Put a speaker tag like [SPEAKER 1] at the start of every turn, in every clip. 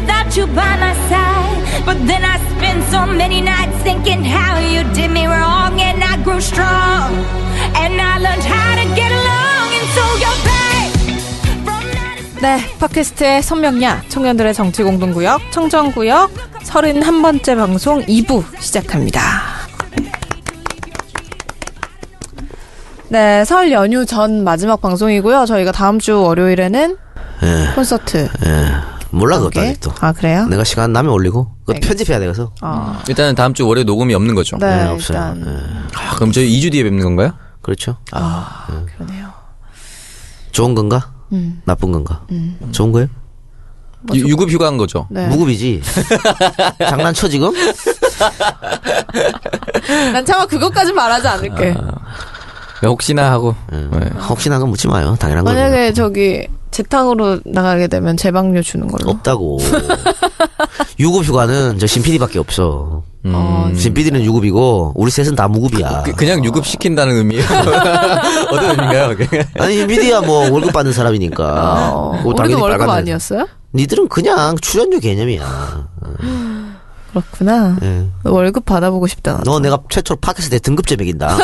[SPEAKER 1] by my side. But then I spent so many nights thinking how you did me wrong, and I grew strong. And I learned how to get along, and so you're back. From night is
[SPEAKER 2] 네, 팟캐스트의 선명야, 청년들의 정치공동구역, 청정구역, 31번째 방송 2부 시작합니다. 네, 설 연휴 전 마지막 방송이고요. 저희가 다음 주 월요일에는
[SPEAKER 3] 예,
[SPEAKER 2] 콘서트.
[SPEAKER 3] 예. 네. 몰라
[SPEAKER 2] 함께.
[SPEAKER 3] 그것도 아직도.
[SPEAKER 2] 아, 그래요?
[SPEAKER 3] 내가 시간 남에 올리고 그거
[SPEAKER 2] 알겠습니다.
[SPEAKER 3] 편집해야 돼서.
[SPEAKER 2] 아,
[SPEAKER 4] 일단은 다음 주 월요일 녹음이 없는 거죠.
[SPEAKER 2] 네,
[SPEAKER 3] 예, 없어요.
[SPEAKER 2] 일단
[SPEAKER 3] 예,
[SPEAKER 4] 아, 그럼 저희 2주 뒤에 뵙는 건가요?
[SPEAKER 3] 그렇죠.
[SPEAKER 2] 아, 그러네요. 음.
[SPEAKER 3] 좋은 건가? 나쁜 건가? 좋은 거예요?
[SPEAKER 4] 유- 유급 휴가한 거죠.
[SPEAKER 2] 네.
[SPEAKER 3] 예. 무급이지. 장난쳐 지금?
[SPEAKER 2] 난 차마 그것까지 말하지 않을게.
[SPEAKER 3] 아,
[SPEAKER 4] 그러니까 혹시나 하고. 네.
[SPEAKER 3] 혹시나 그건 묻지 마요. 당연한 거예요.
[SPEAKER 2] 만약에 저기 재탕으로 나가게 되면 재방료 주는 걸로.
[SPEAKER 3] 없다고. 유급 휴가는 저 신PD밖에 없어.
[SPEAKER 2] 어,
[SPEAKER 3] 신PD는 유급이고 우리 셋은 다 무급이야.
[SPEAKER 4] 그, 그냥 유급 시킨다는 의미예요. 어떤 의미인가요? 그게?
[SPEAKER 3] 아니 신PD야 뭐 월급 받는 사람이니까.
[SPEAKER 2] 어,
[SPEAKER 3] 아, 그거 당연히
[SPEAKER 2] 우리도 월급
[SPEAKER 3] 빨간
[SPEAKER 2] 아니었어요?
[SPEAKER 3] 니들은 그냥 출연료 개념이야.
[SPEAKER 2] 그렇구나.
[SPEAKER 3] 예.
[SPEAKER 2] 너 월급 받아보고 싶다. 나도.
[SPEAKER 3] 너 내가 최초로 팟캐스트에 등급제 매긴다.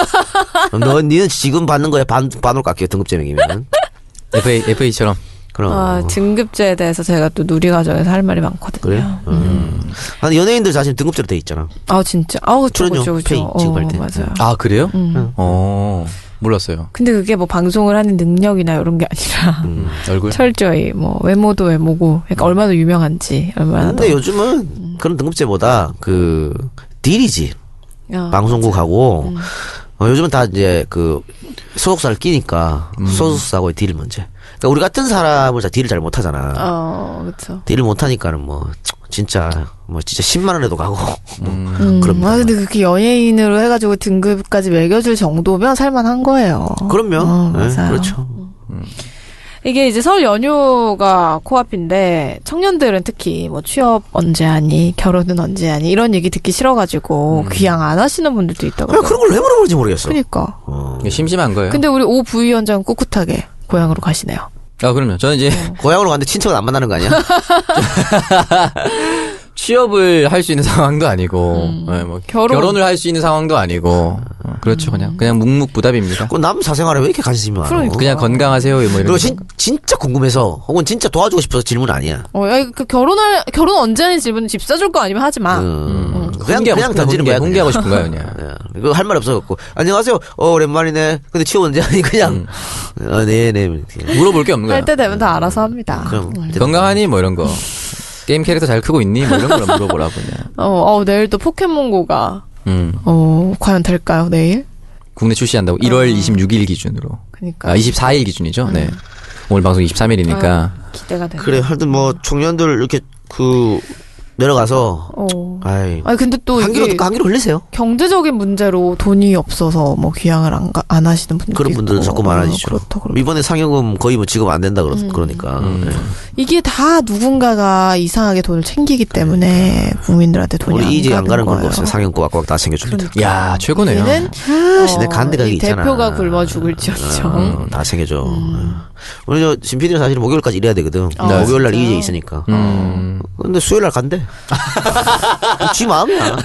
[SPEAKER 3] 너 니는 지금 받는 거에 반 반으로 깎여 등급제 매기면.
[SPEAKER 4] FA, FA처럼.
[SPEAKER 3] 그럼.
[SPEAKER 2] 아, 등급제에 대해서 제가 또 누리과정에서 할 말이 많거든요.
[SPEAKER 3] 그래? 요 아니 연예인들 자신 등급제로 돼 있잖아.
[SPEAKER 2] 아, 진짜. 아우, 그쵸,
[SPEAKER 3] 출연료
[SPEAKER 2] 그쵸,
[SPEAKER 3] 페이
[SPEAKER 2] 그쵸.
[SPEAKER 3] 지급할
[SPEAKER 2] 어,
[SPEAKER 3] 때.
[SPEAKER 2] 맞아요.
[SPEAKER 4] 아, 그래요?
[SPEAKER 2] 음.
[SPEAKER 4] 어, 몰랐어요.
[SPEAKER 2] 근데 그게 뭐 방송을 하는 능력이나 이런 게
[SPEAKER 4] 음.
[SPEAKER 2] 아니라
[SPEAKER 4] 얼굴.
[SPEAKER 2] 철저히 뭐 외모도 외모고 그러니까 얼마나 유명한지 얼마나
[SPEAKER 3] 근데 요즘은 그런 등급제보다 그 딜이지
[SPEAKER 2] 아, 음.
[SPEAKER 3] 방송국하고 어, 요즘은 다 이제 그 소속사를 끼니까 소속사하고의 딜 문제. 그러니까 우리 같은 사람을 다 딜을 잘 못하잖아.
[SPEAKER 2] 어, 그쵸.
[SPEAKER 3] 딜을 못하니까는 뭐 진짜 뭐 진짜 10만 원에도 가고
[SPEAKER 2] 어.
[SPEAKER 3] 뭐 그런
[SPEAKER 2] 아, 근데 그렇게 연예인으로 해가지고 등급까지 매겨줄 정도면 살만한 거예요.
[SPEAKER 3] 그럼요.
[SPEAKER 2] 어,
[SPEAKER 3] 예,
[SPEAKER 2] 맞아요.
[SPEAKER 3] 그렇죠.
[SPEAKER 2] 이게 이제 설 연휴가 코앞인데 청년들은 특히 뭐 취업 언제 하니 결혼은 언제 하니 이런 얘기 듣기 싫어가지고 귀향 안 하시는 분들도 있다고
[SPEAKER 3] 음. 아, 그냥
[SPEAKER 2] 요
[SPEAKER 3] 그런 걸 왜 물어보는지 모르겠어.
[SPEAKER 2] 그러니까
[SPEAKER 3] 어.
[SPEAKER 4] 심심한 거예요.
[SPEAKER 2] 근데 우리 오 부위원장 꿋꿋하게 고향으로 가시네요
[SPEAKER 4] 아, 그럼요. 저는 이제
[SPEAKER 2] 네.
[SPEAKER 3] 고향으로 갔는데 친척은 안 만나는 거 아니야?
[SPEAKER 4] 취업을 할 수 있는 상황도 아니고, 네, 뭐
[SPEAKER 2] 음. 결혼. 음.
[SPEAKER 4] 결혼을 할 수 있는 상황도 아니고, 어, 그렇죠. 그냥, 그냥 묵묵부답입니다.
[SPEAKER 3] 그남 사생활에 왜 이렇게 관심이 많아? 어?
[SPEAKER 2] 그러니까.
[SPEAKER 4] 그냥 건강하세요. 뭐 이런
[SPEAKER 3] 그리고
[SPEAKER 4] 거.
[SPEAKER 3] 진, 진짜 궁금해서 혹은 진짜 도와주고 싶어서 질문 아니야.
[SPEAKER 2] 어, 야, 그 결혼할 결혼 언제 하는 질문 집 사줄 거 아니면 하지 마
[SPEAKER 3] 음, 그냥 그냥
[SPEAKER 4] 훈계하고 싶은
[SPEAKER 3] 던지는
[SPEAKER 4] 훈계,
[SPEAKER 3] 거야.
[SPEAKER 4] 훈계하고
[SPEAKER 3] 그냥.
[SPEAKER 4] 싶은가요, 그냥.
[SPEAKER 3] 예, 이거 할 말 없어갖고 안녕하세요. 어 오랜만이네. 근데 취업 언제 하니 그냥 아, 네네. 이렇게.
[SPEAKER 4] 물어볼 게 없는 거야.
[SPEAKER 2] 할 때 되면 다 알아서 합니다
[SPEAKER 3] 음.
[SPEAKER 2] 음.
[SPEAKER 3] 그럼
[SPEAKER 4] 건강하니 뭐 이런 거 게임 캐릭터 잘 크고 있니 뭐 이런 걸 물어보라고 그냥
[SPEAKER 2] 어, 어 내일 또 포켓몬고가
[SPEAKER 4] 음.
[SPEAKER 2] 어 과연 될까요 내일
[SPEAKER 4] 국내 출시한다고
[SPEAKER 2] 아.
[SPEAKER 4] 1월 26일 기준으로
[SPEAKER 2] 그러니까
[SPEAKER 4] 아 24일 기준이죠 네
[SPEAKER 2] 음.
[SPEAKER 4] 오늘 방송 23일이니까
[SPEAKER 2] 기대가 되네
[SPEAKER 3] 그래 하여튼 뭐 청년들 이렇게 그 내려가서
[SPEAKER 2] 어.
[SPEAKER 3] 아이
[SPEAKER 2] 아니 근데 또
[SPEAKER 3] 한기로
[SPEAKER 2] 이게
[SPEAKER 3] 한기로 흘리세요.
[SPEAKER 2] 경제적인 문제로 돈이 없어서 뭐 귀향을 안, 가, 안 하시는 분들
[SPEAKER 3] 그런 분들은 자꾸 많아지죠.
[SPEAKER 2] 그렇다 그렇다.
[SPEAKER 3] 이번에 상여금 거의 뭐 지급 안 된다 그러, 그러니까. 예.
[SPEAKER 2] 이게 다 누군가가 이상하게 돈을 챙기기 때문에 국민들한테 돈이
[SPEAKER 3] 우리 이직 안 가는
[SPEAKER 2] 거예요.
[SPEAKER 3] 걸로 없어요. 상여금 꼬박꼬박 다 챙겨줍니다.
[SPEAKER 4] 야 최고네요
[SPEAKER 2] 얘는
[SPEAKER 3] 아, 시내 간데가
[SPEAKER 2] 이
[SPEAKER 3] 기 있잖아.
[SPEAKER 2] 대표가 굶어 죽을지언정.
[SPEAKER 3] 어, 다 챙겨줘.
[SPEAKER 4] 음.
[SPEAKER 3] 우리 저 진피디는 사실 목요일까지 일해야 되거든.
[SPEAKER 2] 네.
[SPEAKER 3] 목요일 날
[SPEAKER 2] 진짜요?
[SPEAKER 3] 이제 있으니까.
[SPEAKER 4] 어.
[SPEAKER 2] 어.
[SPEAKER 4] 음.
[SPEAKER 3] 근데 수요일 날 간대. 지 마음이야.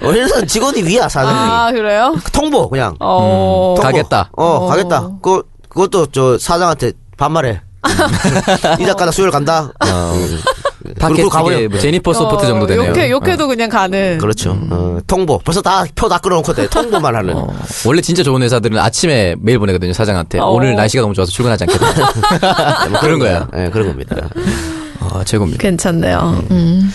[SPEAKER 3] 원래는 직원이 위야 사장이.
[SPEAKER 2] 아 그래요?
[SPEAKER 3] 음. 통보 그냥.
[SPEAKER 2] 어.
[SPEAKER 3] 통보.
[SPEAKER 4] 가겠다.
[SPEAKER 3] 어, 가겠다. 그 그것도 저 사장한테 반말해. 이작가다 수요일 간다. 어. 그리고
[SPEAKER 4] 팟캐스트의
[SPEAKER 3] 가버려.
[SPEAKER 4] 어. 뭐 제니퍼 소프트
[SPEAKER 2] 어,
[SPEAKER 4] 정도 되네요
[SPEAKER 2] 욕해 욕해도 그냥 가는.
[SPEAKER 3] 그렇죠. 어, 통보. 벌써 다 표 다 끌어놓고 돼. 통보만 하는.
[SPEAKER 4] 어, 원래 진짜 좋은 회사들은 아침에 메일 보내거든요 사장한테
[SPEAKER 2] 어.
[SPEAKER 4] 오늘 날씨가 너무 좋아서 출근하지 않겠다
[SPEAKER 3] 뭐
[SPEAKER 4] 그런 거야.
[SPEAKER 3] 예, 그런 겁니다.
[SPEAKER 2] 네.
[SPEAKER 4] 아 최고입니다
[SPEAKER 2] 괜찮네요. 음.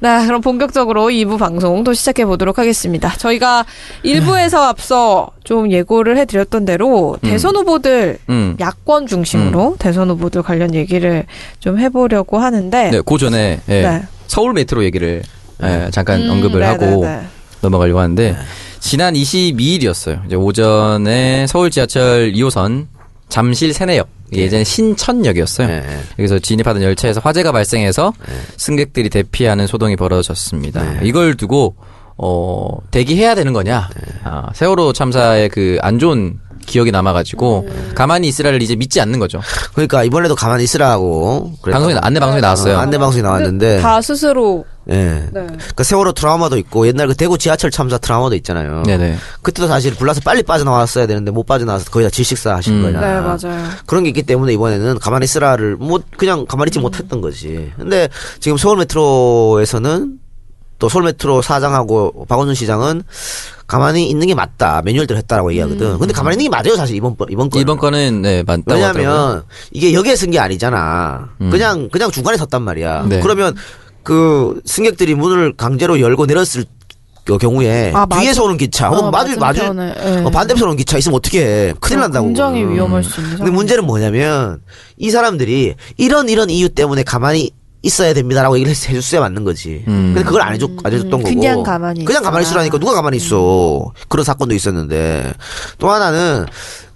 [SPEAKER 2] 네, 그럼 본격적으로 2부 방송도 시작해 보도록 하겠습니다. 저희가 1부에서 앞서 좀 예고를 해드렸던 대로 대선 후보들
[SPEAKER 4] 음.
[SPEAKER 2] 야권 중심으로 대선 후보들 관련 얘기를 좀 해보려고 하는데
[SPEAKER 4] 네, 그 전에 예,
[SPEAKER 2] 네.
[SPEAKER 4] 서울 메트로 얘기를 예, 잠깐
[SPEAKER 2] 음,
[SPEAKER 4] 언급을
[SPEAKER 2] 네,
[SPEAKER 4] 하고
[SPEAKER 2] 네, 네.
[SPEAKER 4] 넘어가려고 하는데
[SPEAKER 3] 네.
[SPEAKER 4] 지난 22일이었어요. 이제 오전에 서울 지하철 2호선 잠실 세내역
[SPEAKER 3] 네.
[SPEAKER 4] 이게 예전에 신천역이었어요.
[SPEAKER 3] 예.
[SPEAKER 4] 여기서 진입하던 열차에서 화재가 발생해서
[SPEAKER 3] 네.
[SPEAKER 4] 승객들이 대피하는 소동이 벌어졌습니다. 이걸
[SPEAKER 3] 네.
[SPEAKER 4] 두고 어 대기해야 되는 거냐? 아, 세월호 참사의 그 안 좋은 기억이 남아가지고
[SPEAKER 3] 네.
[SPEAKER 4] 가만히 있으라를 이제 믿지 않는 거죠.
[SPEAKER 3] 그러니까 이번에도 가만히 있으라고. 그랬다고.
[SPEAKER 4] 방송에 안내 방송에
[SPEAKER 3] 어,
[SPEAKER 4] 나왔어요.
[SPEAKER 3] 그렇죠. 안내 방송이 나왔는데.
[SPEAKER 2] 다 스스로
[SPEAKER 3] 예.
[SPEAKER 2] 네.
[SPEAKER 3] 그러니까 세월호 트라우마도 있고 옛날 그 대구 지하철 참사 트라우마도 있잖아요.
[SPEAKER 4] 네네.
[SPEAKER 3] 그때도 사실 불나서 빨리 빠져나왔어야 되는데 못 빠져나와서 거의 다 질식사 하신
[SPEAKER 4] 음.
[SPEAKER 3] 거잖아.
[SPEAKER 2] 네, 맞아요.
[SPEAKER 3] 그런 게 있기 때문에 이번에는 가만히 있으라를 못 그냥
[SPEAKER 2] 음.
[SPEAKER 3] 가만히 있지 못했던 거지. 근데 지금 서울 메트로에서는 또 서울 메트로 사장하고 박원순 시장은 가만히 있는 게 맞다. 매뉴얼대로 했다라고 얘기하거든.
[SPEAKER 2] 음.
[SPEAKER 3] 근데 가만히 있는 게 맞아요, 사실 이번 번 이번 건.
[SPEAKER 4] 이번 거는 네 맞다고 하더라고요. 음.
[SPEAKER 3] 왜냐하면 이게 역에 쓴 게 아니잖아. 그냥 그냥 중간에 섰단 말이야.
[SPEAKER 4] 네.
[SPEAKER 3] 그러면 그 승객들이 문을 강제로 열고 내렸을 그 경우에
[SPEAKER 2] 아, 맞아.
[SPEAKER 3] 뒤에서 오는 기차 혹은
[SPEAKER 2] 어,
[SPEAKER 3] 마주 마주
[SPEAKER 2] 맞은편에, 예.
[SPEAKER 3] 어, 반대편으로 오는 기차 있으면 어떻게 해? 큰일 난다고.
[SPEAKER 2] 굉장히
[SPEAKER 4] 음.
[SPEAKER 3] 그거는.
[SPEAKER 2] 위험할 수 있는
[SPEAKER 3] 근데
[SPEAKER 2] 상황.
[SPEAKER 3] 문제는 뭐냐면 이 사람들이 이런 이런 이유 때문에 가만히 있어야 됩니다라고 얘기를 해서 해줬어야 맞는 거지.
[SPEAKER 4] 음.
[SPEAKER 3] 근데 그걸 안 해줬 안 해줬던 거고.
[SPEAKER 2] 그냥 가만히
[SPEAKER 3] 그냥 가만히
[SPEAKER 2] 있어라.
[SPEAKER 3] 있으라니까 누가 가만히 있어. 그런 사건도 있었는데 또 하나는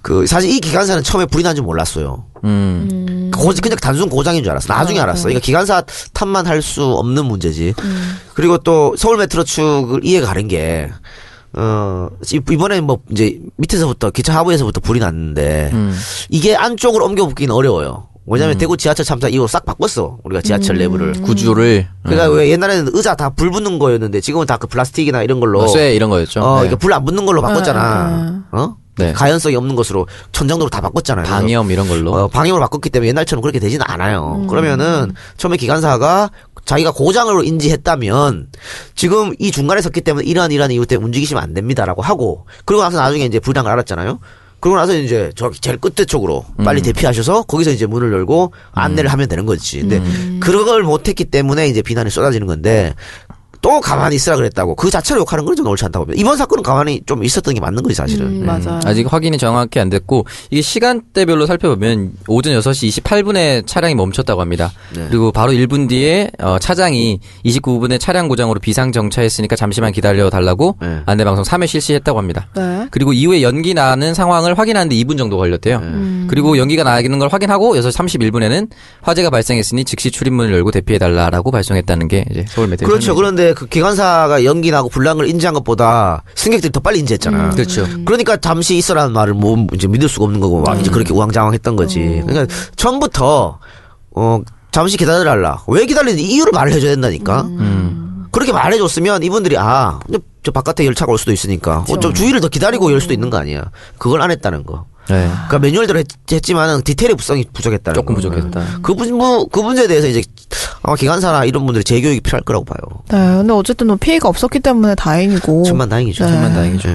[SPEAKER 3] 그 사실 이 기관사는 처음에 불이 난 줄 몰랐어요.
[SPEAKER 4] 음.
[SPEAKER 3] 고, 그냥 단순 고장인 줄 알았어. 나중에
[SPEAKER 4] 아, 네.
[SPEAKER 3] 알았어. 그러니까 기관사 탓만 할 수 없는 문제지.
[SPEAKER 4] 음.
[SPEAKER 3] 그리고 또 서울 메트로 축을 이해가 가는 게, 어, 이- 이번에 뭐 이제 밑에서부터, 기차 하부에서부터 불이 났는데,
[SPEAKER 4] 음.
[SPEAKER 3] 이게 안쪽으로 옮겨붙기는 어려워요. 왜냐면 대구 지하철 참사 이후로 싹 바꿨어. 우리가
[SPEAKER 4] 음.
[SPEAKER 3] 지하철 내부를.
[SPEAKER 4] 구조를
[SPEAKER 3] 음. 그러니까 왜 옛날에는 의자 다 불 붙는 거였는데 지금은 다 그 플라스틱이나 이런 걸로.
[SPEAKER 4] 어, 쇠 이런 거였죠.
[SPEAKER 3] 어,
[SPEAKER 4] 네.
[SPEAKER 3] 이게 불 안 붙는 걸로 바꿨잖아. 어?
[SPEAKER 4] 네.
[SPEAKER 3] 가연성이 없는 것으로 천정도로 다 바꿨잖아요. 그래서
[SPEAKER 4] 방염 이런 걸로. 음.
[SPEAKER 3] 어, 방향으로 바꿨기 때문에 옛날처럼 그렇게 되지는 않아요. 그러면은 처음에 기관사가 자기가 고장으로 인지했다면 지금 이 중간에 섰기 때문에 이러한 이러한 이유 때문에 움직이시면 안 됩니다라고 하고 그러고 나서 나중에 이제 불량을 알았잖아요. 그러고 나서 이제 저 제일 끝에 쪽으로 빨리
[SPEAKER 4] 음.
[SPEAKER 3] 대피하셔서 거기서 이제 문을 열고 안내를 하면 되는 거지. 근데
[SPEAKER 4] 음.
[SPEAKER 3] 그걸 못했기 때문에 이제 비난이 쏟아지는 건데 또 가만히 있으라 그랬다고 그 자체를 욕하는 건 좀 옳지 않다고 봅니다. 이번 사건은 가만히 좀 있었던 게 맞는 거지 사실은.
[SPEAKER 2] 음,
[SPEAKER 3] 네.
[SPEAKER 2] 맞아요.
[SPEAKER 4] 아직 확인이 정확히 안 됐고 이게 시간대별로 살펴보면 오전 6시 28분에 차량이 멈췄다고 합니다.
[SPEAKER 3] 네.
[SPEAKER 4] 그리고 바로 1분 뒤에 어, 차장이 29분에 차량 고장으로 비상 정차했으니까 잠시만 기다려 달라고
[SPEAKER 3] 네.
[SPEAKER 4] 안내 방송 3회 실시했다고 합니다.
[SPEAKER 2] 네.
[SPEAKER 4] 그리고 이후에 연기 나는 상황을 확인하는데 2분 정도 걸렸대요.
[SPEAKER 3] 네.
[SPEAKER 4] 그리고 연기가 나는 걸 확인하고 6시 31분에는 화재가 발생했으니 즉시 출입문을 열고 대피해 달라라고 발송했다는 게 이제 서울 메트로
[SPEAKER 3] 그렇죠. 그런데 그 기관사가 연기 나고 불량을 인지한 것보다 승객들이 더 빨리 인지했잖아.
[SPEAKER 4] 그렇죠.
[SPEAKER 3] 그러니까 잠시 있어라는 말을 뭐 이제 믿을 수가 없는 거고 막 이제 그렇게 우왕좌왕했던 거지. 그러니까 처음부터 어 잠시 기다려달라. 왜 기다리는지 이유를 말을 해줘야 된다니까.
[SPEAKER 4] 음.
[SPEAKER 3] 그렇게 말해줬으면 이분들이 아, 이제 저 바깥에 열차가 올 수도 있으니까 어, 좀 주의를 더 기다리고 열 수도 있는 거 아니야. 그걸 안 했다는 거.
[SPEAKER 4] 네.
[SPEAKER 3] 그러니까 매뉴얼대로 했, 했지만 디테일의 부성이 부족했다는
[SPEAKER 4] 조금
[SPEAKER 3] 거.
[SPEAKER 4] 부족했다.
[SPEAKER 3] 그, 문- 뭐, 그 문제에 대해서 이제 아마 기관사나 이런 분들이 재교육이 필요할 거라고 봐요.
[SPEAKER 2] 네, 근데 어쨌든 뭐 피해가 없었기 때문에 다행이고.
[SPEAKER 3] 천만 다행이죠.
[SPEAKER 2] 네. 천만
[SPEAKER 3] 다행이죠.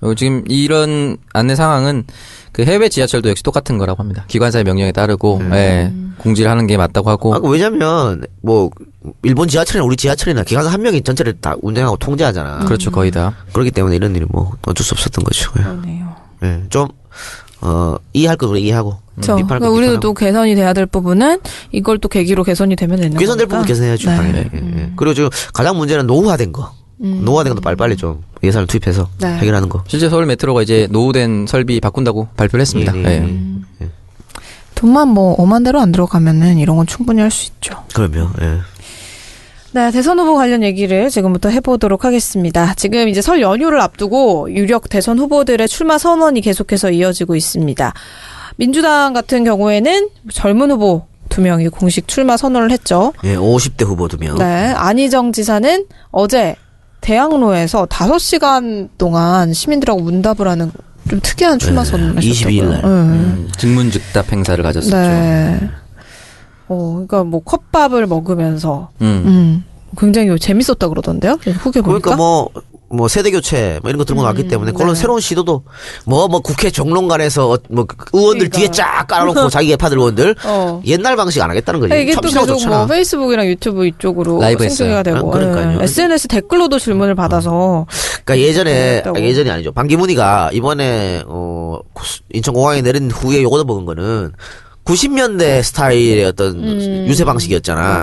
[SPEAKER 4] 어, 지금 이런 안내 상황은 그 해외 지하철도 역시 똑같은 거라고 합니다. 기관사의 명령에 따르고 예, 공지를 하는 게 맞다고 하고
[SPEAKER 3] 음.
[SPEAKER 2] 뭐.
[SPEAKER 3] 아, 그 왜냐면 뭐 일본 지하철이나 우리 지하철이나 기관사 한 명이 전체를 다 운행하고 통제하잖아.
[SPEAKER 2] 음.
[SPEAKER 4] 그렇죠 거의 다.
[SPEAKER 3] 그렇기 때문에 이런 일이 뭐 어쩔 수 없었던 거죠. 예.
[SPEAKER 2] 그러네요.
[SPEAKER 3] 예. 좀 어, 이해할 건 음, 우리 이해하고
[SPEAKER 2] 그렇죠.
[SPEAKER 3] 비판할
[SPEAKER 2] 그러니까
[SPEAKER 3] 건
[SPEAKER 2] 우리도
[SPEAKER 3] 비판하고.
[SPEAKER 2] 또 개선이 돼야 될 부분은 이걸 또 계기로 개선이 되면 되는
[SPEAKER 3] 개선될
[SPEAKER 2] 거니까.
[SPEAKER 3] 부분 개선해야죠.
[SPEAKER 2] 네.
[SPEAKER 3] 당연히. 예, 예. 그리고 지금 가장 문제는 노후화된 거. 노후화된 것도 빨리빨리 좀 예산을 투입해서
[SPEAKER 2] 음. 네.
[SPEAKER 3] 해결하는 거.
[SPEAKER 4] 실제 서울 메트로가 이제 노후된 설비 바꾼다고 발표를 했습니다.
[SPEAKER 3] 예,
[SPEAKER 4] 예,
[SPEAKER 3] 예, 예.
[SPEAKER 2] 네. 돈만 뭐 엄한 대로 안 들어가면은 이런 건 충분히 할 수 있죠.
[SPEAKER 3] 그럼요. 예.
[SPEAKER 2] 네, 대선 후보 관련 얘기를 지금부터 해보도록 하겠습니다. 지금 이제 설 연휴를 앞두고 유력 대선 후보들의 출마 선언이 계속해서 이어지고 있습니다. 민주당 같은 경우에는 젊은 후보 두 명이 공식 출마 선언을 했죠.
[SPEAKER 3] 예, 50대 후보 두 명.
[SPEAKER 2] 네, 안희정 지사는 어제 대학로에서 5시간 동안 시민들하고 문답을 하는 좀 특이한 출마
[SPEAKER 3] 네,
[SPEAKER 2] 선언을 하셨다고요.
[SPEAKER 3] 22일 날.
[SPEAKER 2] 네.
[SPEAKER 4] 음, 증문즉답 행사를 가졌었죠.
[SPEAKER 2] 네. 어, 그러니까 뭐 컵밥을 먹으면서
[SPEAKER 4] 음.
[SPEAKER 2] 음. 굉장히 재밌었다 그러던데요? 후기 보니까.
[SPEAKER 3] 그러니까 뭐, 뭐 세대 교체 뭐 이런 거 들고 나왔기 때문에
[SPEAKER 2] 네.
[SPEAKER 3] 그런 새로운 시도도 뭐 뭐 국회 정론관에서 어, 뭐 의원들
[SPEAKER 2] 그러니까.
[SPEAKER 3] 뒤에 쫙 깔아놓고 자기 개파들 의원들
[SPEAKER 2] 어.
[SPEAKER 3] 옛날 방식 안 하겠다는 거지.
[SPEAKER 2] 이게 또
[SPEAKER 3] 참 싫어
[SPEAKER 2] 계속
[SPEAKER 3] 좋잖아.
[SPEAKER 2] 뭐 페이스북이랑 유튜브 이쪽으로
[SPEAKER 4] 라이브
[SPEAKER 2] 생중계가
[SPEAKER 4] 했어요.
[SPEAKER 2] 되고
[SPEAKER 3] 아, 그러니까요.
[SPEAKER 2] 예. SNS 댓글로도 질문을 받아서
[SPEAKER 3] 그러니까 예전에
[SPEAKER 2] 그랬다고.
[SPEAKER 3] 아, 예전이 아니죠. 반기문이가 이번에 어 인천공항에 내린 후에 요거도 먹은 거는 90년대 스타일의 어떤 유세 방식이었잖아.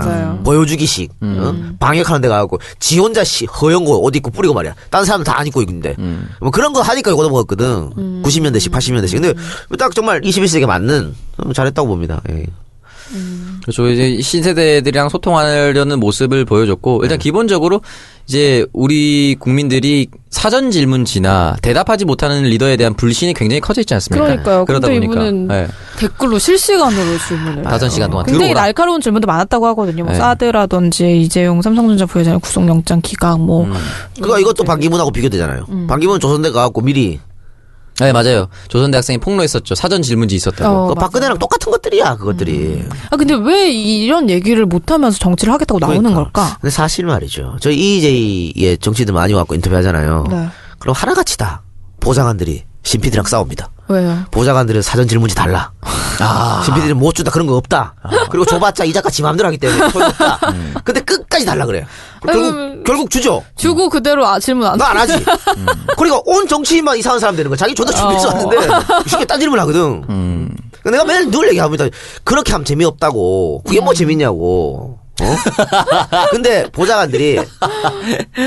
[SPEAKER 2] 네. 음. 맞아요.
[SPEAKER 3] 보여주기식. 어? 방역하는 데가 가고 지 혼자 시, 허영고 옷 입고 뿌리고 말이야. 딴 사람 다 안 입고 있는데. 뭐 그런 거 하니까 요거도 먹었거든.
[SPEAKER 2] 음.
[SPEAKER 3] 90년대식, 80년대식. 근데 딱 정말 21세기에 맞는 음, 잘했다고 봅니다. 예. 네.
[SPEAKER 4] 그렇죠. 이제 신세대들이랑 소통하려는 모습을 보여줬고 일단 기본적으로 이제 우리 국민들이 사전 질문지나 대답하지 못하는 리더에 대한 불신이 굉장히 커져 있지 않습니까?
[SPEAKER 2] 그러니까요.
[SPEAKER 4] 그러다
[SPEAKER 2] 근데
[SPEAKER 4] 보니까
[SPEAKER 2] 이분은
[SPEAKER 3] 네.
[SPEAKER 4] 예.
[SPEAKER 2] 댓글로 실시간으로 질문을.
[SPEAKER 4] 다섯 시간 동안
[SPEAKER 2] 굉장히
[SPEAKER 4] 들어오라.
[SPEAKER 2] 날카로운 질문도 많았다고 하거든요. 뭐
[SPEAKER 4] 네.
[SPEAKER 2] 사드라든지 이재용 삼성전자 부회장의 구속영장 기각 뭐
[SPEAKER 4] 음.
[SPEAKER 3] 그러니까 이것도 반기문하고 비교되잖아요.
[SPEAKER 2] 음.
[SPEAKER 3] 반기문 조선대 가갖고 미리
[SPEAKER 4] 네, 맞아요. 조선대 학생이 폭로했었죠. 사전 질문지 있었다고.
[SPEAKER 2] 어, 맞아요.
[SPEAKER 3] 그 박근혜랑 똑같은 것들이야 그것들이.
[SPEAKER 2] 아 근데 왜 이런 얘기를 못하면서 정치를 하겠다고 나오는
[SPEAKER 4] 그러니까.
[SPEAKER 2] 걸까?
[SPEAKER 3] 근데 사실 말이죠. 저희 EJ의 정치인들 많이 와갖고
[SPEAKER 4] 어.
[SPEAKER 3] 인터뷰하잖아요.
[SPEAKER 2] 네.
[SPEAKER 3] 그럼 하나같이 다 보좌관들이 신PD랑 싸웁니다.
[SPEAKER 4] 음.
[SPEAKER 2] 왜요?
[SPEAKER 3] 보좌관들은 사전 질문지 달라. 신PD는 못 준다 그런 거 없다. 그리고 줘봤자 이 작가 지 마음대로 하기 때문에 소용없다. 근데 끝까지 달라 그래요. 그럼
[SPEAKER 2] 아유,
[SPEAKER 3] 결국 결국 주죠.
[SPEAKER 2] 주고 그대로 아, 질문 안.
[SPEAKER 3] 나 안 하지. 그러니까 온 정치인만 이상한 사람 되는 거야. 자기 존나 준비해서
[SPEAKER 2] 어.
[SPEAKER 3] 왔는데 쉽게 딴 질문 하거든. 그러니까 내가 맨날 늘 얘기합니다. 그렇게 하면 재미없다고. 그게 뭐 재밌냐고. 어? 근데 보좌관들이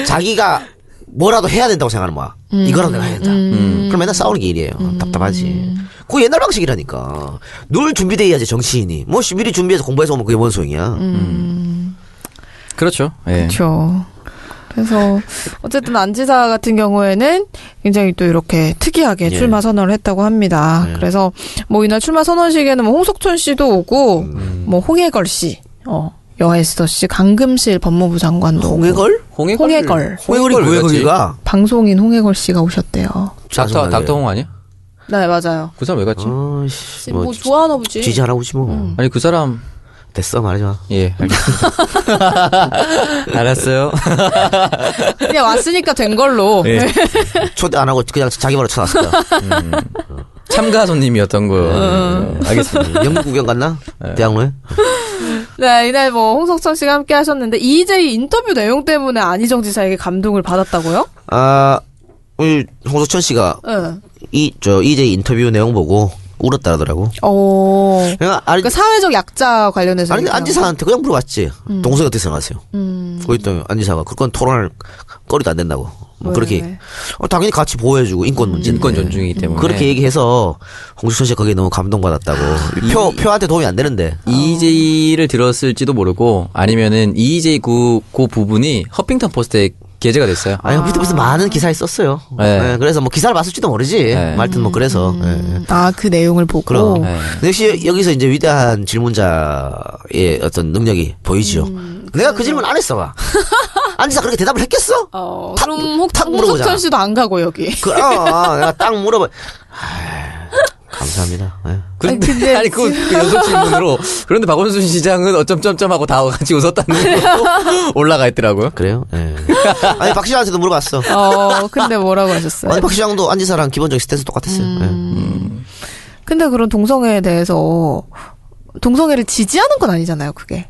[SPEAKER 3] 자기가 뭐라도 해야 된다고 생각하는 거야. 이거라도 내가 해야 된다. 그럼 맨날 싸우는 게 일이에요. 답답하지. 그거 옛날 방식이라니까. 늘 준비돼 있야지 정치인이. 뭐 미리 준비해서 공부해서 오면 그게 뭔 소용이야.
[SPEAKER 4] 그렇죠. 예.
[SPEAKER 2] 그렇죠. 그래서 어쨌든 안 지사 같은 경우에는 굉장히 또 이렇게 특이하게
[SPEAKER 3] 예.
[SPEAKER 2] 출마 선언을 했다고 합니다. 그래서 뭐 이날 출마 선언식에는 뭐 홍석천 씨도 오고 뭐 홍해걸 씨, 어, 여혜스더 씨, 강금실 법무부 장관도 오고
[SPEAKER 3] 홍해걸?
[SPEAKER 4] 홍해걸.
[SPEAKER 2] 홍해걸.
[SPEAKER 3] 홍해걸이 왜 거기가?
[SPEAKER 2] 방송인 홍해걸 씨가 오셨대요.
[SPEAKER 4] 닥터, 닥터 홍 아니야?
[SPEAKER 2] 네 맞아요.
[SPEAKER 4] 그 사람 왜 갔지?
[SPEAKER 3] 어이씨.
[SPEAKER 2] 뭐,
[SPEAKER 3] 뭐
[SPEAKER 2] 좋아하나 보지.
[SPEAKER 3] 지지하라고 지 뭐.
[SPEAKER 2] 음.
[SPEAKER 4] 아니, 그 사람.
[SPEAKER 3] 됐어 말하지 마.
[SPEAKER 4] 예, 알겠습니다. 알았어요.
[SPEAKER 2] 그냥 왔으니까 된 걸로.
[SPEAKER 4] 예.
[SPEAKER 3] 초대 안 하고 그냥 자기 말로 쳐놨습니다.
[SPEAKER 4] 참가 손님이었던 거. 예, 알겠습니다.
[SPEAKER 3] 영국 구경 갔나? 대학로에?
[SPEAKER 2] 네, 이날 뭐 홍석천 씨가 함께 하셨는데 이재희 인터뷰 내용 때문에 안희정 지사에게 감동을 받았다고요?
[SPEAKER 3] 아, 우리 홍석천 씨가
[SPEAKER 2] 예.
[SPEAKER 3] 이, 저, 이제 인터뷰 내용 보고 울었다더라고.
[SPEAKER 2] 어.
[SPEAKER 3] 그냥 안,
[SPEAKER 2] 그러니까 사회적 약자 관련해서.
[SPEAKER 3] 아니,
[SPEAKER 2] 얘기하는
[SPEAKER 3] 안지사한테 그냥 물어봤지.
[SPEAKER 2] 음.
[SPEAKER 3] 동생이 어떻게 생각하세요? 그랬더니 안지사가 그건 토론할 거리도 안 된다고. 뭐
[SPEAKER 2] 왜,
[SPEAKER 3] 그렇게.
[SPEAKER 2] 왜? 음.
[SPEAKER 3] 어, 당연히 같이 보호해주고 인권 문제.
[SPEAKER 4] 인권 존중이기 때문에.
[SPEAKER 3] 그렇게 얘기해서 홍석천 씨가 거기에 너무 감동받았다고.
[SPEAKER 4] 아,
[SPEAKER 3] 표, 표한테 도움이 안 되는데.
[SPEAKER 4] 어. EJ를 E 들었을지도 모르고 아니면은 EJ 그, 그 부분이 허핑턴 포스트에 게재가 됐어요.
[SPEAKER 3] 아니, 무슨 무슨 많은 기사에 썼어요.
[SPEAKER 4] 네.
[SPEAKER 3] 네, 그래서 뭐 기사를 봤을지도 모르지.
[SPEAKER 4] 네.
[SPEAKER 3] 말든 뭐 그래서. 네.
[SPEAKER 2] 아, 그 내용을 보고.
[SPEAKER 3] 그럼.
[SPEAKER 4] 네.
[SPEAKER 3] 근데 역시 여기서 이제 위대한 질문자의 어떤 능력이 보이지요.
[SPEAKER 2] 음.
[SPEAKER 3] 내가 그 질문 안 했어 봐. 안지사 그렇게 대답을 했겠어?
[SPEAKER 2] 어,
[SPEAKER 3] 탁,
[SPEAKER 2] 그럼 혹,
[SPEAKER 3] 탁 물어보잖아.
[SPEAKER 2] 홍석천 씨도 안 가고 여기.
[SPEAKER 3] 그, 어, 어, 내가 딱 물어봐. 아, 감사합니다. 예.
[SPEAKER 4] 그런데
[SPEAKER 2] 아니, 근데
[SPEAKER 4] 아니, 그, 그 연속 질문으로 그런데 박원순 시장은 어쩜쩜쩜 하고 다 같이 웃었다는 걸로 올라가 있더라고요.
[SPEAKER 3] 그래요? 예. 아니 박 시장한테도 물어봤어.
[SPEAKER 2] 어, 근데 뭐라고 하셨어요?
[SPEAKER 3] 아니 박 시장도 안지사랑 기본적인 스탠스 똑같았어요.
[SPEAKER 2] 음.
[SPEAKER 3] 예.
[SPEAKER 2] 근데 그런 동성애에 대해서 동성애를 지지하는 건 아니잖아요, 그게.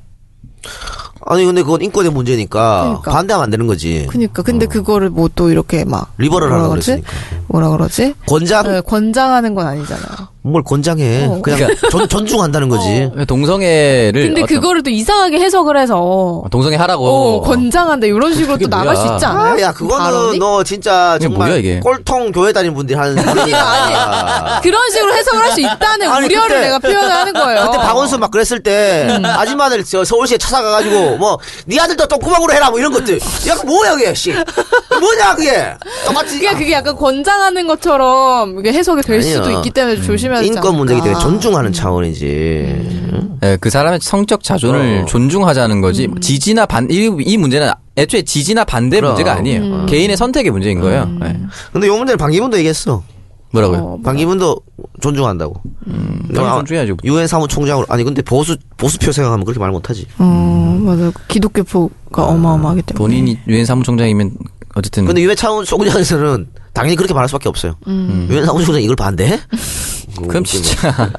[SPEAKER 3] 아니 근데 그건 인권의 문제니까
[SPEAKER 2] 그러니까.
[SPEAKER 3] 반대하면 안 되는 거지.
[SPEAKER 2] 그니까. 근데 그거를 뭐 또 이렇게 막.
[SPEAKER 3] 어. 리버럴
[SPEAKER 2] 뭐라
[SPEAKER 3] 하라고
[SPEAKER 2] 그러지?
[SPEAKER 3] 그랬으니까.
[SPEAKER 2] 뭐라 그러지?
[SPEAKER 3] 권장
[SPEAKER 2] 네, 권장하는 건 아니잖아요.
[SPEAKER 3] 뭘 권장해?
[SPEAKER 2] 어.
[SPEAKER 3] 그냥 전, 존중한다는 거지.
[SPEAKER 4] 네, 동성애를
[SPEAKER 3] 예,
[SPEAKER 2] 근데
[SPEAKER 4] 어떤-
[SPEAKER 2] 그거를 또 이상하게 해석을 해서
[SPEAKER 4] 동성애 하라고
[SPEAKER 2] 어, 권장한다 이런 식으로
[SPEAKER 4] 그게
[SPEAKER 2] 또 나갈
[SPEAKER 4] 뭐야.
[SPEAKER 2] 수 있지 않아요?
[SPEAKER 3] 아, 야,
[SPEAKER 2] 그
[SPEAKER 3] 그거는
[SPEAKER 2] 발언이?
[SPEAKER 3] 너 진짜
[SPEAKER 4] 이게
[SPEAKER 3] 정말
[SPEAKER 4] 뭐야, 이게?
[SPEAKER 3] 꼴통 교회 다니는 분들이 하는 소리야.
[SPEAKER 2] 그런 식으로 해석을 할 수 있다는
[SPEAKER 3] 아니,
[SPEAKER 2] 우려를
[SPEAKER 3] 그때-
[SPEAKER 2] 내가 표현하는 거예요.
[SPEAKER 3] 그때 박원순 막 그랬을 때
[SPEAKER 2] 음.
[SPEAKER 3] 아줌마들 저 서울시에 찾아가가지고 뭐 네 아들도 똥구멍으로 해라 뭐 이런 것들. 야, 그 뭐야 그게 씨. 뭐냐 그게. 똑같이
[SPEAKER 2] 그게 그게 약간 권장하는 것처럼 이게 해석이 될
[SPEAKER 3] 아니요. 음,
[SPEAKER 2] 수도 있기 때문에 조심해야 되지
[SPEAKER 3] 인권 문제기 때문에
[SPEAKER 2] 않을까.
[SPEAKER 3] 존중하는 차원이지.
[SPEAKER 2] 음.
[SPEAKER 4] 예, 그 사람의 성적 자존을
[SPEAKER 3] 어.
[SPEAKER 4] 존중하자는 거지
[SPEAKER 2] 음.
[SPEAKER 4] 지지나 반 이 문제는 애초에 지지나 반대
[SPEAKER 3] 그럼.
[SPEAKER 4] 문제가 아니에요.
[SPEAKER 2] 음.
[SPEAKER 4] 개인의 선택의 문제인 거예요. 예.
[SPEAKER 3] 근데 요 문제는 방기문도 얘기했어.
[SPEAKER 4] 뭐라고요?
[SPEAKER 3] 방기문도 존중한다고.
[SPEAKER 2] 음.
[SPEAKER 4] 당연히
[SPEAKER 3] 아.
[SPEAKER 4] 존중해야죠.
[SPEAKER 3] 유엔 사무총장으로 아니 근데 보수 보수표 생각하면 그렇게 말 못하지.
[SPEAKER 2] 어, 맞아.
[SPEAKER 3] 아,
[SPEAKER 2] 기독교포가 어마어마하기 때문에.
[SPEAKER 4] 본인이 유엔 사무총장이면 어쨌든
[SPEAKER 3] 근데 유엔 사무총장에서는 당연히 그렇게 말할 수밖에 없어요.
[SPEAKER 2] 음.
[SPEAKER 3] 음. 유엔 사무총장 이걸 반대해?
[SPEAKER 4] 그럼 진짜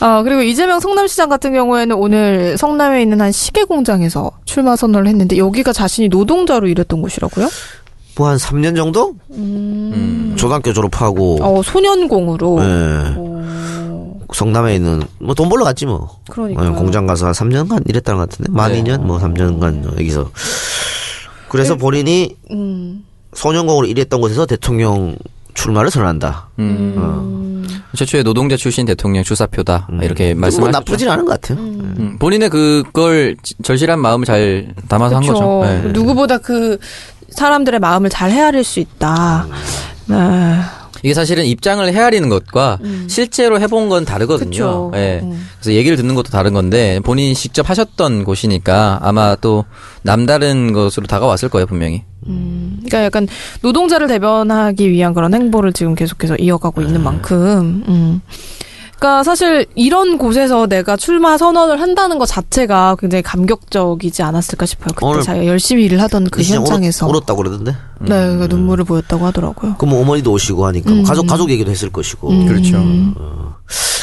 [SPEAKER 2] 아, 그리고 이재명 성남시장 같은 경우에는 오늘 성남에 있는 한 시계 공장에서 출마 선언을 했는데 여기가 자신이 노동자로 일했던 곳이라고요?
[SPEAKER 3] 뭐 한 3년 정도? 음.
[SPEAKER 2] 음.
[SPEAKER 3] 초등학교 졸업하고
[SPEAKER 2] 어, 소년공으로.
[SPEAKER 3] 예,
[SPEAKER 2] 어,
[SPEAKER 3] 성남에 있는 뭐 돈 벌러 갔지 뭐.
[SPEAKER 2] 그러니까.
[SPEAKER 3] 예, 공장 가서 한 3년간 일했다는 것 같은데 만
[SPEAKER 4] 네.
[SPEAKER 3] 2년 뭐 3년간 여기서 그래서 본인이
[SPEAKER 2] 음.
[SPEAKER 3] 소년공으로 일했던 곳에서 대통령 출마를 선언한다.
[SPEAKER 4] 음.
[SPEAKER 3] 어.
[SPEAKER 4] 최초의 노동자 출신 대통령 주사표다
[SPEAKER 2] 음.
[SPEAKER 4] 아, 이렇게
[SPEAKER 3] 뭐
[SPEAKER 4] 말씀하셨죠.
[SPEAKER 3] 나쁘진 않은 것 같아요.
[SPEAKER 4] 음, 본인의 그걸 지- 절실한 마음을 잘 담아서
[SPEAKER 2] 그렇죠.
[SPEAKER 4] 한 거죠. 네.
[SPEAKER 2] 누구보다 그 사람들의 마음을 잘 헤아릴 수 있다. 네.
[SPEAKER 4] 이게 사실은 입장을 헤아리는 것과 실제로 해본 건 다르거든요.
[SPEAKER 2] 음. 그쵸. 음.
[SPEAKER 4] 예. 그래서 얘기를 듣는 것도 다른 건데 본인이 직접 하셨던 곳이니까 아마 또 남다른 것으로 다가왔을 거예요 분명히.
[SPEAKER 2] 그러니까 약간 노동자를 대변하기 위한 그런 행보를 지금 계속해서 이어가고
[SPEAKER 4] 네.
[SPEAKER 2] 있는 만큼. 음. 그러니까 사실 이런 곳에서 내가 출마 선언을 한다는 것 자체가 굉장히 감격적이지 않았을까 싶어요. 그때
[SPEAKER 3] 오늘
[SPEAKER 2] 자기가 열심히 일을 하던 그
[SPEAKER 3] 이 시장
[SPEAKER 2] 현장에서.
[SPEAKER 3] 울었, 울었다고 그러던데.
[SPEAKER 4] 음.
[SPEAKER 2] 네, 그러니까 눈물을 보였다고 하더라고요.
[SPEAKER 3] 그럼 어머니도 오시고 하니까
[SPEAKER 2] 음.
[SPEAKER 3] 뭐 가족 가족 얘기도 했을 것이고.
[SPEAKER 4] 그렇죠.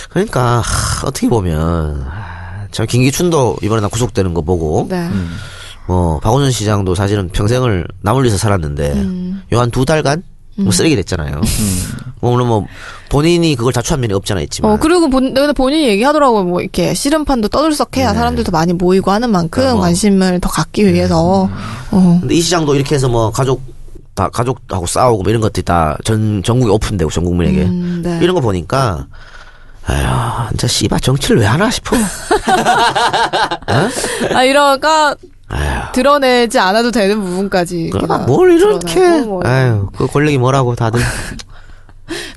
[SPEAKER 3] 그러니까 하, 어떻게 보면 하, 참 김기춘도 이번에 나 구속되는 거 보고
[SPEAKER 4] 어?
[SPEAKER 2] 네.
[SPEAKER 3] 뭐 박원순 시장도 사실은 평생을 남을리서 살았는데
[SPEAKER 2] 음.
[SPEAKER 3] 요 한 두 달간 뭐 쓰레기 됐잖아요. 뭐 물론 뭐 본인이 그걸 자초한 면이 없잖아 있지만
[SPEAKER 2] 어 그리고 본 근데 본인이 얘기하더라고요 뭐 이렇게 씨름판도 떠들썩해야
[SPEAKER 3] 네.
[SPEAKER 2] 사람들도 많이 모이고 하는 만큼
[SPEAKER 3] 어.
[SPEAKER 2] 관심을 더 갖기
[SPEAKER 3] 네.
[SPEAKER 2] 위해서 어
[SPEAKER 3] 근데 이 시장도 이렇게 해서 뭐 가족 다 가족하고 싸우고 뭐 이런 것들이 다 전 전국에 오픈되고 전 국민에게
[SPEAKER 2] 음, 네.
[SPEAKER 3] 이런 거 보니까 아휴 진짜 씨발 정치를 왜 하나 싶어.
[SPEAKER 2] 아 이러니까
[SPEAKER 3] 아휴
[SPEAKER 2] 드러내지 않아도 되는 부분까지 아,
[SPEAKER 3] 그러나
[SPEAKER 2] 그냥
[SPEAKER 3] 뭘 이렇게
[SPEAKER 2] 드러나고 뭐.
[SPEAKER 3] 아휴 그 권력이 뭐라고 다들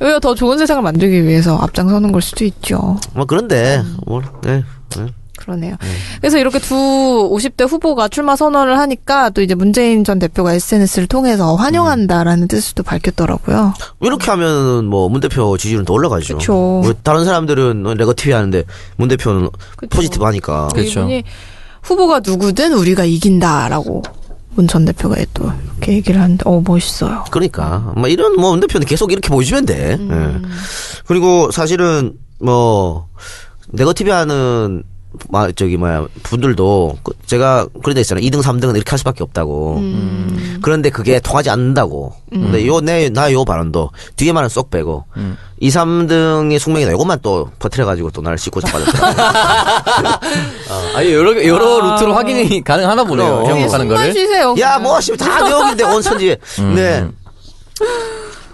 [SPEAKER 2] 오히려 더 좋은 세상을 만들기 위해서 앞장서는 걸 수도 있죠.
[SPEAKER 3] 뭐 그런데
[SPEAKER 2] 음.
[SPEAKER 3] 뭐 네. 네.
[SPEAKER 2] 그러네요. 그래서 이렇게 두 50대 후보가 출마 선언을 하니까 또 이제 문재인 전 대표가 SNS를 통해서 환영한다라는 뜻도 밝혔더라고요.
[SPEAKER 3] 이렇게 하면 뭐 문 대표 지지율은 더 올라가죠.
[SPEAKER 2] 그쵸.
[SPEAKER 3] 왜 다른 사람들은 네거티브 하는데 문 대표는
[SPEAKER 2] 그쵸.
[SPEAKER 3] 포지티브 하니까.
[SPEAKER 4] 그쵸.
[SPEAKER 2] 어, 이분이 후보가 누구든 우리가 이긴다라고 문 전 대표가 또 이렇게 얘기를 하는데 어 멋있어요.
[SPEAKER 3] 그러니까 뭐 이런 뭐 문 대표는 계속 이렇게 보여주면 돼.
[SPEAKER 2] 음.
[SPEAKER 3] 예. 그리고 사실은 뭐 네거티브 하는 마 저기 뭐야 분들도 그- 제가 그런 데 있잖아 2등 3등은 이렇게 할 수밖에 없다고
[SPEAKER 2] 음.
[SPEAKER 3] 그런데 그게 통하지 않는다고 근데 요 내 나 요 발언도 뒤에만은 쏙 빼고 2, 3등의 숙명이다 요것만 또 버티려가지고 또 나를 씻고 잡아줬더라고
[SPEAKER 4] 아니 여러 여러 루트로 확인이 가능하나 보네요.
[SPEAKER 3] 그럼.
[SPEAKER 4] 행복하는
[SPEAKER 2] 숨만
[SPEAKER 4] 거를.
[SPEAKER 2] 쉬세요.
[SPEAKER 3] 야, 뭐, 씨, 다 내용인데, 온천지. 네.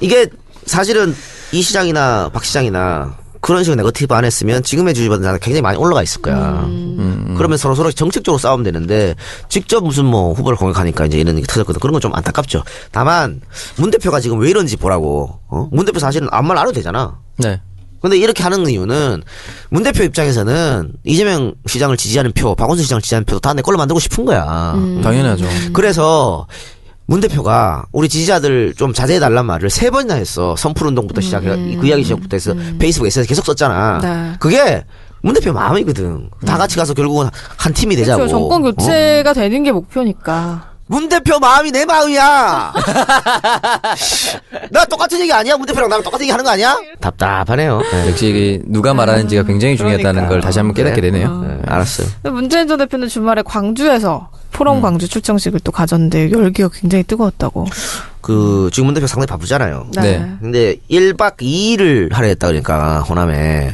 [SPEAKER 3] 이게 사실은 이 시장이나 박 시장이나 그런 식으로 네거티브 안 했으면 지금의 주주보다 굉장히 많이 올라가 있을 거야. 음. 그러면 서로 서로 정책적으로 싸우면 되는데 직접 무슨 뭐 후보를 공격하니까 이제 이런 게 터졌거든. 그런 건 좀 안타깝죠. 다만 문 대표가 지금 왜 이런지 보라고. 어? 문 대표 사실은 아무 말 안 해도 되잖아.
[SPEAKER 4] 네.
[SPEAKER 3] 근데 이렇게 하는 이유는 문 대표 입장에서는 이재명 시장을 지지하는 표, 박원순 시장을 지지하는 표도 다 내 걸로 만들고 싶은 거야.
[SPEAKER 4] 당연하죠.
[SPEAKER 3] 음. 그래서 문 대표가 우리 지지자들 좀 자제해 달란 말을 세 번이나 했어. 선풀 운동부터 시작해 그 이야기 시작부터 해서 페이스북 에서 계속 썼잖아.
[SPEAKER 2] 음. 네.
[SPEAKER 3] 그게 문 대표 마음이거든. 다 같이 가서 결국은 한 팀이 되자고.
[SPEAKER 2] 그렇죠. 정권
[SPEAKER 3] 어?
[SPEAKER 2] 교체가 되는 게 목표니까.
[SPEAKER 3] 문 대표 마음이 내 마음이야. 씨, 나 똑같은 얘기 아니야? 문 대표랑 나랑 똑같은 얘기 하는 거 아니야? 답답하네요. 네.
[SPEAKER 4] 역시 이게 누가 말하는지가 굉장히 중요하다는 걸 다시 한번 깨닫게 되네요.
[SPEAKER 3] 네, 알았어요.
[SPEAKER 2] 문재인 전 대표는 주말에 광주에서 포럼
[SPEAKER 4] 음.
[SPEAKER 2] 광주 출정식을 또 가졌는데 열기가 굉장히 뜨거웠다고.
[SPEAKER 3] 그 지금 문 대표 상당히 바쁘잖아요.
[SPEAKER 4] 네.
[SPEAKER 3] 근데 1박 2일을 하려 했다 그러니까 호남에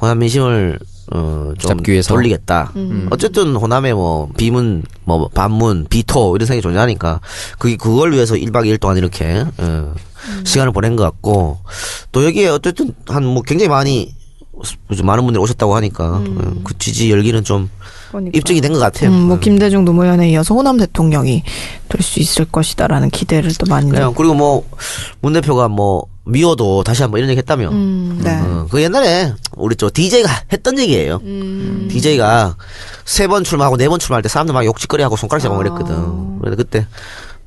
[SPEAKER 3] 호남 민심을 어, 좀
[SPEAKER 4] 음. 잡기 위해서? 음.
[SPEAKER 3] 돌리겠다. 어쨌든 호남에 뭐 비문 뭐 반문 비토 이런 생각이 존재하니까 그 그걸 위해서 1박 2일 동안 이렇게 어,
[SPEAKER 4] 음.
[SPEAKER 3] 시간을 보낸 것 같고 또 여기에 어쨌든 한 뭐 굉장히 많이 요즘 많은 분들이 오셨다고 하니까 어,
[SPEAKER 4] 음.
[SPEAKER 3] 그 지지 열기는 좀
[SPEAKER 2] 그러니까.
[SPEAKER 3] 입증이 된 것 같아요.
[SPEAKER 2] 음, 뭐 김대중 노무현에 이어서 호남 대통령이 될 수 있을 것이다라는 기대를 또 많이.
[SPEAKER 3] 그냥 그리고 뭐 문 대표가 뭐 미워도 다시 한번 이런 얘기 했다며.
[SPEAKER 2] 음, 네.
[SPEAKER 3] 어, 그 옛날에 우리 저 DJ가 했던 얘기예요.
[SPEAKER 2] 음.
[SPEAKER 4] 음.
[SPEAKER 3] DJ가 세 번 출마하고 네 번 출마할 때 사람들 막 욕짓거리하고 손가락 잡고
[SPEAKER 4] 아.
[SPEAKER 3] 그랬거든. 그래서 그때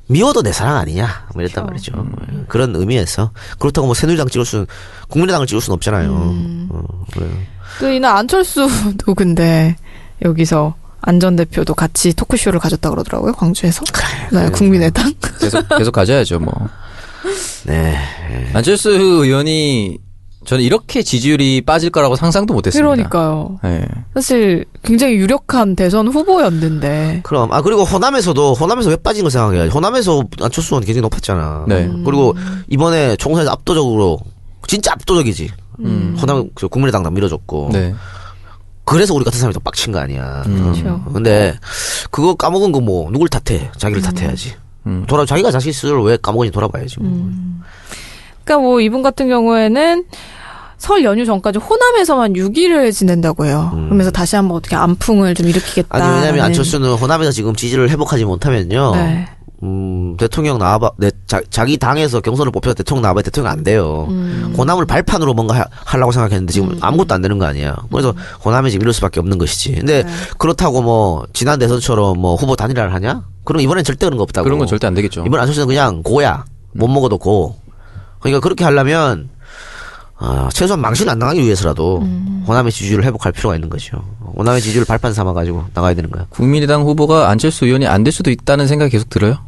[SPEAKER 3] 미워도 내 사랑 아니냐 뭐 이랬단 말이죠.
[SPEAKER 4] 음.
[SPEAKER 3] 그런 의미에서 그렇다고 뭐 새누리당 찍을 수는 국민의당을 찍을 수는 없잖아요.
[SPEAKER 4] 음.
[SPEAKER 3] 어, 그래요.
[SPEAKER 2] 또 이날 안철수도 근데 여기서 안 전 대표도 같이 토크쇼를 가졌다 그러더라고요 광주에서. 네, 국민의당.
[SPEAKER 4] 계속 계속 가져야죠 뭐.
[SPEAKER 3] 네.
[SPEAKER 4] 안철수 의원이 저는 이렇게 지지율이 빠질 거라고 상상도 못했습니다.
[SPEAKER 2] 그러니까요.
[SPEAKER 4] 예.
[SPEAKER 2] 사실 굉장히 유력한 대선 후보였는데.
[SPEAKER 3] 그럼 아 그리고 호남에서도 호남에서 왜 빠진 거 생각해요. 호남에서 안철수 의원 굉장히 높았잖아. 음.
[SPEAKER 4] 네.
[SPEAKER 3] 그리고 이번에 총선에서 압도적으로 진짜 압도적이지. 호남 그 국민의당 다 밀어줬고.
[SPEAKER 4] 음. 네.
[SPEAKER 3] 그래서 우리 같은 사람이 더 빡친 거 아니야.
[SPEAKER 2] 그렇죠.
[SPEAKER 3] 음. 근데 그거 까먹은 거 뭐 누굴
[SPEAKER 2] 음.
[SPEAKER 4] 음.
[SPEAKER 2] 음.
[SPEAKER 3] 탓해? 자기를 탓해야지. 돌아 자기가 자기 스스로 왜 까먹은지 돌아봐야지. 뭐.
[SPEAKER 2] 그러니까 뭐 이분 같은 경우에는 설 연휴 전까지 호남에서만 6일을 지낸다고 해요. 그러면서 다시 한번 어떻게 안풍을 좀 일으키겠다.
[SPEAKER 3] 음. 아니 왜냐면 안철수는 호남에서 지금 지지를 회복하지 못하면요.
[SPEAKER 2] 네.
[SPEAKER 3] 음, 대통령 나와봐, 내, 자, 자기 당에서 경선을 뽑혀서 대통령 나와봐야 대통령 안 돼요.
[SPEAKER 2] 음.
[SPEAKER 3] 호남을 발판으로 뭔가 하, 하려고 생각했는데 지금 아무것도 안 되는 거 아니야. 그래서
[SPEAKER 2] 음.
[SPEAKER 3] 호남에 지금 이럴 수밖에 없는 것이지. 근데
[SPEAKER 2] 네.
[SPEAKER 3] 그렇다고 뭐, 지난 대선처럼 뭐 후보 단일화를 하냐? 그럼 이번엔 절대 그런 거 없다고.
[SPEAKER 4] 그런 건 절대 안 되겠죠. 음.
[SPEAKER 3] 이번 안철수는 그냥 고야. 못 먹어도 고. 그러니까 그렇게 하려면, 아, 최소한 망신 안 당하기 위해서라도
[SPEAKER 2] 음.
[SPEAKER 3] 호남의 지지율을 회복할 필요가 있는 거죠. 호남의 지지율을 발판 삼아가지고 나가야 되는 거야.
[SPEAKER 4] 국민의당 후보가 안철수 의원이 안 될 수도 있다는 생각이 계속 들어요.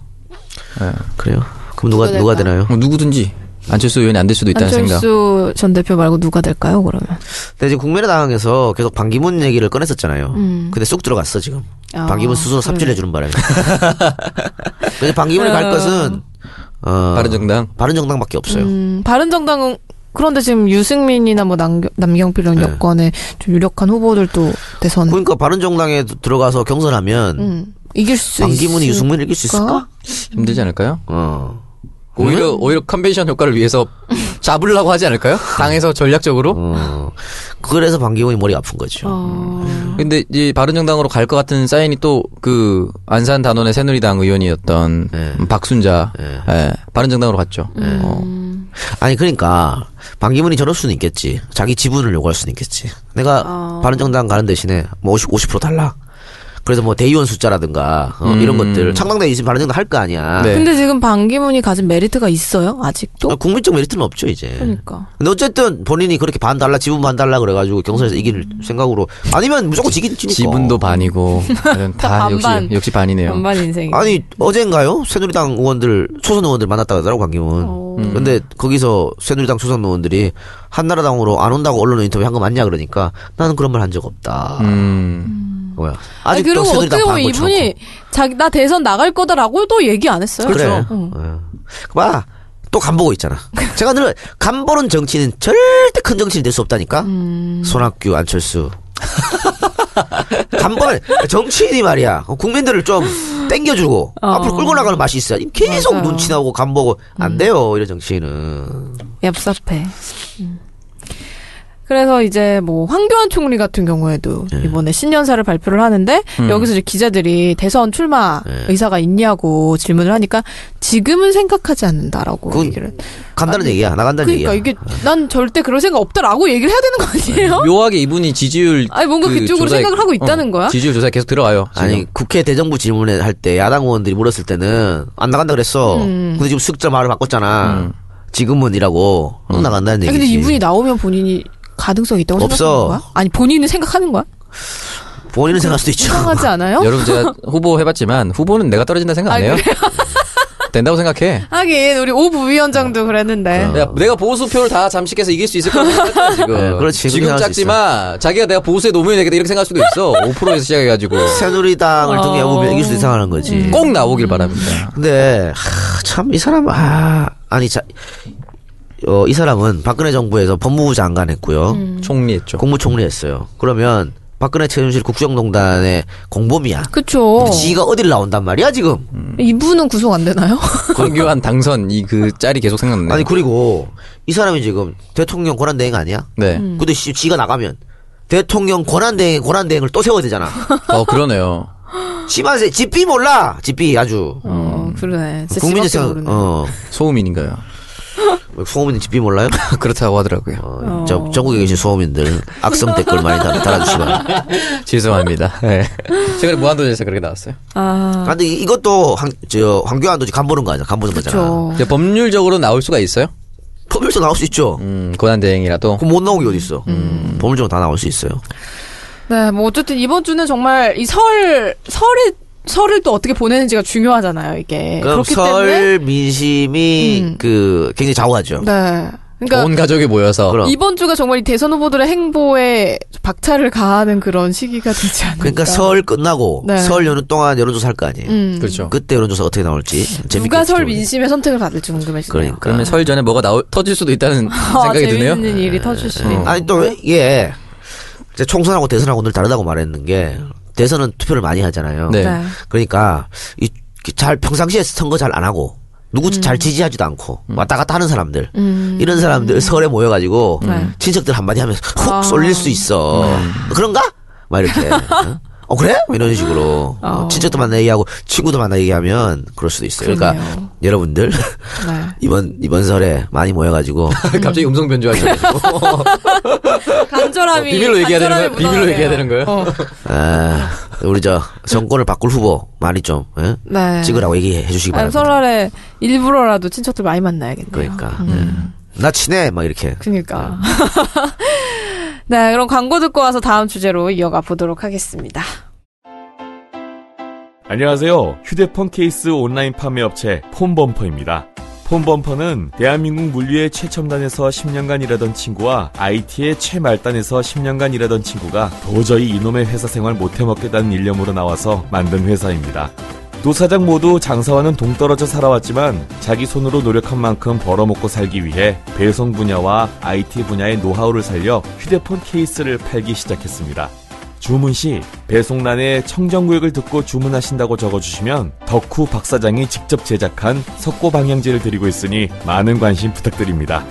[SPEAKER 3] 그래요? 그럼 누가, 누가 되나요?
[SPEAKER 4] 뭐 누구든지 안철수 의원이 안 될 수도 있다는 생각.
[SPEAKER 2] 안철수 전 대표 말고 누가 될까요? 그러면
[SPEAKER 3] 근데 지금 국민의당에서 계속 반기문 얘기를 꺼냈었잖아요. 근데 쑥 들어갔어 지금.
[SPEAKER 2] 음. 아,
[SPEAKER 3] 반기문 그 스스로 삽질해주는 바람에. 근데 반기문이 갈 것은
[SPEAKER 2] 아.
[SPEAKER 3] 어,
[SPEAKER 4] 바른정당.
[SPEAKER 3] 바른정당밖에 없어요.
[SPEAKER 2] 음, 바른정당은 그런데 지금 유승민이나 뭐 남경, 남경필 이런 여권에 좀 유력한 후보들도 대선
[SPEAKER 3] 네. 그러니까 바른정당에 들어가서 경선하면
[SPEAKER 2] 음, 이길 수
[SPEAKER 3] 반기문이
[SPEAKER 2] 있을까?
[SPEAKER 3] 유승민을 이길 수 있을까?
[SPEAKER 4] 힘들지 않을까요?
[SPEAKER 3] 어.
[SPEAKER 2] 음?
[SPEAKER 4] 오히려 오히려 컨벤션 효과를 위해서 잡으려고 하지 않을까요? 당에서 전략적으로.
[SPEAKER 2] 음.
[SPEAKER 3] 어. 그래서 반기문이 머리가 아픈 거죠.
[SPEAKER 4] 근데 이 바른정당으로 갈 것 같은 사인이 또 그 안산 단원의 새누리당 의원이었던
[SPEAKER 2] 네.
[SPEAKER 4] 음, 박순자 예, 바른정당으로 갔죠.
[SPEAKER 2] 음.
[SPEAKER 4] 어.
[SPEAKER 3] 아니 그러니까 반기문이 저럴 수는 있겠지. 자기 지분을 요구할 수는 있겠지. 내가 바른정당 가는 대신에 뭐 50, 50% 달라. 그래서 뭐 대의원 숫자라든가 어, 이런 것들 창당대 이제 바른정당 할 거 아니야.
[SPEAKER 4] 음. 네.
[SPEAKER 2] 근데 지금 반기문이 가진 메리트가 있어요? 아직도?
[SPEAKER 3] 아, 국민적 메리트는 없죠 이제.
[SPEAKER 2] 그러니까.
[SPEAKER 3] 근데 어쨌든 본인이 그렇게 반 달라 지분 반 달라 그래가지고 경선에서 이길 생각으로 아니면 무조건 지긴 지니까.
[SPEAKER 4] 지분도 반이고 다 역시
[SPEAKER 2] 반반.
[SPEAKER 4] 역시 반이네요.
[SPEAKER 2] 반반 인생이.
[SPEAKER 3] 아니 어젠가요 새누리당 의원들 초선 의원들 만났다 그러더라고 강기문.
[SPEAKER 2] 어.
[SPEAKER 3] 근데 거기서 새누리당 초선 의원들이 한나라당으로 안 온다고 언론 인터뷰 한 거 맞냐 그러니까 나는 그런 말 한 적 없다.
[SPEAKER 4] 음.
[SPEAKER 3] 뭐야
[SPEAKER 2] 아니,
[SPEAKER 3] 아직도
[SPEAKER 2] 그리고
[SPEAKER 3] 새누리당
[SPEAKER 2] 어떻게 보면
[SPEAKER 3] 반 고쳐놓고.
[SPEAKER 2] 이분이 자기 나 대선 나갈 거다라고도 얘기 안 했어요. 그렇죠?
[SPEAKER 3] 그래.
[SPEAKER 2] 응.
[SPEAKER 3] 봐. 예. 아, 또 간보고 있잖아. 제가 늘 간보는 정치는 절대 큰 정치인 될 수 없다니까.
[SPEAKER 2] 음.
[SPEAKER 3] 손학규, 안철수. 간보는 정치인이 말이야. 국민들을 좀 땡겨주고 앞으로 끌고 나가는 맛이 있어요. 계속
[SPEAKER 2] 어. 맞아요. 음.
[SPEAKER 3] 눈치 나고 간보고 안 돼요. 이런 정치인은.
[SPEAKER 2] 얍삽해. 음. 그래서 이제 뭐 황교안 총리 같은 경우에도
[SPEAKER 3] 예.
[SPEAKER 2] 이번에 신년사를 발표를 하는데
[SPEAKER 3] 음.
[SPEAKER 2] 여기서 이제 기자들이 대선 출마
[SPEAKER 3] 예.
[SPEAKER 2] 의사가 있냐고 질문을 하니까 지금은 생각하지 않는다라고
[SPEAKER 3] 그건
[SPEAKER 2] 얘기를.
[SPEAKER 3] 간다는 얘기야. 나간다는
[SPEAKER 2] 그러니까
[SPEAKER 3] 얘기야. 아.
[SPEAKER 2] 이게 난 절대 그럴 생각 없다라고 얘기를 해야 되는 거 아니에요?
[SPEAKER 4] 묘하게 이분이 지지율
[SPEAKER 2] 어? 아니, 뭔가 그쪽으로
[SPEAKER 4] 조사에-
[SPEAKER 2] 생각을 하고 있다는
[SPEAKER 4] 어,
[SPEAKER 2] 거야?
[SPEAKER 4] 지지율 조사에 계속 들어와요. 지금.
[SPEAKER 3] 아니 국회 대정부 질문회 할 때 야당 의원들이 물었을 때는 안 나간다 그랬어.
[SPEAKER 2] 음.
[SPEAKER 3] 근데 지금 숙자 말을 바꿨잖아. 지금은이라고 응,
[SPEAKER 2] 아니,
[SPEAKER 3] 나간다는 얘기지.
[SPEAKER 2] 근데 이분이 나오면 본인이 가능성이 있다고
[SPEAKER 3] 없어.
[SPEAKER 2] 생각하는 거야? 아니 본인은 생각하는 거야?
[SPEAKER 3] 본인은 생각할 수도 있죠.
[SPEAKER 2] 생각하지 않아요?
[SPEAKER 4] 여러분 제가 후보 해봤지만 후보는 내가 떨어진다 생각 안
[SPEAKER 2] 어? 아,
[SPEAKER 4] 해요. 된다고 생각해.
[SPEAKER 2] 하긴 우리 오 부위원장도
[SPEAKER 3] 어.
[SPEAKER 2] 그랬는데.
[SPEAKER 4] 야, 내가 보수표를 다 잠식해서 이길 수 있을 거라고 생각했잖아, 지금.
[SPEAKER 3] 네, 그렇지.
[SPEAKER 4] 지금
[SPEAKER 3] 그렇게
[SPEAKER 4] 짝지 마. 자기가 내가 보수의 노무현이 되겠다 이렇게 생각할 수도 있어. 5%에서 시작해가지고.
[SPEAKER 2] 아.
[SPEAKER 3] 새누리당을 통해 해보면 이길 수 이상하는
[SPEAKER 2] 음.
[SPEAKER 3] 거지.
[SPEAKER 4] 꼭 나오길 바랍니다.
[SPEAKER 3] 근데 참 이 사람 아 아니 자. 어, 이 사람은 박근혜 정부에서 법무부 장관 했고요.
[SPEAKER 2] 음.
[SPEAKER 4] 음. 총리했죠.
[SPEAKER 3] 국무총리 했어요. 그러면 박근혜 최순실 국정농단의 공범이야.
[SPEAKER 2] 그쵸.
[SPEAKER 3] 근데 지가 어딜 나온단 말이야, 지금.
[SPEAKER 2] 음. 이분은 구속 안 되나요?
[SPEAKER 4] 황교안 당선 이 그러니까. 그 짤이 계속 생각나네.
[SPEAKER 3] 아니, 그리고 이 사람이 지금 대통령 권한대행 아니야?
[SPEAKER 4] 네.
[SPEAKER 2] 음.
[SPEAKER 3] 근데 씨, 지가 나가면 대통령 권한대행, 권한대행을 또 세워야 되잖아.
[SPEAKER 4] 어, 그러네요.
[SPEAKER 3] 심한세, 집비 몰라! 집비 아주.
[SPEAKER 2] 어, 그러네. 진짜
[SPEAKER 3] 음.
[SPEAKER 2] 집밖에
[SPEAKER 3] 국민적 생각,
[SPEAKER 2] 모르네.
[SPEAKER 3] 어.
[SPEAKER 4] 소음인인가요?
[SPEAKER 3] 소호민 집비 몰라요?
[SPEAKER 4] 그렇다고 하더라고요.
[SPEAKER 3] 어, 저, 전국에 계신 소호민들 악성 댓글 많이 달아, 달아주시면.
[SPEAKER 2] 어.
[SPEAKER 4] 죄송합니다. 네. 최근에 무한도전에서 그렇게 나왔어요.
[SPEAKER 2] 아,
[SPEAKER 3] 근데 이- 이것도 황, 저, 황교안도 지금 간보는 거 아니야? 간보는 거잖아.
[SPEAKER 2] 그쵸.
[SPEAKER 4] 이제 법률적으로 나올 수가 있어요?
[SPEAKER 3] 법률서 나올 수 있죠.
[SPEAKER 4] 음, 권한대행이라도.
[SPEAKER 3] 그럼 못 나온 게 어딨어.
[SPEAKER 2] 음.
[SPEAKER 3] 법률적으로 다 나올 수 있어요.
[SPEAKER 2] 네, 뭐 어쨌든 이번 주는 정말 이 설, 설이, 설을 또 어떻게 보내는지가 중요하잖아요, 이게.
[SPEAKER 3] 그럼
[SPEAKER 2] 네, 그렇기 때문에. 음.
[SPEAKER 3] 설 민심이 그 굉장히 좌우하죠.
[SPEAKER 2] 네. 그러니까
[SPEAKER 4] 온 가족이 모여서.
[SPEAKER 3] 그럼.
[SPEAKER 2] 이번 주가 정말 이 대선 후보들의 행보에 박차를 가하는 그런 시기가 되지 않을까.
[SPEAKER 3] 그러니까 설 끝나고
[SPEAKER 2] 네. 음.
[SPEAKER 3] 설 연휴 동안 여론조사 할 거 아니에요.
[SPEAKER 4] 그렇죠.
[SPEAKER 3] 그때 여론조사 어떻게 나올지 재밌게
[SPEAKER 2] 누가 설
[SPEAKER 3] 지켜보겠습니다.
[SPEAKER 2] 민심의 선택을 받을지 궁금해지네요.
[SPEAKER 3] 그러니까.
[SPEAKER 4] 그러면 설 전에 뭐가 나올, 터질 수도 있다는
[SPEAKER 2] 아,
[SPEAKER 4] 생각이 드네요.
[SPEAKER 2] 재밌는 일이 터질
[SPEAKER 4] 어.
[SPEAKER 2] 수도 있고.
[SPEAKER 3] 어. 아니 또 이게 이제 총선하고 대선하고 늘 다르다고 말했는 게 대선은 투표를 많이 하잖아요.
[SPEAKER 4] 네.
[SPEAKER 2] 네.
[SPEAKER 3] 그러니까 이 잘 평상시에 선거 잘 안 하고 누구 잘 지지하지도 않고
[SPEAKER 4] 음.
[SPEAKER 3] 왔다 갔다 하는 사람들
[SPEAKER 2] 음.
[SPEAKER 3] 이런 사람들 서울에 모여가지고
[SPEAKER 2] 네.
[SPEAKER 3] 친척들 한마디 하면서 훅
[SPEAKER 2] 아. 음.
[SPEAKER 3] 쏠릴 수 있어 그런가? 막 이렇게 어? 어 그래? 뭐 이런 식으로 어,
[SPEAKER 2] 어.
[SPEAKER 3] 친척도 만나 얘기하고 친구도 만나 얘기하면 그럴 수도 있어요. 그러니까
[SPEAKER 2] 그러네요.
[SPEAKER 3] 여러분들
[SPEAKER 2] 네.
[SPEAKER 3] 이번 이번 설에 많이 모여가지고
[SPEAKER 4] 갑자기 음성 변조하셔가지고
[SPEAKER 2] 간절함이
[SPEAKER 4] 어, 비밀로 얘기해야 되는 거예요?
[SPEAKER 2] 간절함이
[SPEAKER 4] 비밀로 얘기해야 되는
[SPEAKER 2] 묻어나네요.
[SPEAKER 4] 거예요?
[SPEAKER 2] 어.
[SPEAKER 3] 아, 우리 저 정권을 바꿀 후보 많이 좀 예?
[SPEAKER 2] 네.
[SPEAKER 3] 찍으라고 얘기해 주시기
[SPEAKER 2] 아,
[SPEAKER 3] 바랍니다.
[SPEAKER 2] 설날에 일부러라도 친척들 많이 만나야겠네요. 음.
[SPEAKER 3] 그러니까 예. 나 친해 막 이렇게
[SPEAKER 2] 그니까. 네, 그럼 광고 듣고 와서 다음 주제로 이어가 보도록 하겠습니다.
[SPEAKER 5] 안녕하세요. 휴대폰 케이스 온라인 판매 업체 폰범퍼입니다. 폰범퍼는 대한민국 물류의 최첨단에서 10년간 일하던 친구와 IT의 최말단에서 10년간 일하던 친구가 도저히 이놈의 회사 생활 못해먹겠다는 일념으로 나와서 만든 회사입니다. 두 사장 모두 장사와는 동떨어져 살아왔지만 자기 손으로 노력한 만큼 벌어먹고 살기 위해 배송 분야와 IT 분야의 노하우를 살려 휴대폰 케이스를 팔기 시작했습니다. 주문 시 배송란에 청정구역을 듣고 주문하신다고 적어주시면 덕후 박 사장이 직접 제작한 석고 방향제를 드리고 있으니 많은 관심 부탁드립니다.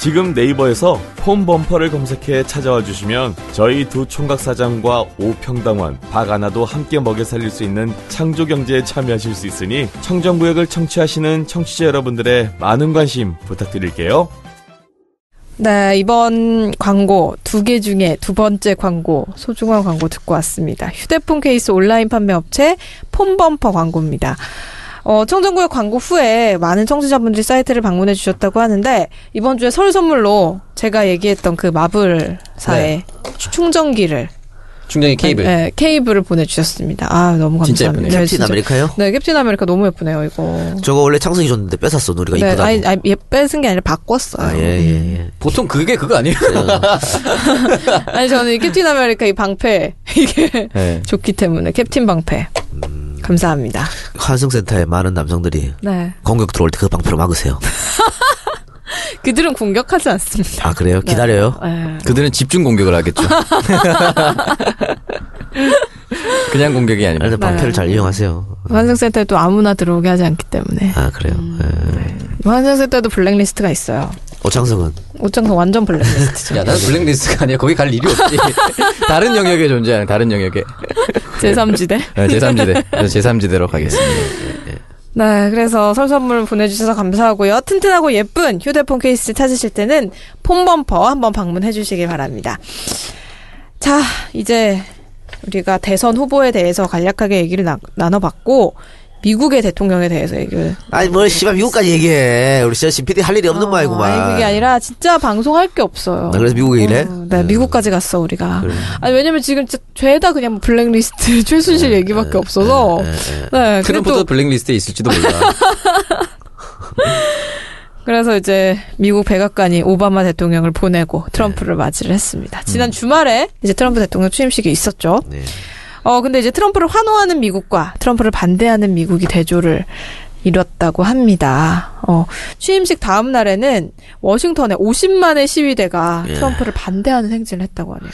[SPEAKER 5] 지금 네이버에서 폼 범퍼를 검색해 찾아와 주시면 저희 두 총각 사장과 오평당원 박 아나도 함께 먹여 살릴 수 있는 창조 경제에 참여하실 수 있으니 청정구역을 청취하시는 청취자 여러분들의 많은 관심 부탁드릴게요.
[SPEAKER 2] 네, 이번 광고 두 개 중에 두 번째 광고, 소중한 광고 듣고 왔습니다. 휴대폰 케이스 온라인 판매 업체 폼범퍼 광고입니다. 어, 청정구역 광고 후에 많은 청취자분들이 사이트를 방문해 주셨다고 하는데 이번 주에 설 선물로 제가 얘기했던 그
[SPEAKER 3] 네.
[SPEAKER 2] 마블사의 충전기를
[SPEAKER 4] 충전기 케이블.
[SPEAKER 2] 네, 케이블을 보내 주셨습니다. 아, 너무 감사합니다.
[SPEAKER 4] 진짜 예쁘네요.
[SPEAKER 2] 네,
[SPEAKER 3] 캡틴
[SPEAKER 2] 진짜.
[SPEAKER 3] 아메리카요?
[SPEAKER 2] 네, 캡틴 아메리카 너무 예쁘네요, 이거.
[SPEAKER 3] 저거 원래 창석이 줬는데 뺏었어 우리가
[SPEAKER 2] 네,
[SPEAKER 3] 이쁘다고
[SPEAKER 2] 아니, 아니, 얘 뺏은 게 아니라 음. 바꿨어요.
[SPEAKER 3] 아, 예, 예, 예.
[SPEAKER 4] 보통 그게 그거 아니에요?
[SPEAKER 2] 아니, 저는 이 캡틴 아메리카 이 방패, 이게
[SPEAKER 4] 네.
[SPEAKER 2] 좋기 때문에, 캡틴 방패.
[SPEAKER 4] 음.
[SPEAKER 2] 감사합니다.
[SPEAKER 3] 환승센터에 많은 남성들이
[SPEAKER 2] 네.
[SPEAKER 3] 공격 들어올 때 그 방패로 막으세요.
[SPEAKER 2] 그들은 공격하지 않습니다.
[SPEAKER 3] 아 그래요?
[SPEAKER 2] 네.
[SPEAKER 3] 기다려요.
[SPEAKER 2] 예.
[SPEAKER 4] 그들은 집중 공격을 하겠죠. 그냥 공격이
[SPEAKER 2] 네.
[SPEAKER 4] 아닙니다.
[SPEAKER 3] 일단 방패를 잘 이용하세요.
[SPEAKER 2] 환승센터에 또 아무나 들어오게 하지 않기 때문에.
[SPEAKER 3] 아 그래요.
[SPEAKER 2] 음. 네.
[SPEAKER 3] 예.
[SPEAKER 2] 환승센터에도 블랙리스트가 있어요.
[SPEAKER 3] 오창석은
[SPEAKER 2] 옷장도 완전 블랙리스트죠.
[SPEAKER 4] 야, 나는 블랙리스트가 아니야. 거기 갈 일이 없지. 다른 영역에 존재하는 다른 영역에.
[SPEAKER 2] 제3지대.
[SPEAKER 4] 네, 제3지대. 제3지대로 가겠습니다.
[SPEAKER 2] 네, 그래서 설 선물 보내주셔서 감사하고요. 튼튼하고 예쁜 휴대폰 케이스 찾으실 때는 폼범퍼 한번 방문해 주시길 바랍니다. 자, 이제 우리가 대선 후보에 대해서 간략하게 얘기를 나, 눠봤고 미국의 대통령에 대해서 얘기를.
[SPEAKER 3] 아니 뭘 씨발 미국까지 얘기해. 우리 진짜 PD 할 일이 없는
[SPEAKER 2] 어,
[SPEAKER 3] 말이구만.
[SPEAKER 2] 아니, 그게 아니라 진짜 방송할 게 없어요.
[SPEAKER 3] 나 그래서 미국 얘기를 해? 음.
[SPEAKER 2] 어, 네, 미국까지 갔어, 우리가. 아니, 왜냐면 지금 진짜 죄다 그냥 뭐 블랙리스트,
[SPEAKER 3] 음,
[SPEAKER 2] 최순실 얘기밖에 없어서.
[SPEAKER 3] 예,
[SPEAKER 2] 네,
[SPEAKER 4] 트럼프도
[SPEAKER 2] 그래도
[SPEAKER 4] 블랙리스트에 있을지도 몰라.
[SPEAKER 2] 그래서 이제 미국 백악관이 오바마 대통령을 보내고 트럼프를
[SPEAKER 3] 네.
[SPEAKER 2] 맞이를
[SPEAKER 3] 음.
[SPEAKER 2] 했습니다. 지난 주말에 이제 트럼프 대통령 취임식이 있었죠.
[SPEAKER 3] 네.
[SPEAKER 2] 어, 근데 이제 트럼프를 환호하는 미국과 트럼프를 반대하는 미국이 대조를 이뤘다고 합니다. 어, 취임식 다음 날에는 워싱턴에 50만의 시위대가
[SPEAKER 3] 예.
[SPEAKER 2] 트럼프를 반대하는 행진을 했다고 하네요.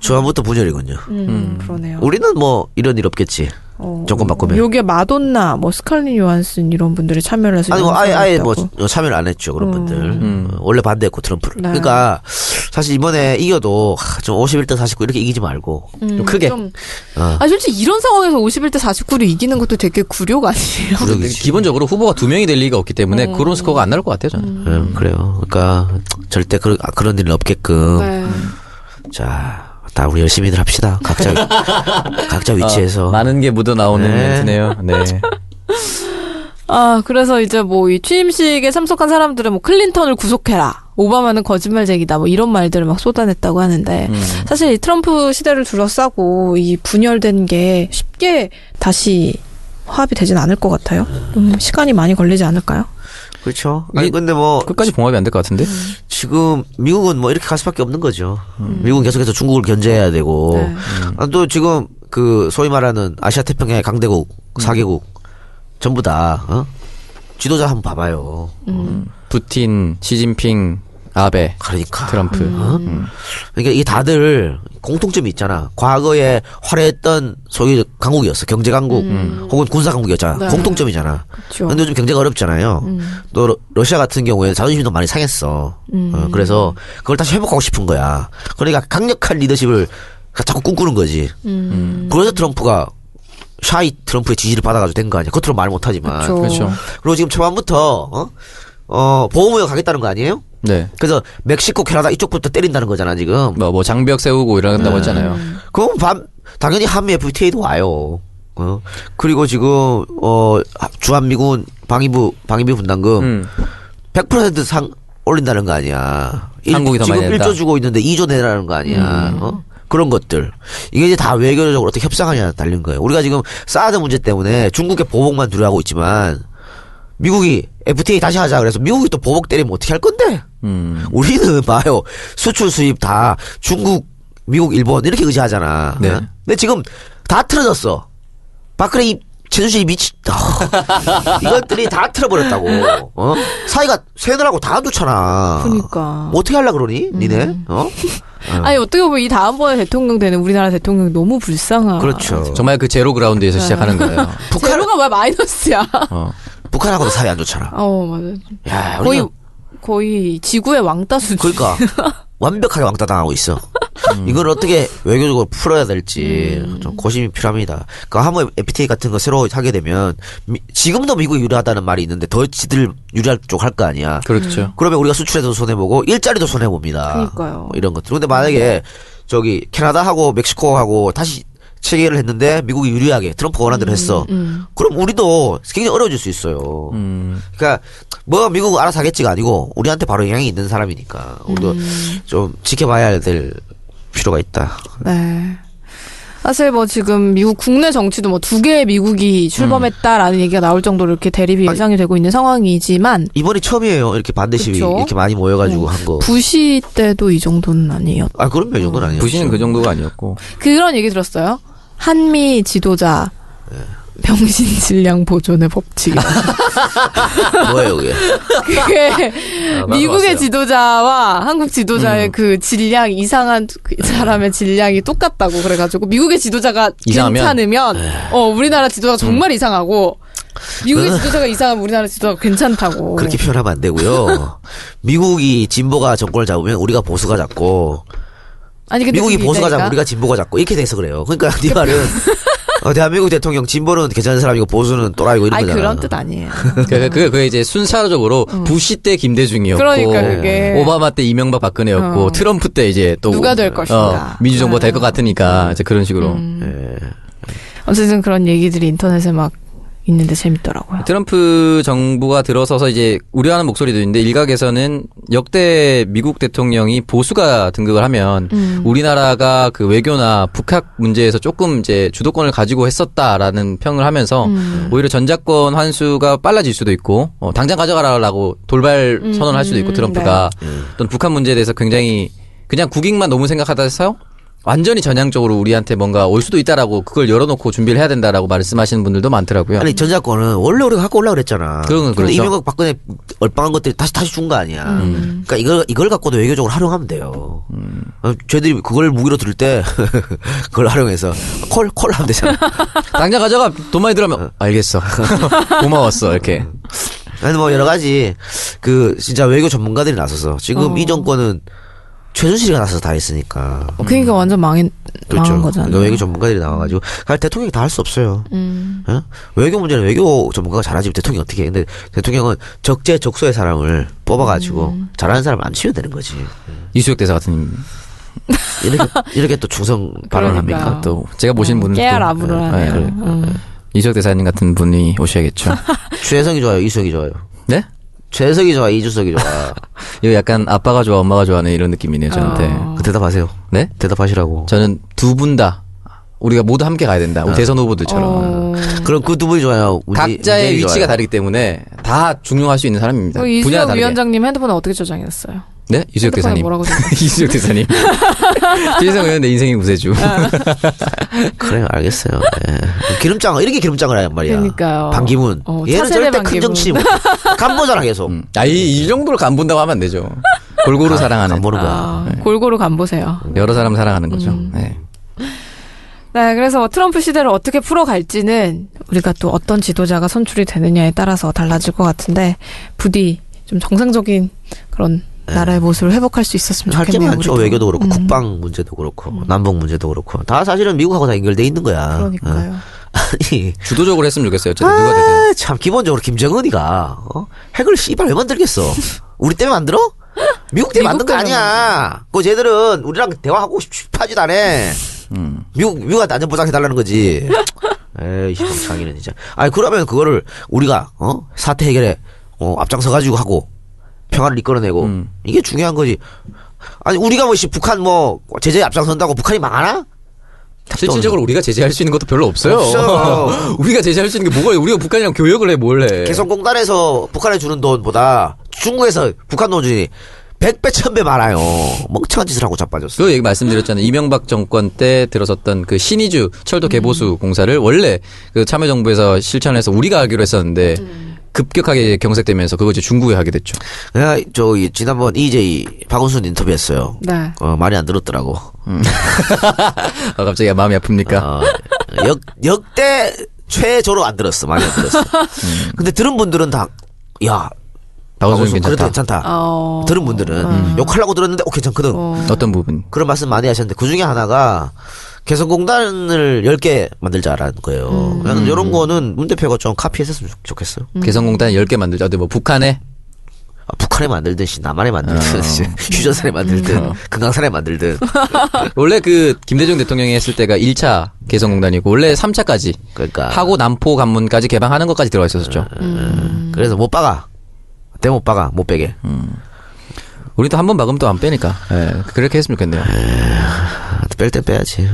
[SPEAKER 3] 초반부터 분열이군요.
[SPEAKER 2] 음, 그러네요.
[SPEAKER 3] 우리는 뭐 이런 일 없겠지.
[SPEAKER 2] 어,
[SPEAKER 3] 정권 바꾸면.
[SPEAKER 2] 요게 마돈나, 뭐 스칼린 요한슨 이런 분들이 참여를 해서
[SPEAKER 3] 아니 뭐 아예 아예 뭐
[SPEAKER 2] 연설을 했다고.
[SPEAKER 3] 참여를 안 했죠 그런
[SPEAKER 2] 음.
[SPEAKER 3] 분들
[SPEAKER 4] 음.
[SPEAKER 3] 어, 원래 반대했고 트럼프를.
[SPEAKER 2] 네.
[SPEAKER 3] 그러니까 사실 이번에 이겨도 하, 좀 51대 49 이렇게 이기지 말고
[SPEAKER 2] 음,
[SPEAKER 4] 좀 크게.
[SPEAKER 2] 좀-
[SPEAKER 3] 어.
[SPEAKER 2] 아, 솔직히 이런 상황에서 51대 49로 이기는 것도 되게 굴욕 아니에요?
[SPEAKER 4] 근데
[SPEAKER 3] 부족이지.
[SPEAKER 4] 기본적으로 후보가 두 명이 될 리가 없기 때문에 그런 스코어가 안 나올 것 같아요, 저는.
[SPEAKER 3] 음, 그래요. 그러니까 절대 그, 아, 그런 일은 없게끔
[SPEAKER 2] 네.
[SPEAKER 3] 자, 다 우리 열심히들 합시다. 각자 각자 위치에서.
[SPEAKER 4] 아, 많은 게 묻어 나오는
[SPEAKER 3] 네.
[SPEAKER 4] 멘트네요. 네.
[SPEAKER 2] 아, 그래서 이제 뭐 이 취임식에 참석한 사람들은 뭐 클린턴을 구속해라. 오바마는 거짓말쟁이다. 뭐 이런 말들을 막 쏟아냈다고 하는데 사실 이 트럼프 시대를 둘러싸고 이 분열된 게 쉽게 다시 화합이 되진 않을 것 같아요. 좀 시간이 많이 걸리지 않을까요?
[SPEAKER 3] 그렇죠.
[SPEAKER 4] 아니,
[SPEAKER 3] 근데 뭐
[SPEAKER 4] 끝까지 봉합이 안 될 것 같은데?
[SPEAKER 3] 지금 미국은 뭐 이렇게 갈 수밖에 없는 거죠. 미국은 계속해서 중국을 견제해야 되고
[SPEAKER 2] 네.
[SPEAKER 3] 아, 또 지금 그 소위 말하는 아시아 태평양의 강대국 사개국 전부 다 어? 지도자 한번 봐봐요.
[SPEAKER 4] 푸틴, 시진핑, 아베,
[SPEAKER 3] 그러니까.
[SPEAKER 4] 트럼프.
[SPEAKER 3] 어? 그러니까 이게 다들 공통점이 있잖아. 과거에 화려했던 소위 강국이었어. 경제 강국 혹은 군사 강국이었잖아.
[SPEAKER 2] 네.
[SPEAKER 3] 공통점이잖아.
[SPEAKER 2] 그렇죠.
[SPEAKER 3] 근데 요즘 경제가 어렵잖아요. 또 러- 러시아 같은 경우에 자존심도 많이 상했어. 어, 그래서 그걸 다시 회복하고 싶은 거야. 그러니까 강력한 리더십을 자꾸 꿈꾸는 거지.
[SPEAKER 2] 음,
[SPEAKER 3] 그래서 트럼프가 샤이 트럼프의 지지를 받아가지고 된 거 아니야. 겉으로 말 못하지만.
[SPEAKER 2] 그렇죠.
[SPEAKER 4] 그렇죠.
[SPEAKER 3] 그리고 지금 초반부터 어? 어, 보호무역 가겠다는 거 아니에요?
[SPEAKER 4] 네.
[SPEAKER 3] 그래서 멕시코, 캐나다 이쪽부터 때린다는 거잖아 지금.
[SPEAKER 4] 뭐, 뭐 장벽 세우고 이런다고 했잖아요.
[SPEAKER 3] 그럼 밤 당연히 한미 FTA도 와요. 어? 그리고 지금 어 주한미군 방위부 방위비 분담금
[SPEAKER 4] 음.
[SPEAKER 3] 100%상 올린다는 거 아니야. 일-
[SPEAKER 4] 한국이 더
[SPEAKER 3] 지금
[SPEAKER 4] 많이 낸다. 음.
[SPEAKER 3] 1조 주고 있는데 2조 내라는 거 아니야. 어? 그런 것들. 이게 이제 다 외교적으로 어떻게 협상하냐 달린 거예요. 우리가 지금 사드 문제 때문에 중국의 보복만 두려워하고 있지만 미국이 FTA 다시 하자 그래서 미국이 또 보복 때리면 어떻게 할 건데?
[SPEAKER 4] 음.
[SPEAKER 3] 우리는 봐요. 수출 수입 다 중국, 미국, 일본 이렇게 의지하잖아.
[SPEAKER 4] 네.
[SPEAKER 3] 어? 근데 지금 다 틀어졌어. 박근혜 이 최순실이 미치 어. 이것들이 다 틀어버렸다고. 어? 사이가 새들하고 다 안 좋잖아.
[SPEAKER 2] 그러니까. 음.
[SPEAKER 3] 뭐 어떻게 하려 그러니? 니네? 어?
[SPEAKER 2] 아니 어떻게 보면 이 다음번에 대통령 되는 우리나라 대통령 너무 불쌍하.
[SPEAKER 3] 그렇죠.
[SPEAKER 4] 정말 그 제로 그라운드에서 시작하는 거예요.
[SPEAKER 3] 북한
[SPEAKER 2] 제로가 왜 마이너스야?
[SPEAKER 4] 어.
[SPEAKER 3] 북한하고도 사이 안 좋잖아.
[SPEAKER 2] 어 맞아.
[SPEAKER 3] 야,
[SPEAKER 2] 거의
[SPEAKER 3] 우리
[SPEAKER 2] 거의 지구의 왕따 수준.
[SPEAKER 3] 그러니까 완벽하게 왕따 당하고 있어.
[SPEAKER 2] 음.
[SPEAKER 3] 이걸 어떻게 외교적으로 풀어야 될지 좀 고심이 필요합니다. 그러니까 한번 FTA 같은 거 새로 하게 되면 미- 지금도 미국이 유리하다는 말이 있는데 더 지들 유리할 쪽 할 거 아니야.
[SPEAKER 4] 그렇죠.
[SPEAKER 3] 그러면 우리가 수출에도 손해보고 일자리도 손해봅니다.
[SPEAKER 2] 그러니까요. 네.
[SPEAKER 3] 뭐 이런 것들. 근데 만약에 저기 캐나다하고 멕시코하고 다시 체결을 했는데 미국이 유리하게 트럼프가 원하는
[SPEAKER 2] 음,
[SPEAKER 3] 대로 했어. 그럼 우리도 굉장히 어려워질 수 있어요.
[SPEAKER 4] 음.
[SPEAKER 3] 그러니까 뭐 미국 알아서 하겠지가 아니고 우리한테 바로 영향이 있는 사람이니까 우리도
[SPEAKER 2] 음.
[SPEAKER 3] 좀 지켜봐야 될 필요가 있다.
[SPEAKER 2] 네. 사실 뭐 지금 미국 국내 정치도 뭐 두 개의 미국이 출범했다라는 얘기가 나올 정도로 이렇게 대립이 예상이 되고 있는 상황이지만
[SPEAKER 3] 이번이 처음이에요. 이렇게 반대시위
[SPEAKER 2] 그쵸? 네.
[SPEAKER 3] 이렇게 많이 모여가지고 한 거.
[SPEAKER 2] 부시 때도 이 정도는 아니었.
[SPEAKER 3] 아 그럼요 이 정도는 아니에요.
[SPEAKER 4] 부시는 그 정도가 아니었고.
[SPEAKER 2] 그런 얘기 들었어요. 한미 지도자 병신 질량 보존의 법칙.
[SPEAKER 3] 뭐예요 그게?
[SPEAKER 2] 어. 그게
[SPEAKER 4] 맞아,
[SPEAKER 2] 미국의
[SPEAKER 4] 맞아요. 음.
[SPEAKER 2] 지도자와 한국 지도자의 그 질량 이상한 그 사람의 질량이 똑같다고 그래가지고 미국의 지도자가
[SPEAKER 4] 이상하면? 네. 음.
[SPEAKER 2] 괜찮으면 어 우리나라 지도자가 정말 이상하고 미국의
[SPEAKER 4] 그-
[SPEAKER 2] 지도자가 이상하면 우리나라 지도자가 괜찮다고.
[SPEAKER 3] 그렇게 표현하면 안 되고요. 미국이 진보가 정권을 잡으면 우리가 보수가 잡고
[SPEAKER 2] 아니 근데
[SPEAKER 3] 미국이
[SPEAKER 2] 그게
[SPEAKER 3] 보수가 잡고
[SPEAKER 2] 있다니까.
[SPEAKER 3] 우리가 진보가 잡고 이렇게 돼서 그래요. 그러니까 네 말은 어, 대한민국 대통령 진보는 괜찮은 사람이고 보수는 또라이고 이런
[SPEAKER 2] 아니
[SPEAKER 3] 거잖아.
[SPEAKER 2] 그런 뜻 아니에요.
[SPEAKER 4] 그게 그, 그 이제 순차적으로 부시 때 김대중이었고
[SPEAKER 2] 음. 그러니까 그게.
[SPEAKER 4] 오바마 때 이명박 박근혜였고
[SPEAKER 2] 어.
[SPEAKER 4] 트럼프 때 이제 또
[SPEAKER 2] 누가 될
[SPEAKER 4] 어,
[SPEAKER 2] 것인가. 음.
[SPEAKER 4] 민주정부 가 될 것
[SPEAKER 2] 아.
[SPEAKER 4] 같으니까 이제 그런 식으로
[SPEAKER 2] 어쨌든 그런 얘기들이 인터넷에 막 있는데 재밌더라고요.
[SPEAKER 4] 트럼프 정부가 들어서서 이제 우려하는 목소리도 있는데 일각에서는 역대 미국 대통령이 보수가 등극을 하면 우리나라가 그 외교나 북핵 문제에서 조금 이제 주도권을 가지고 했었다라는 평을 하면서 오히려 전자권 환수가 빨라질 수도 있고 어, 당장 가져가라라고 돌발 선언할 수도 있고 트럼프가 또는 북한 문제에 대해서 굉장히 그냥 국익만 너무 생각하다 해서 완전히 전향적으로 우리한테 뭔가 올 수도 있다라고 그걸 열어놓고 준비를 해야 된다라고 말씀하시는 분들도 많더라고요.
[SPEAKER 3] 아니 전자권은 원래 우리가 갖고 올라 그랬잖아.
[SPEAKER 4] 그러니까. 그런 건
[SPEAKER 3] 근데
[SPEAKER 4] 그렇죠.
[SPEAKER 3] 이명박 박근혜 얼빵한 것들이 다시 다시 준 거 아니야.
[SPEAKER 4] 음.
[SPEAKER 3] 그러니까 이걸 이걸 갖고도 외교적으로 활용하면 돼요. 어, 쟤들이 그걸 무기로 들을 때 그걸 활용해서 콜 콜 하면 되잖아.
[SPEAKER 4] 당장 가져가 돈 많이 들어면 알겠어 고마웠어 이렇게
[SPEAKER 3] 아니 뭐 여러 가지 그 진짜 외교 전문가들이 나서서 지금
[SPEAKER 2] 어.
[SPEAKER 3] 이 정권은 최순실이가 나서서 다 했으니까.
[SPEAKER 4] 음.
[SPEAKER 2] 그러니까 완전 망인
[SPEAKER 4] 그렇죠.
[SPEAKER 2] 망한
[SPEAKER 3] 그러니까
[SPEAKER 2] 거잖아요.
[SPEAKER 3] 외교 전문가들이 나와가지고 사실 대통령이 다 할 수 없어요.
[SPEAKER 2] 음.
[SPEAKER 3] 어? 외교 문제는 외교 전문가가 잘하지 대통령이 어떻게 해. 근데 대통령은 적재적소의 사람을 뽑아가지고
[SPEAKER 2] 음.
[SPEAKER 3] 잘하는 사람 안 치면 되는 거지.
[SPEAKER 4] 이수혁 대사 같은
[SPEAKER 3] 이렇게 이렇게 또 충성 발언합니까?
[SPEAKER 2] 그러니까요.
[SPEAKER 4] 또 제가 모신 분은
[SPEAKER 2] 음. 깨알
[SPEAKER 4] 또-
[SPEAKER 2] 아부라네요. 음.
[SPEAKER 4] 예, 예. 이수혁 대사님 같은 분이 오셔야겠죠
[SPEAKER 2] 그러니까.
[SPEAKER 3] 최혜성이 좋아요, 이수혁이 좋아요.
[SPEAKER 4] 네
[SPEAKER 3] 최혜성이 좋아, 이주석이 좋아.
[SPEAKER 4] 이거 약간 아빠가 좋아 엄마가 좋아하는 이런 느낌이네요 저한테
[SPEAKER 2] 어.
[SPEAKER 3] 그 대답하세요.
[SPEAKER 4] 네
[SPEAKER 3] 대답하시라고.
[SPEAKER 4] 저는 두 분 다 우리가 모두 함께 가야 된다
[SPEAKER 2] 어.
[SPEAKER 4] 우리 대선 후보들처럼 네.
[SPEAKER 2] 네.
[SPEAKER 3] 그럼 그 두 분이 좋아요. 우리
[SPEAKER 4] 각자의
[SPEAKER 3] 문재인이
[SPEAKER 4] 위치가
[SPEAKER 3] 좋아요?
[SPEAKER 4] 다르기 때문에 다 중요할 수 있는 사람입니다
[SPEAKER 2] 그
[SPEAKER 4] 분야가
[SPEAKER 2] 이수혁
[SPEAKER 4] 다르게
[SPEAKER 2] 위원장님 핸드폰은 어떻게 저장했어요?
[SPEAKER 4] 네 이수혁
[SPEAKER 2] 핸드폰에
[SPEAKER 4] 대사님
[SPEAKER 2] 뭐라고 적혀
[SPEAKER 4] 이수혁 대사님 최희성 의원 내 인생의 우세주
[SPEAKER 2] 어.
[SPEAKER 3] 그래요, 알겠어요. 예. 기름장 이렇게 기름장을 하란 말이야.
[SPEAKER 2] 그러니까요.
[SPEAKER 3] 반기문.
[SPEAKER 2] 어,
[SPEAKER 3] 얘는
[SPEAKER 2] 차세대
[SPEAKER 3] 절대 큰
[SPEAKER 2] 반기문.
[SPEAKER 4] 음.
[SPEAKER 3] 정치 못. 간보잖아 계속.
[SPEAKER 4] 아이 이 정도로 간 본다고 하면 안 되죠 골고루
[SPEAKER 3] 아,
[SPEAKER 4] 사랑하는
[SPEAKER 3] 안 보는 거야.
[SPEAKER 2] 아, 골고루 간 보세요.
[SPEAKER 4] 여러 사람 사랑하는 거죠. 네.
[SPEAKER 2] 네, 그래서 트럼프 시대를 어떻게 풀어갈지는 우리가 또 어떤 지도자가 선출이 되느냐에 따라서 달라질 것 같은데 부디 좀 정상적인 그런 나라의 모습을 회복할 수 있었으면
[SPEAKER 3] 네. 할 게
[SPEAKER 2] 좋겠네요.
[SPEAKER 3] 많죠.
[SPEAKER 2] 우리도.
[SPEAKER 3] 외교도 음, 그렇고
[SPEAKER 2] 음,
[SPEAKER 3] 국방 문제도 그렇고 남북 문제도 그렇고 다 사실은 미국하고 다 연결돼 있는 거야.
[SPEAKER 2] 그러니까요.
[SPEAKER 3] 어. 아니
[SPEAKER 4] 주도적으로 했으면 좋겠어요. 어쨌든 누가 되든.
[SPEAKER 3] 아, 참 기본적으로 김정은이가 어? 핵을 씨발 왜 만들겠어? 우리 때문에 만들어? 미국 때문에 만든
[SPEAKER 2] 미국
[SPEAKER 3] 거
[SPEAKER 2] 때문에
[SPEAKER 3] 아니야. 그 쟤들은 우리랑 대화하고 싶어하지도 않아.
[SPEAKER 4] 음.
[SPEAKER 3] 미국 미국한테 안전 보장해 달라는 거지. 에이 시방창이는 진짜. 아니 그러면 그거를 우리가 어 사태 해결에 어 앞장서 가지고 하고 평화를 이끌어내고 이게 중요한 거지. 아니 우리가 뭐씨 북한 뭐 제재에 앞장선다고 북한이 망하나?
[SPEAKER 4] 실질적으로 우리가 제재할 수 있는 것도 별로 없어요.
[SPEAKER 3] 없어요.
[SPEAKER 4] 우리가 제재할 수 있는 게 뭐가 있어요? 우리가 북한이랑 교역을 해, 뭘 해.
[SPEAKER 3] 개성공단에서 북한에 주는 돈보다 중국에서 북한 돈 주니 100배, 1000배 많아요. 멍청한 짓을 하고 자빠졌어.
[SPEAKER 4] 그 얘기 말씀드렸잖아요. 이명박 정권 때 들어섰던 그 신의주 철도 개보수 공사를 원래 그 참여정부에서 실천해서 우리가 하기로 했었는데 급격하게 경색되면서 그거 이제 중국에 하게 됐죠.
[SPEAKER 3] 내가 저기 지난번 EJ 박원순 인터뷰했어요.
[SPEAKER 2] 네.
[SPEAKER 3] 어, 말이 안 들었더라고.
[SPEAKER 4] 아, 갑자기 마음이 음. 아픕니까?
[SPEAKER 3] 어, 역, 역대 최저로 안 들었어. 많이 안 들었어.
[SPEAKER 4] 음.
[SPEAKER 3] 근데 들은 분들은 다, 야,
[SPEAKER 4] 박원순
[SPEAKER 3] 박원순 그래도
[SPEAKER 4] 괜찮다. 음.
[SPEAKER 3] 괜찮다.
[SPEAKER 2] 어,
[SPEAKER 3] 들은 분들은 욕하려고 들었는데, 어, 괜찮거든.
[SPEAKER 4] 어떤 부분?
[SPEAKER 3] 그런 말씀 많이 하셨는데 그 중에 하나가 개성공단을 10개 만들자라는 거예요. 나는 이런 거는 문 대표가 좀 카피했었으면 좋- 좋겠어요.
[SPEAKER 4] 음. 개성공단 10개 만들자. 어디 뭐 북한에
[SPEAKER 3] 아, 북한에 만들듯이 남한에 만들듯
[SPEAKER 4] 어.
[SPEAKER 3] 휴전선에 만들듯 금강산에 만들듯
[SPEAKER 4] 원래 그 김대중 대통령이 했을 때가 1차 개성공단이고 원래 3차까지
[SPEAKER 3] 그러니까
[SPEAKER 4] 하고 남포 관문까지 개방하는 것까지 들어가 있었죠.
[SPEAKER 3] 음, 그래서 못 박아. 때 못 박아 못 빼게.
[SPEAKER 4] 음. 우리도 한 번 막으면 또 안 빼니까. 예, 그렇게 했으면 좋겠네요.
[SPEAKER 3] 뺄 때 빼야지.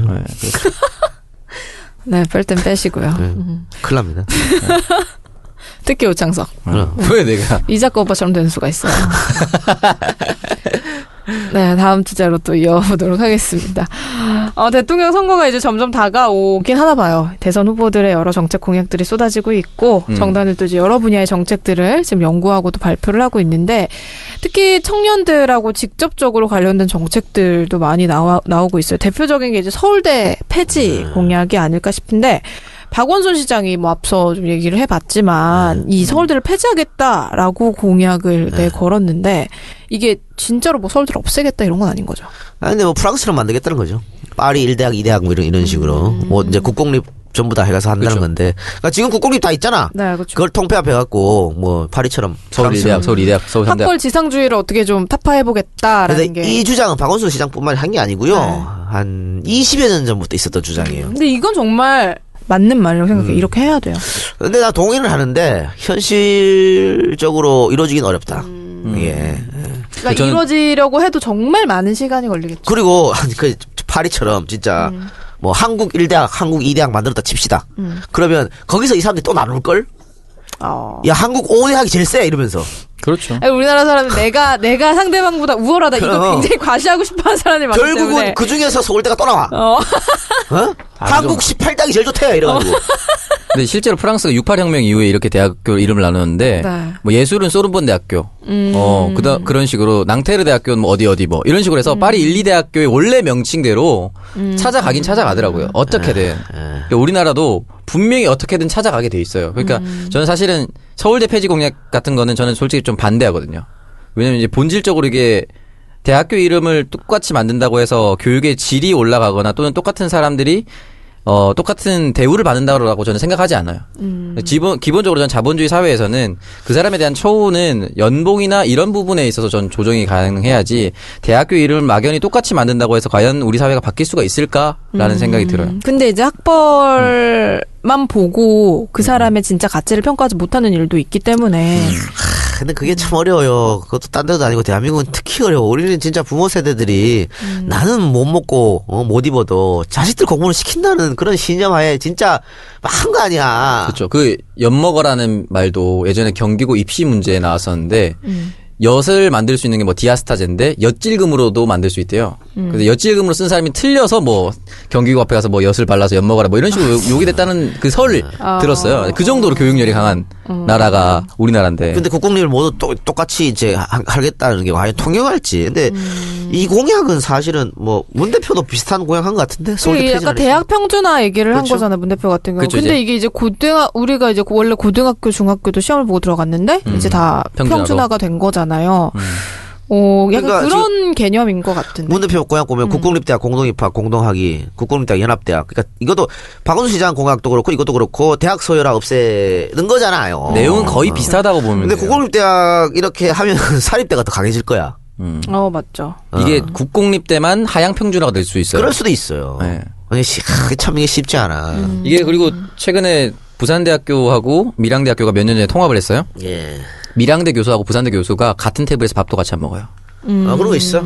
[SPEAKER 2] 네, 뺄 땐 빼시고요.
[SPEAKER 3] 네. 큰일 납니다.
[SPEAKER 2] 특히 오창석.
[SPEAKER 4] 왜 내가
[SPEAKER 2] 이자코 오빠처럼 되는 수가 있어요. 네, 다음 주제로 또 이어보도록 하겠습니다. 어, 대통령 선거가 이제 점점 다가오긴 하나 봐요. 대선 후보들의 여러 정책 공약들이 쏟아지고 있고, 정당은 또 이제 여러 분야의 정책들을 지금 연구하고 또 발표를 하고 있는데, 특히 청년들하고 직접적으로 관련된 정책들도 많이 나와, 나오고 있어요. 대표적인 게 이제 서울대 폐지 공약이 아닐까 싶은데, 박원순 시장이 뭐 앞서 좀 얘기를 해봤지만
[SPEAKER 3] 네. 음.
[SPEAKER 2] 이 서울대를 폐지하겠다라고 공약을 내 걸었는데 이게 진짜로 뭐 서울대를 없애겠다 이런 건 아닌 거죠.
[SPEAKER 3] 아 근데 뭐 프랑스로 만들겠다는 거죠. 파리 1대학 2대학 뭐 이런 이런 식으로 뭐 이제 국공립 전부 다 해가서 한다는
[SPEAKER 4] 그렇죠.
[SPEAKER 3] 건데 그러니까 지금 국공립 다 있잖아.
[SPEAKER 2] 네, 그렇죠.
[SPEAKER 3] 그걸 통폐합해갖고 뭐 파리처럼
[SPEAKER 4] 서울
[SPEAKER 3] 프랑스
[SPEAKER 4] 1대학, 서울 2대학, 서울 3대학
[SPEAKER 2] 학벌 지상주의를 어떻게 좀 타파해보겠다라는
[SPEAKER 3] 그 근데
[SPEAKER 2] 게.
[SPEAKER 3] 이 주장은 박원순 시장뿐만 한 게 아니고요.
[SPEAKER 2] 네. 음.
[SPEAKER 3] 한 20여 년 전부터 있었던 주장이에요.
[SPEAKER 2] 근데 이건 정말 맞는 말이라고 생각해.
[SPEAKER 3] 음.
[SPEAKER 2] 요 이렇게 해야 돼요.
[SPEAKER 3] 근데 나 동의는 하는데 현실적으로 이루어지긴 어렵다.
[SPEAKER 2] 음.
[SPEAKER 3] 예.
[SPEAKER 2] 그러니까
[SPEAKER 4] 저는-
[SPEAKER 2] 이루어지려고 해도 정말 많은 시간이 걸리겠죠.
[SPEAKER 3] 그리고 아니, 그 파리처럼 진짜
[SPEAKER 2] 음.
[SPEAKER 3] 뭐 한국 1대학, 한국 2대학 만들었다 칩시다. 그러면 거기서 이 사람들이 또 나눌 걸?
[SPEAKER 2] 어.
[SPEAKER 3] 야, 한국 5대학이 제일 세 이러면서.
[SPEAKER 4] 그렇죠.
[SPEAKER 2] 아니, 우리나라 사람은 내가 내가 상대방보다 우월하다 이거
[SPEAKER 3] 그럼.
[SPEAKER 2] 굉장히 과시하고 싶어하는 사람이 많기
[SPEAKER 3] 결국은
[SPEAKER 2] 때문에.
[SPEAKER 3] 그 중에서 서울대가 또 나와.
[SPEAKER 2] 어.
[SPEAKER 3] 어? 한국 18대학이 제일 좋대 이래가지고. 아,
[SPEAKER 4] 근데 실제로 프랑스가 68혁명 이후에 이렇게 대학교 이름을 나누는데
[SPEAKER 2] 네.
[SPEAKER 4] 뭐 예술은 소르본 대학교, 어 그다 그런 식으로 낭테르 대학교는 뭐 어디 어디 뭐 이런 식으로 해서 파리 1, 2 대학교의 원래 명칭대로 찾아가긴 찾아가더라고요. 어떻게든 그러니까 우리나라도 분명히 어떻게든 찾아가게 돼 있어요. 그러니까 저는 사실은 서울대 폐지 공약 같은 거는 저는 솔직히 좀 반대하거든요. 왜냐면 이제 본질적으로 이게 대학교 이름을 똑같이 만든다고 해서 교육의 질이 올라가거나 또는 똑같은 사람들이 어 똑같은 대우를 받는다고 저는 생각하지 않아요. 기본 기본적으로 저는 자본주의 사회에서는 그 사람에 대한 처우는 연봉이나 이런 부분에 있어서 전 조정이 가능해야지 대학교 이름을 막연히 똑같이 만든다고 해서 과연 우리 사회가 바뀔 수가 있을까라는 생각이 들어요.
[SPEAKER 2] 근데 이제 학벌만 보고 그 사람의 진짜 가치를 평가하지 못하는 일도 있기 때문에
[SPEAKER 3] 근데 그게 참 어려워요. 그것도 딴 데도 아니고 대한민국은 특히 어려워. 우리는 진짜 부모 세대들이
[SPEAKER 2] 음.
[SPEAKER 3] 나는 못 먹고 어, 못 입어도 자식들 공부를 시킨다는 그런 신념하에 진짜 막 한 거 아니야.
[SPEAKER 4] 그렇죠. 그 엿먹어라는 말도 예전에 경기고 입시 문제에 나왔었는데 엿을 만들 수 있는 게 뭐 디아스타제인데 엿질금으로도 만들 수 있대요. 근데 엿질금으로 쓴 사람이 틀려서 뭐 경기고 앞에 가서 뭐 엿을 발라서 엿먹어라 뭐 이런 식으로 욕- 욕이 됐다는 그 설을 들었어요. 그 정도로 교육열이 강한 나라가 우리나라인데.
[SPEAKER 3] 근데 국공립을 모두 또, 똑같이 이제 하- 하겠다는 게 과연 통용할지. 근데
[SPEAKER 2] 음.
[SPEAKER 3] 이 공약은 사실은 뭐 문 대표도 비슷한 공약 한 것 같은데 서울대
[SPEAKER 2] 그게
[SPEAKER 3] 폐지
[SPEAKER 2] 약간 대학 평준화 얘기를 한
[SPEAKER 3] 그렇죠.
[SPEAKER 2] 거잖아요, 문 대표 같은 경우.
[SPEAKER 4] 그렇죠,
[SPEAKER 2] 근데
[SPEAKER 4] 이제.
[SPEAKER 2] 이게 이제 고등학 우리가 이제 원래 고등학교, 중학교도 시험을 보고 들어갔는데
[SPEAKER 4] 음,
[SPEAKER 2] 이제 다
[SPEAKER 4] 평준화로.
[SPEAKER 2] 평준화가 된 거잖아요. 어,
[SPEAKER 3] 그러니까
[SPEAKER 2] 약간 그런 개념인 것 같은데.
[SPEAKER 3] 문 대표 공약
[SPEAKER 2] 음.
[SPEAKER 3] 보면 국공립대학 공동입학 공동학위 국공립대학 연합대학 그러니까 이것도 박원순 시장 공약도 그렇고 이것도 그렇고 대학 소유라 없애는 거잖아요.
[SPEAKER 4] 내용은 거의 비슷하다고 보면
[SPEAKER 3] 근데
[SPEAKER 4] 돼요.
[SPEAKER 3] 국공립대학 이렇게 하면 사립대가 더 강해질 거야.
[SPEAKER 4] 음.
[SPEAKER 2] 어, 맞죠.
[SPEAKER 4] 이게 국공립 때만 하향 평준화가 될 수
[SPEAKER 3] 아.
[SPEAKER 4] 있어요.
[SPEAKER 3] 그럴 수도 있어요.
[SPEAKER 4] 네.
[SPEAKER 3] 아니, 씨, 아, 참 이게 쉽지 않아.
[SPEAKER 2] 음.
[SPEAKER 4] 이게 그리고 최근에 부산대학교하고 밀양대학교가 몇 년 전에 통합을 했어요.
[SPEAKER 3] 예.
[SPEAKER 4] 밀양대 교수하고 부산대 교수가 같은 테이블에서 밥도 같이 안 먹어요.
[SPEAKER 2] 음.
[SPEAKER 3] 아, 그런 거 있어?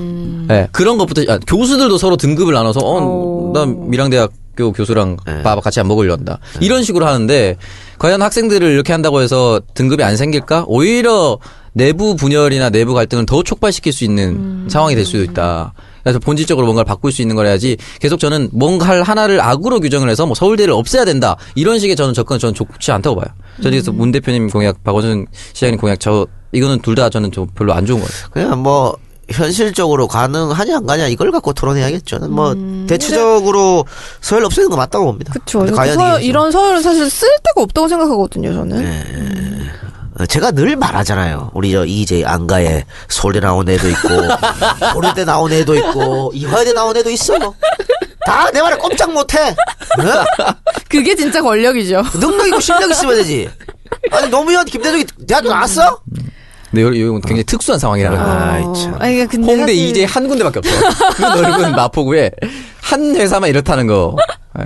[SPEAKER 4] 네, 그런 것부터 아, 교수들도 서로 등급을 나눠서
[SPEAKER 2] 오.
[SPEAKER 4] 어난 밀양대학교 교수랑
[SPEAKER 3] 네.
[SPEAKER 4] 밥 같이 안 먹으려한다 이런 식으로 하는데 과연 학생들을 이렇게 한다고 해서 등급이 안 생길까? 오히려 내부 분열이나 내부 갈등을 더 촉발시킬 수 있는 상황이 될 수도 있다. 그래서 본질적으로 뭔가를 바꿀 수 있는 걸 해야지 계속 저는 뭔가를 하나를 악으로 규정을 해서 뭐 서울대를 없애야 된다 이런 식의 저는 접근은 저는 좋지 않다고 봐요. 저는 그래서 문 대표님 공약, 박원순 시장님 공약 저 이거는 둘 다 저는 좀 별로 안 좋은 것 같아요.
[SPEAKER 3] 그냥 뭐 현실적으로 가능하냐 안 가냐 이걸 갖고 토론해야겠죠. 저는 뭐 대체적으로 서열 없애는 거 맞다고
[SPEAKER 2] 음.
[SPEAKER 3] 봅니다.
[SPEAKER 2] 그쵸.
[SPEAKER 3] 근데
[SPEAKER 2] 그
[SPEAKER 3] 과연
[SPEAKER 2] 서열,
[SPEAKER 3] 이게
[SPEAKER 2] 이런 서열은 사실 쓸 데가 없다고 생각하거든요, 저는.
[SPEAKER 3] 어, 제가 늘 말하잖아요. 우리 저 이제 안가에 서울대 나온 애도 있고 고려대 나온 애도 있고 이화여대 나온 애도 있어. 뭐. 다 내 말에 꼼짝 못해. 어?
[SPEAKER 2] 그게 진짜 권력이죠.
[SPEAKER 3] 능력이고 실력 있으면 되지. 아니 노무현 김대중이 대학교 나왔어?
[SPEAKER 4] 근데 요- 요건 굉장히 특수한 상황이라는 거예요.
[SPEAKER 3] 아이,
[SPEAKER 2] 어,
[SPEAKER 3] 참.
[SPEAKER 2] 아니, 근데
[SPEAKER 4] 홍대
[SPEAKER 2] 사실-
[SPEAKER 4] 이제 한 군데밖에 없어. 그 넓은 마포구에 한 회사만 이렇다는 거. 예.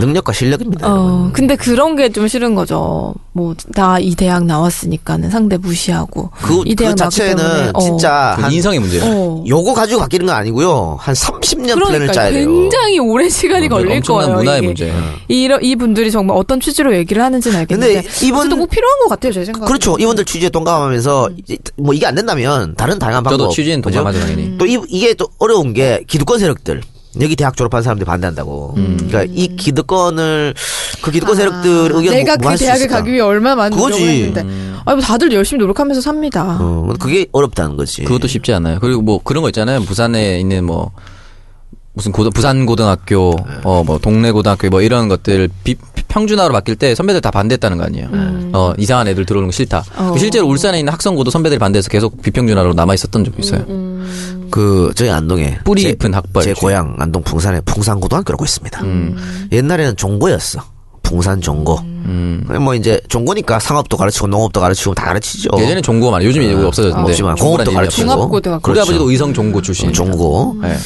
[SPEAKER 3] 능력과 실력입니다. 여러분.
[SPEAKER 2] 어, 근데 그런 게 좀 싫은 거죠. 뭐, 다 이 대학 나왔으니까는 상대 무시하고.
[SPEAKER 3] 그,
[SPEAKER 2] 이
[SPEAKER 3] 그
[SPEAKER 2] 대학 나왔기 때문에,
[SPEAKER 3] 자체는
[SPEAKER 2] 어.
[SPEAKER 3] 진짜
[SPEAKER 4] 그건
[SPEAKER 3] 아, 한
[SPEAKER 4] 인성의 문제예요.
[SPEAKER 2] 어.
[SPEAKER 3] 요거 가지고 바뀌는 건 아니고요. 한 30년 네. 플랜을
[SPEAKER 2] 그러니까
[SPEAKER 3] 짜야 돼요. 어,
[SPEAKER 2] 굉장히 오랜 시간이 걸릴
[SPEAKER 4] 어, 엄청난
[SPEAKER 2] 거예요.
[SPEAKER 4] 문화의
[SPEAKER 2] 이게.
[SPEAKER 4] 문제.
[SPEAKER 3] 음.
[SPEAKER 2] 이러, 이 분들이 정말 어떤 취지로 얘기를 하는지는 알겠는데
[SPEAKER 3] 근데 이분-
[SPEAKER 2] 어쨌든 꼭 필요한 것 같아요, 제 생각에.
[SPEAKER 3] 그렇죠. 이분들 취지에 동감하면서
[SPEAKER 2] 음.
[SPEAKER 3] 이- 뭐 이게 안 된다면 다른 다양한 방법.
[SPEAKER 4] 저도 취지는
[SPEAKER 3] 그죠?
[SPEAKER 4] 동감하죠
[SPEAKER 2] 음.
[SPEAKER 4] 당연히.
[SPEAKER 3] 또 이, 이게 또 어려운 게 기득권 세력들. 여기 대학 졸업한 사람들이 반대한다고. 그러니까 이 기득권을 그 기득권 세력들 의견
[SPEAKER 2] 아, 내가
[SPEAKER 3] 뭐, 뭐
[SPEAKER 2] 그
[SPEAKER 3] 할수
[SPEAKER 2] 대학을
[SPEAKER 3] 있을까?
[SPEAKER 2] 가기 위해 얼마나 많은
[SPEAKER 3] 그거지. 음.
[SPEAKER 2] 노력을 했는데, 아니 뭐 다들 열심히 노력하면서 삽니다.
[SPEAKER 3] 어, 그게 어렵다는 거지.
[SPEAKER 4] 그것도 쉽지 않아요. 그리고 뭐 그런 거 있잖아요. 부산에 있는 뭐 무슨 고등, 부산 고등학교, 어 뭐 동네 고등학교 뭐 이런 것들 비- 평준화로 바뀔 때 선배들 다 반대했다는 거 아니에요. 어 이상한 애들 들어오는 거 싫다.
[SPEAKER 2] 음. 어.
[SPEAKER 4] 실제로 울산에 있는 학성고도 선배들이 반대해서 계속 비평준화로 남아 있었던 적이 있어요.
[SPEAKER 2] 음,
[SPEAKER 3] 그 저희 안동에
[SPEAKER 4] 뿌리
[SPEAKER 3] 제-
[SPEAKER 4] 깊은 학벌.
[SPEAKER 3] 제 고향 안동 풍산에 풍산고등학교라고 있습니다. 음. 옛날에는 종고였어. 풍산 종고. 뭐 이제 종고니까 상업도 가르치고 농업도 가르치고 다 가르치죠.
[SPEAKER 4] 예전에 종고가 많아요. 요즘 이제 없어졌는데.
[SPEAKER 3] 네. 없지만
[SPEAKER 4] 종고란
[SPEAKER 3] 공업도
[SPEAKER 4] 이름이
[SPEAKER 3] 가르치고
[SPEAKER 4] 없어서.
[SPEAKER 2] 종합고등학교.
[SPEAKER 4] 우리
[SPEAKER 3] 그렇죠.
[SPEAKER 4] 아버지도 의성 종고 출신.
[SPEAKER 3] 종고.
[SPEAKER 4] 예.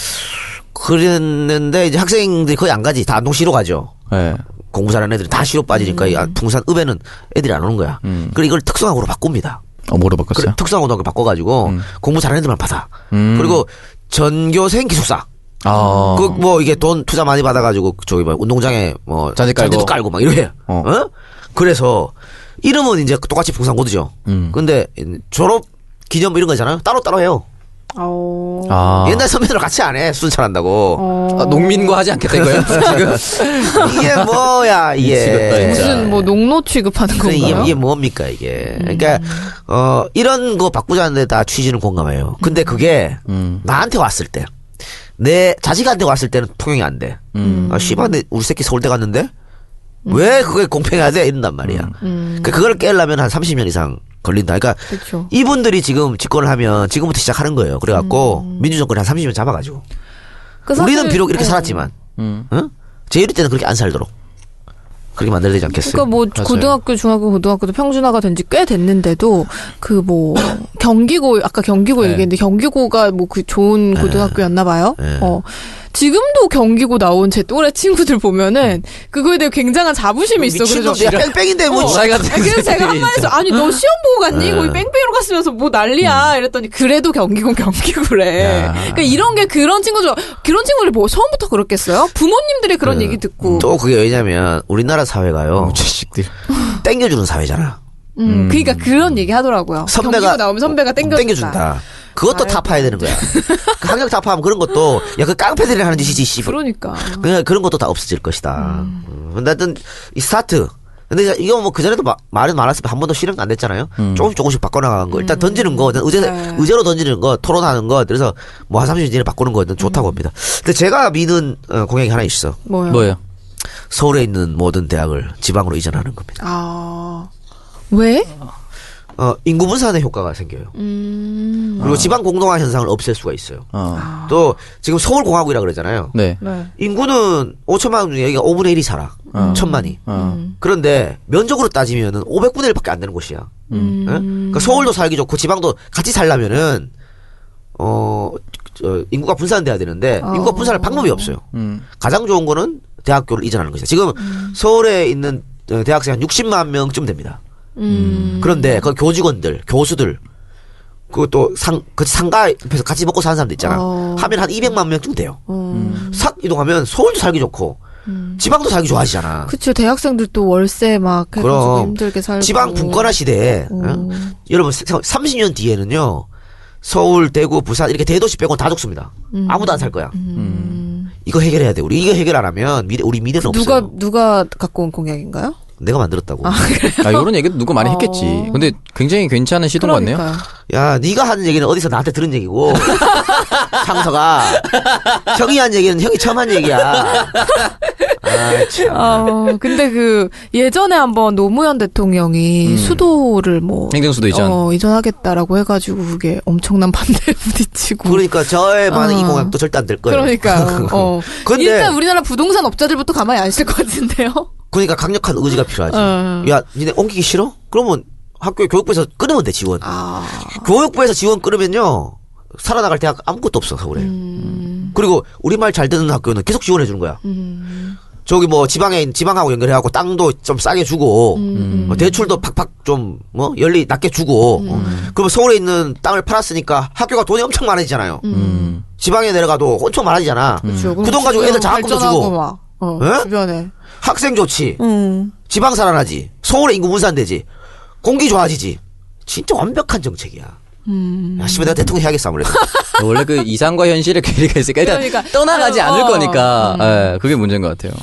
[SPEAKER 3] 그랬는데 이제 학생들이 거의 안 가지. 다 안동시로 가죠.
[SPEAKER 4] 예.
[SPEAKER 3] 공부 잘하는 애들이 다 시로 빠지니까 이 아,
[SPEAKER 4] 음.
[SPEAKER 3] 풍산 읍에는 애들이 안 오는 거야. 그리고 이걸 특성학으로 바꿉니다.
[SPEAKER 4] 어, 뭐로
[SPEAKER 3] 그래,
[SPEAKER 4] 바꿨어요?
[SPEAKER 3] 특성고등학교 바꿔가지고
[SPEAKER 4] 음.
[SPEAKER 3] 공부 잘하는 애들만 받아. 그리고 전교생 기숙사.
[SPEAKER 4] 아.
[SPEAKER 3] 그 뭐 이게 돈 투자 많이 받아가지고 저기 뭐 운동장에 뭐
[SPEAKER 4] 잔디 깔고.
[SPEAKER 3] 도 깔고 막 이래. 어.
[SPEAKER 4] 어.
[SPEAKER 3] 어? 그래서 이름은 이제 똑같이 풍산고드죠.
[SPEAKER 4] 음.
[SPEAKER 3] 근데 졸업 기념 이런 거잖아요. 따로 따로 해요.
[SPEAKER 2] 어...
[SPEAKER 4] 아.
[SPEAKER 3] 옛날 선배들 같이 안 해. 순찰한다고.
[SPEAKER 4] 아, 농민과 하지 않겠다 이거예요? 지금?
[SPEAKER 3] 이게 뭐야
[SPEAKER 4] 미치겠다,
[SPEAKER 3] 이게.
[SPEAKER 4] 진짜.
[SPEAKER 2] 무슨 뭐 농로 취급하는
[SPEAKER 3] 네. 그 이게,
[SPEAKER 2] 건가요?
[SPEAKER 3] 이게 뭡니까 이게 그러니까 어 이런 거 바꾸자는데 다 취지는 공감해요 근데 그게
[SPEAKER 2] 음.
[SPEAKER 3] 나한테 왔을 때 내 자식한테 왔을 때는 통용이 안돼
[SPEAKER 2] 음.
[SPEAKER 3] 아 씨발 내 우리 새끼 서울대 갔는데 왜 그게 공평해야 돼 이런단 말이야 그 그걸 깨려면 한 30년 이상 걸린다 그러니까
[SPEAKER 2] 음. 그쵸.
[SPEAKER 3] 이분들이 지금 집권을 하면 지금부터 시작하는 거예요 그래갖고 민주정권이 한 30년 잡아가지고
[SPEAKER 2] 음. 그
[SPEAKER 3] 우리는
[SPEAKER 2] 사실-
[SPEAKER 3] 비록 이렇게
[SPEAKER 2] 어.
[SPEAKER 3] 살았지만
[SPEAKER 4] 음.
[SPEAKER 3] 어? 제이리 때는 그렇게 안 살도록 그렇게 만들어야 되지 않겠어요
[SPEAKER 2] 그러니까 뭐
[SPEAKER 4] 맞아요.
[SPEAKER 2] 고등학교, 중학교, 고등학교도 평준화가 된 지 꽤 됐는데도 그 뭐 경기고 아까 경기고
[SPEAKER 4] 네.
[SPEAKER 2] 얘기했는데 경기고가 뭐 그 좋은 고등학교였나 봐요.
[SPEAKER 3] 네.
[SPEAKER 2] 어. 지금도 경기고 나온 제 또래 친구들 보면은 그거에 대해 굉장한 자부심이 있어.
[SPEAKER 3] 미친놈
[SPEAKER 2] 그래서
[SPEAKER 3] 내가 뺑뺑인데 뭐
[SPEAKER 4] 어. 같은
[SPEAKER 2] 아니, 그래서 제가
[SPEAKER 4] 새끼들이
[SPEAKER 2] 한마디서 아니 너 시험 보고 갔니? 거기 뺑뺑이로 갔으면서 뭐 난리야 이랬더니 그래도 경기고 경기고래.
[SPEAKER 4] 야.
[SPEAKER 2] 그러니까 이런 게 그런 친구들 그런 친구들 뭐 처음부터 그렇겠어요? 부모님들이 그런 얘기 듣고 그렇죠.
[SPEAKER 3] 또 그게 왜냐면 우리나라 사회가요
[SPEAKER 4] 자식들.
[SPEAKER 3] 땡겨주는 사회잖아
[SPEAKER 2] 음, 그러니까 그런 얘기 하더라고요. 경기고 나오면 선배가 땡겨준다.
[SPEAKER 3] 어, 땡겨준다. 그것도 타파해야 되는 거야 그 학력 타파하면 그런 것도 야 그 깡패들이 하는 짓이지 씨발
[SPEAKER 2] 그러니까.
[SPEAKER 3] 그냥 그런 것도 다 없어질 것이다 음. 근데 하여튼 이 스타트 근데 이제 이거 뭐 그전에도 마- 말은 많았으면 한 번도 실행 안 됐잖아요. 조금씩 조금씩 바꿔나가는 거. 일단 던지는 거, 의제,
[SPEAKER 2] 네.
[SPEAKER 3] 의제로 던지는 거, 토론하는 거, 그래서 뭐 한 30년 이내 바꾸는 거는
[SPEAKER 2] 음.
[SPEAKER 3] 좋다고 합니다. 근데 제가 미는 어, 공약이 하나 있어.
[SPEAKER 2] 뭐요?
[SPEAKER 4] 뭐예요?
[SPEAKER 3] 서울에 있는 모든 대학을 지방으로 이전하는 겁니다.
[SPEAKER 2] 아. 왜?
[SPEAKER 3] 어, 인구 분산의 효과가 생겨요.
[SPEAKER 2] 음.
[SPEAKER 3] 그리고 지방 공동화 현상을 없앨 수가 있어요.
[SPEAKER 4] 어.
[SPEAKER 3] 또 지금 서울 공화국이라 그러잖아요.
[SPEAKER 4] 네.
[SPEAKER 2] 네.
[SPEAKER 3] 인구는 5천만 원 중에 여기가 5분의 1이 살아. 천만이.
[SPEAKER 4] 어.
[SPEAKER 3] 그런데 면적으로 따지면은 500분의 1밖에 안 되는 곳이야. 예? 그러니까 서울도 살기 좋고 지방도 같이 살려면은 어, 저, 인구가 분산돼야 되는데 인구가 분산할 방법이 없어요.
[SPEAKER 4] 음.
[SPEAKER 3] 가장 좋은 거는 대학교를 이전하는 것이다. 지금 서울에 있는 어, 대학생 한 60만 명쯤 됩니다.
[SPEAKER 2] 음.
[SPEAKER 3] 그런데 그 교직원들, 교수들 그것도 상, 그 상가 옆에서 같이 먹고 사는 사람도 있잖아.
[SPEAKER 2] 어.
[SPEAKER 3] 하면 한 200만 명쯤 돼요. 싹 이동하면 서울도 살기 좋고 지방도 살기 좋아하시잖아.
[SPEAKER 2] 음. 그쵸 대학생들 또 월세 막 해가지고
[SPEAKER 3] 그럼.
[SPEAKER 2] 힘들게 살고
[SPEAKER 3] 지방 분권화 시대에 응? 여러분 세- 30년 뒤에는요 서울, 대구, 부산 이렇게 대도시 빼고 다 죽습니다.
[SPEAKER 2] 음.
[SPEAKER 3] 아무도 안 살 거야. 이거 해결해야 돼. 우리 이거 해결 안 하면 미래, 우리 미래는
[SPEAKER 2] 누가
[SPEAKER 3] 없어요.
[SPEAKER 2] 누가 갖고 온 공약인가요?
[SPEAKER 3] 내가 만들었다고.
[SPEAKER 4] 아, 요런 얘기도 누가 많이 했겠지. 근데 굉장히 괜찮은 시도인 것 같네요.
[SPEAKER 2] 어. 그러니까요.
[SPEAKER 3] 야, 네가 하는 얘기는 어디서 나한테 들은 얘기고 상서가 형이 한 얘기는 형이 처음 한 얘기야. 아, 참.
[SPEAKER 2] 어, 근데 그 예전에 한번 노무현 대통령이 수도를 뭐
[SPEAKER 4] 행정수도 이전.
[SPEAKER 2] 어, 이전하겠다라고 해가지고 그게 엄청난 반대에 부딪히고
[SPEAKER 3] 그러니까 저의 많은
[SPEAKER 2] 어.
[SPEAKER 3] 이 공약도 절대 안 될 거예요.
[SPEAKER 2] 그러니까요. 어.
[SPEAKER 3] 근데-
[SPEAKER 2] 일단 우리나라 부동산 업자들부터 가만히 안 있을 것 같은데요.
[SPEAKER 3] 그러니까 강력한 의지가 필요하지.
[SPEAKER 2] 어.
[SPEAKER 3] 야, 니네 옮기기 싫어? 그러면 학교 교육부에서 끊으면 돼, 지원.
[SPEAKER 2] 아.
[SPEAKER 3] 교육부에서 지원 끊으면요. 살아나갈 대학 아무것도 없어, 서울에.
[SPEAKER 2] 음.
[SPEAKER 3] 그리고 우리말 잘 듣는 학교는 계속 지원해 주는 거야.
[SPEAKER 2] 음.
[SPEAKER 3] 저기 뭐 지방에 있는 지방하고 연결해갖고 땅도 좀 싸게 주고
[SPEAKER 2] 음.
[SPEAKER 3] 어, 대출도 팍팍 좀 뭐 연리 낮게 주고 어, 그러면 서울에 있는 땅을 팔았으니까 학교가 돈이 엄청 많아지잖아요.
[SPEAKER 4] 음.
[SPEAKER 3] 지방에 내려가도 엄청 많아지잖아.
[SPEAKER 2] 그렇죠. 그쵸.
[SPEAKER 3] 그 돈 가지고
[SPEAKER 2] 주변
[SPEAKER 3] 애들 장학금도
[SPEAKER 2] 발전하고
[SPEAKER 3] 주고.
[SPEAKER 2] 막, 어,
[SPEAKER 3] 에?
[SPEAKER 2] 주변에.
[SPEAKER 3] 학생 좋지.
[SPEAKER 2] 음.
[SPEAKER 3] 지방 살아나지. 서울의 인구 분산되지. 공기 좋아지지. 진짜 완벽한 정책이야. 야, 씨발 내가 대통령 해야겠어 아무래도.
[SPEAKER 4] 원래 그 이상과 현실의 괴리가 있으니까 일단
[SPEAKER 2] 그러니까.
[SPEAKER 4] 떠나가지
[SPEAKER 2] 어,
[SPEAKER 4] 않을
[SPEAKER 2] 어.
[SPEAKER 4] 거니까 예, 그게 문제인 것 같아요.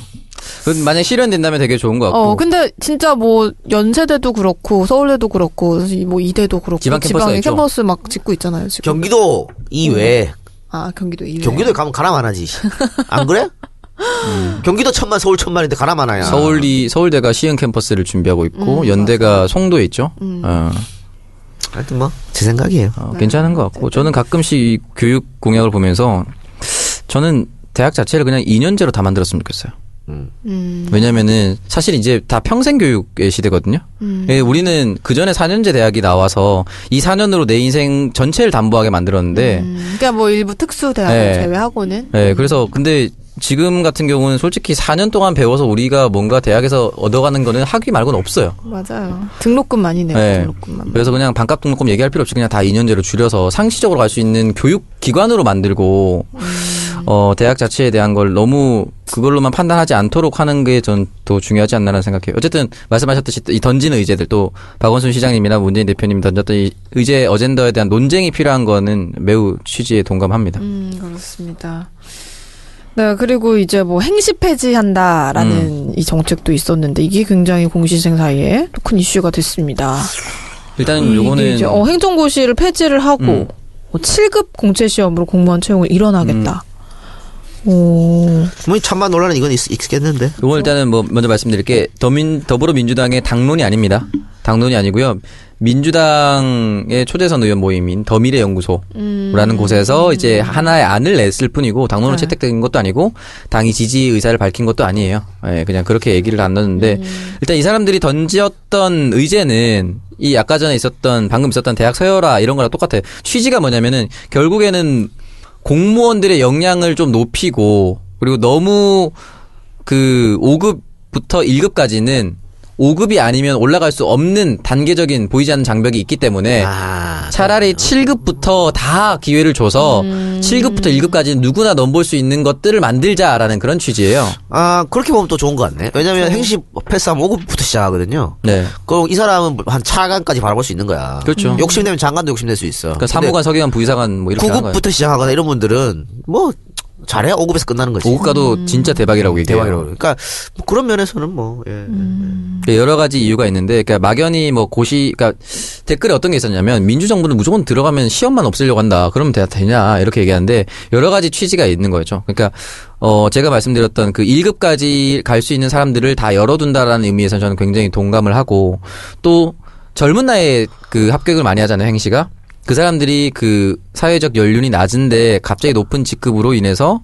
[SPEAKER 4] 그 만약 실현된다면 되게 좋은 것 같고
[SPEAKER 2] 어, 근데 진짜 뭐 연세대도 그렇고 서울대도 그렇고 사실 뭐 이대도 그렇고
[SPEAKER 4] 지방 캠퍼스가
[SPEAKER 2] 지방에
[SPEAKER 4] 있죠.
[SPEAKER 2] 캠퍼스 막 짓고 있잖아요 지금.
[SPEAKER 3] 경기도 이외에
[SPEAKER 2] 아 경기도 이외.
[SPEAKER 3] 경기도에 가면 가나 많아지. 안 그래? 경기도 천만 서울 천만인데 가나 많아야.
[SPEAKER 4] 서울이 서울대가 시흥 캠퍼스를 준비하고 있고 연대가 송도에 있죠. 어,
[SPEAKER 3] 하여튼 뭐 제 생각이에요.
[SPEAKER 4] 어, 괜찮은 것 같고 저는 가끔씩 이 교육 공약을 보면서 저는 대학 자체를 그냥 2년제로 다 만들었으면 좋겠어요.
[SPEAKER 3] 음.
[SPEAKER 2] 음.
[SPEAKER 4] 왜냐면은 사실 이제 다 평생 교육의 시대거든요. 예, 우리는 그 전에 4년제 대학이 나와서 이 4년으로 내 인생 전체를 담보하게 만들었는데
[SPEAKER 2] 음, 그러니까 뭐 일부 특수 대학을
[SPEAKER 4] 네.
[SPEAKER 2] 제외하고는.
[SPEAKER 4] 네, 그래서 근데 지금 같은 경우는 솔직히 4년 동안 배워서 우리가 뭔가 대학에서 얻어가는 거는 학위 말고는 없어요.
[SPEAKER 2] 맞아요. 등록금만이 내요.
[SPEAKER 4] 네.
[SPEAKER 2] 등록금만.
[SPEAKER 4] 그래서 그냥 반값 등록금 얘기할 필요 없이 그냥 다 2년제로 줄여서 상시적으로 갈 수 있는 교육 기관으로 만들고
[SPEAKER 2] 음.
[SPEAKER 4] 어 대학 자체에 대한 걸 너무 그걸로만 판단하지 않도록 하는 게 전 더 중요하지 않나라는 생각해요. 어쨌든 말씀하셨듯이 이 던지는 의제들 또 박원순 시장님이나 문재인 대표님이 던졌던 이 의제 어젠더에 대한 논쟁이 필요한 거는 매우 취지에 동감합니다.
[SPEAKER 2] 음 그렇습니다. 네 그리고 이제 뭐 행시 폐지한다라는
[SPEAKER 4] 음.
[SPEAKER 2] 이 정책도 있었는데 이게 굉장히 공시생 사이에 또 큰 이슈가 됐습니다.
[SPEAKER 4] 일단은
[SPEAKER 2] 이게
[SPEAKER 4] 요거는
[SPEAKER 2] 이제, 어, 행정고시를 폐지를 하고
[SPEAKER 4] 음.
[SPEAKER 2] 뭐 7급 공채 시험으로 공무원 채용을 일원하겠다.
[SPEAKER 4] 음.
[SPEAKER 2] 오,
[SPEAKER 3] 뭐 천만 논란은 이건 있, 있겠는데.
[SPEAKER 4] 요건 일단은 뭐 먼저 말씀드릴게 더민 더불어민주당의 당론이 아닙니다. 당론이 아니고요. 민주당의 초대선 의원 모임인 더미래 연구소라는 곳에서 이제 하나의 안을 냈을 뿐이고 당론을 채택된 것도 아니고 당이 지지 의사를 밝힌 것도 아니에요. 예, 그냥 그렇게 얘기를 나눴는데 일단 이 사람들이 던지었던 의제는 이 아까 전에 있었던 방금 있었던 대학 서열화 이런 거랑 똑같아요. 취지가 뭐냐면은 결국에는 공무원들의 역량을 좀 높이고 그리고 너무 그 5급부터 1급까지는 5급이 아니면 올라갈 수 없는 단계적인 보이지 않는 장벽이 있기 때문에
[SPEAKER 3] 아,
[SPEAKER 4] 차라리 7급부터 다 기회를 줘서 7급부터 1급까지 누구나 넘볼 수 있는 것들을 만들자라는 그런 취지예요.
[SPEAKER 3] 아 그렇게 보면 또 좋은 것 같네. 왜냐면 행시 뭐 패스하면 5급부터 시작하거든요.
[SPEAKER 4] 네.
[SPEAKER 3] 그럼 이 사람은 한 차관까지 바라볼 수 있는 거야.
[SPEAKER 4] 그렇죠.
[SPEAKER 3] 욕심내면 장관도 욕심낼 수 있어.
[SPEAKER 4] 그러니까
[SPEAKER 3] 근데
[SPEAKER 4] 사무관, 서기관, 부의사관 뭐 이렇게 하는 거예요.
[SPEAKER 3] 9급부터 시작하거나 이런 분들은 뭐 잘해야 5급에서 끝나는 거지.
[SPEAKER 4] 5급 가도 진짜 대박이라고 얘기해요.
[SPEAKER 3] 대박이라고. 그러니까 뭐 그런 면에서는 뭐 예.
[SPEAKER 2] 음.
[SPEAKER 4] 그 여러 가지 이유가 있는데, 그러니까 막연히 뭐 고시, 그러니까 댓글에 어떤 게 있었냐면 민주정부는 무조건 들어가면 시험만 없애려고 한다. 그러면 되- 되냐 이렇게 얘기하는데 여러 가지 취지가 있는 거죠. 그러니까 어 제가 말씀드렸던 그 1급까지 갈 수 있는 사람들을 다 열어둔다라는 의미에서 저는 굉장히 동감을 하고 또 젊은 나이에 그 합격을 많이 하잖아요 행시가. 그 사람들이 그 사회적 연륜이 낮은데 갑자기 높은 직급으로 인해서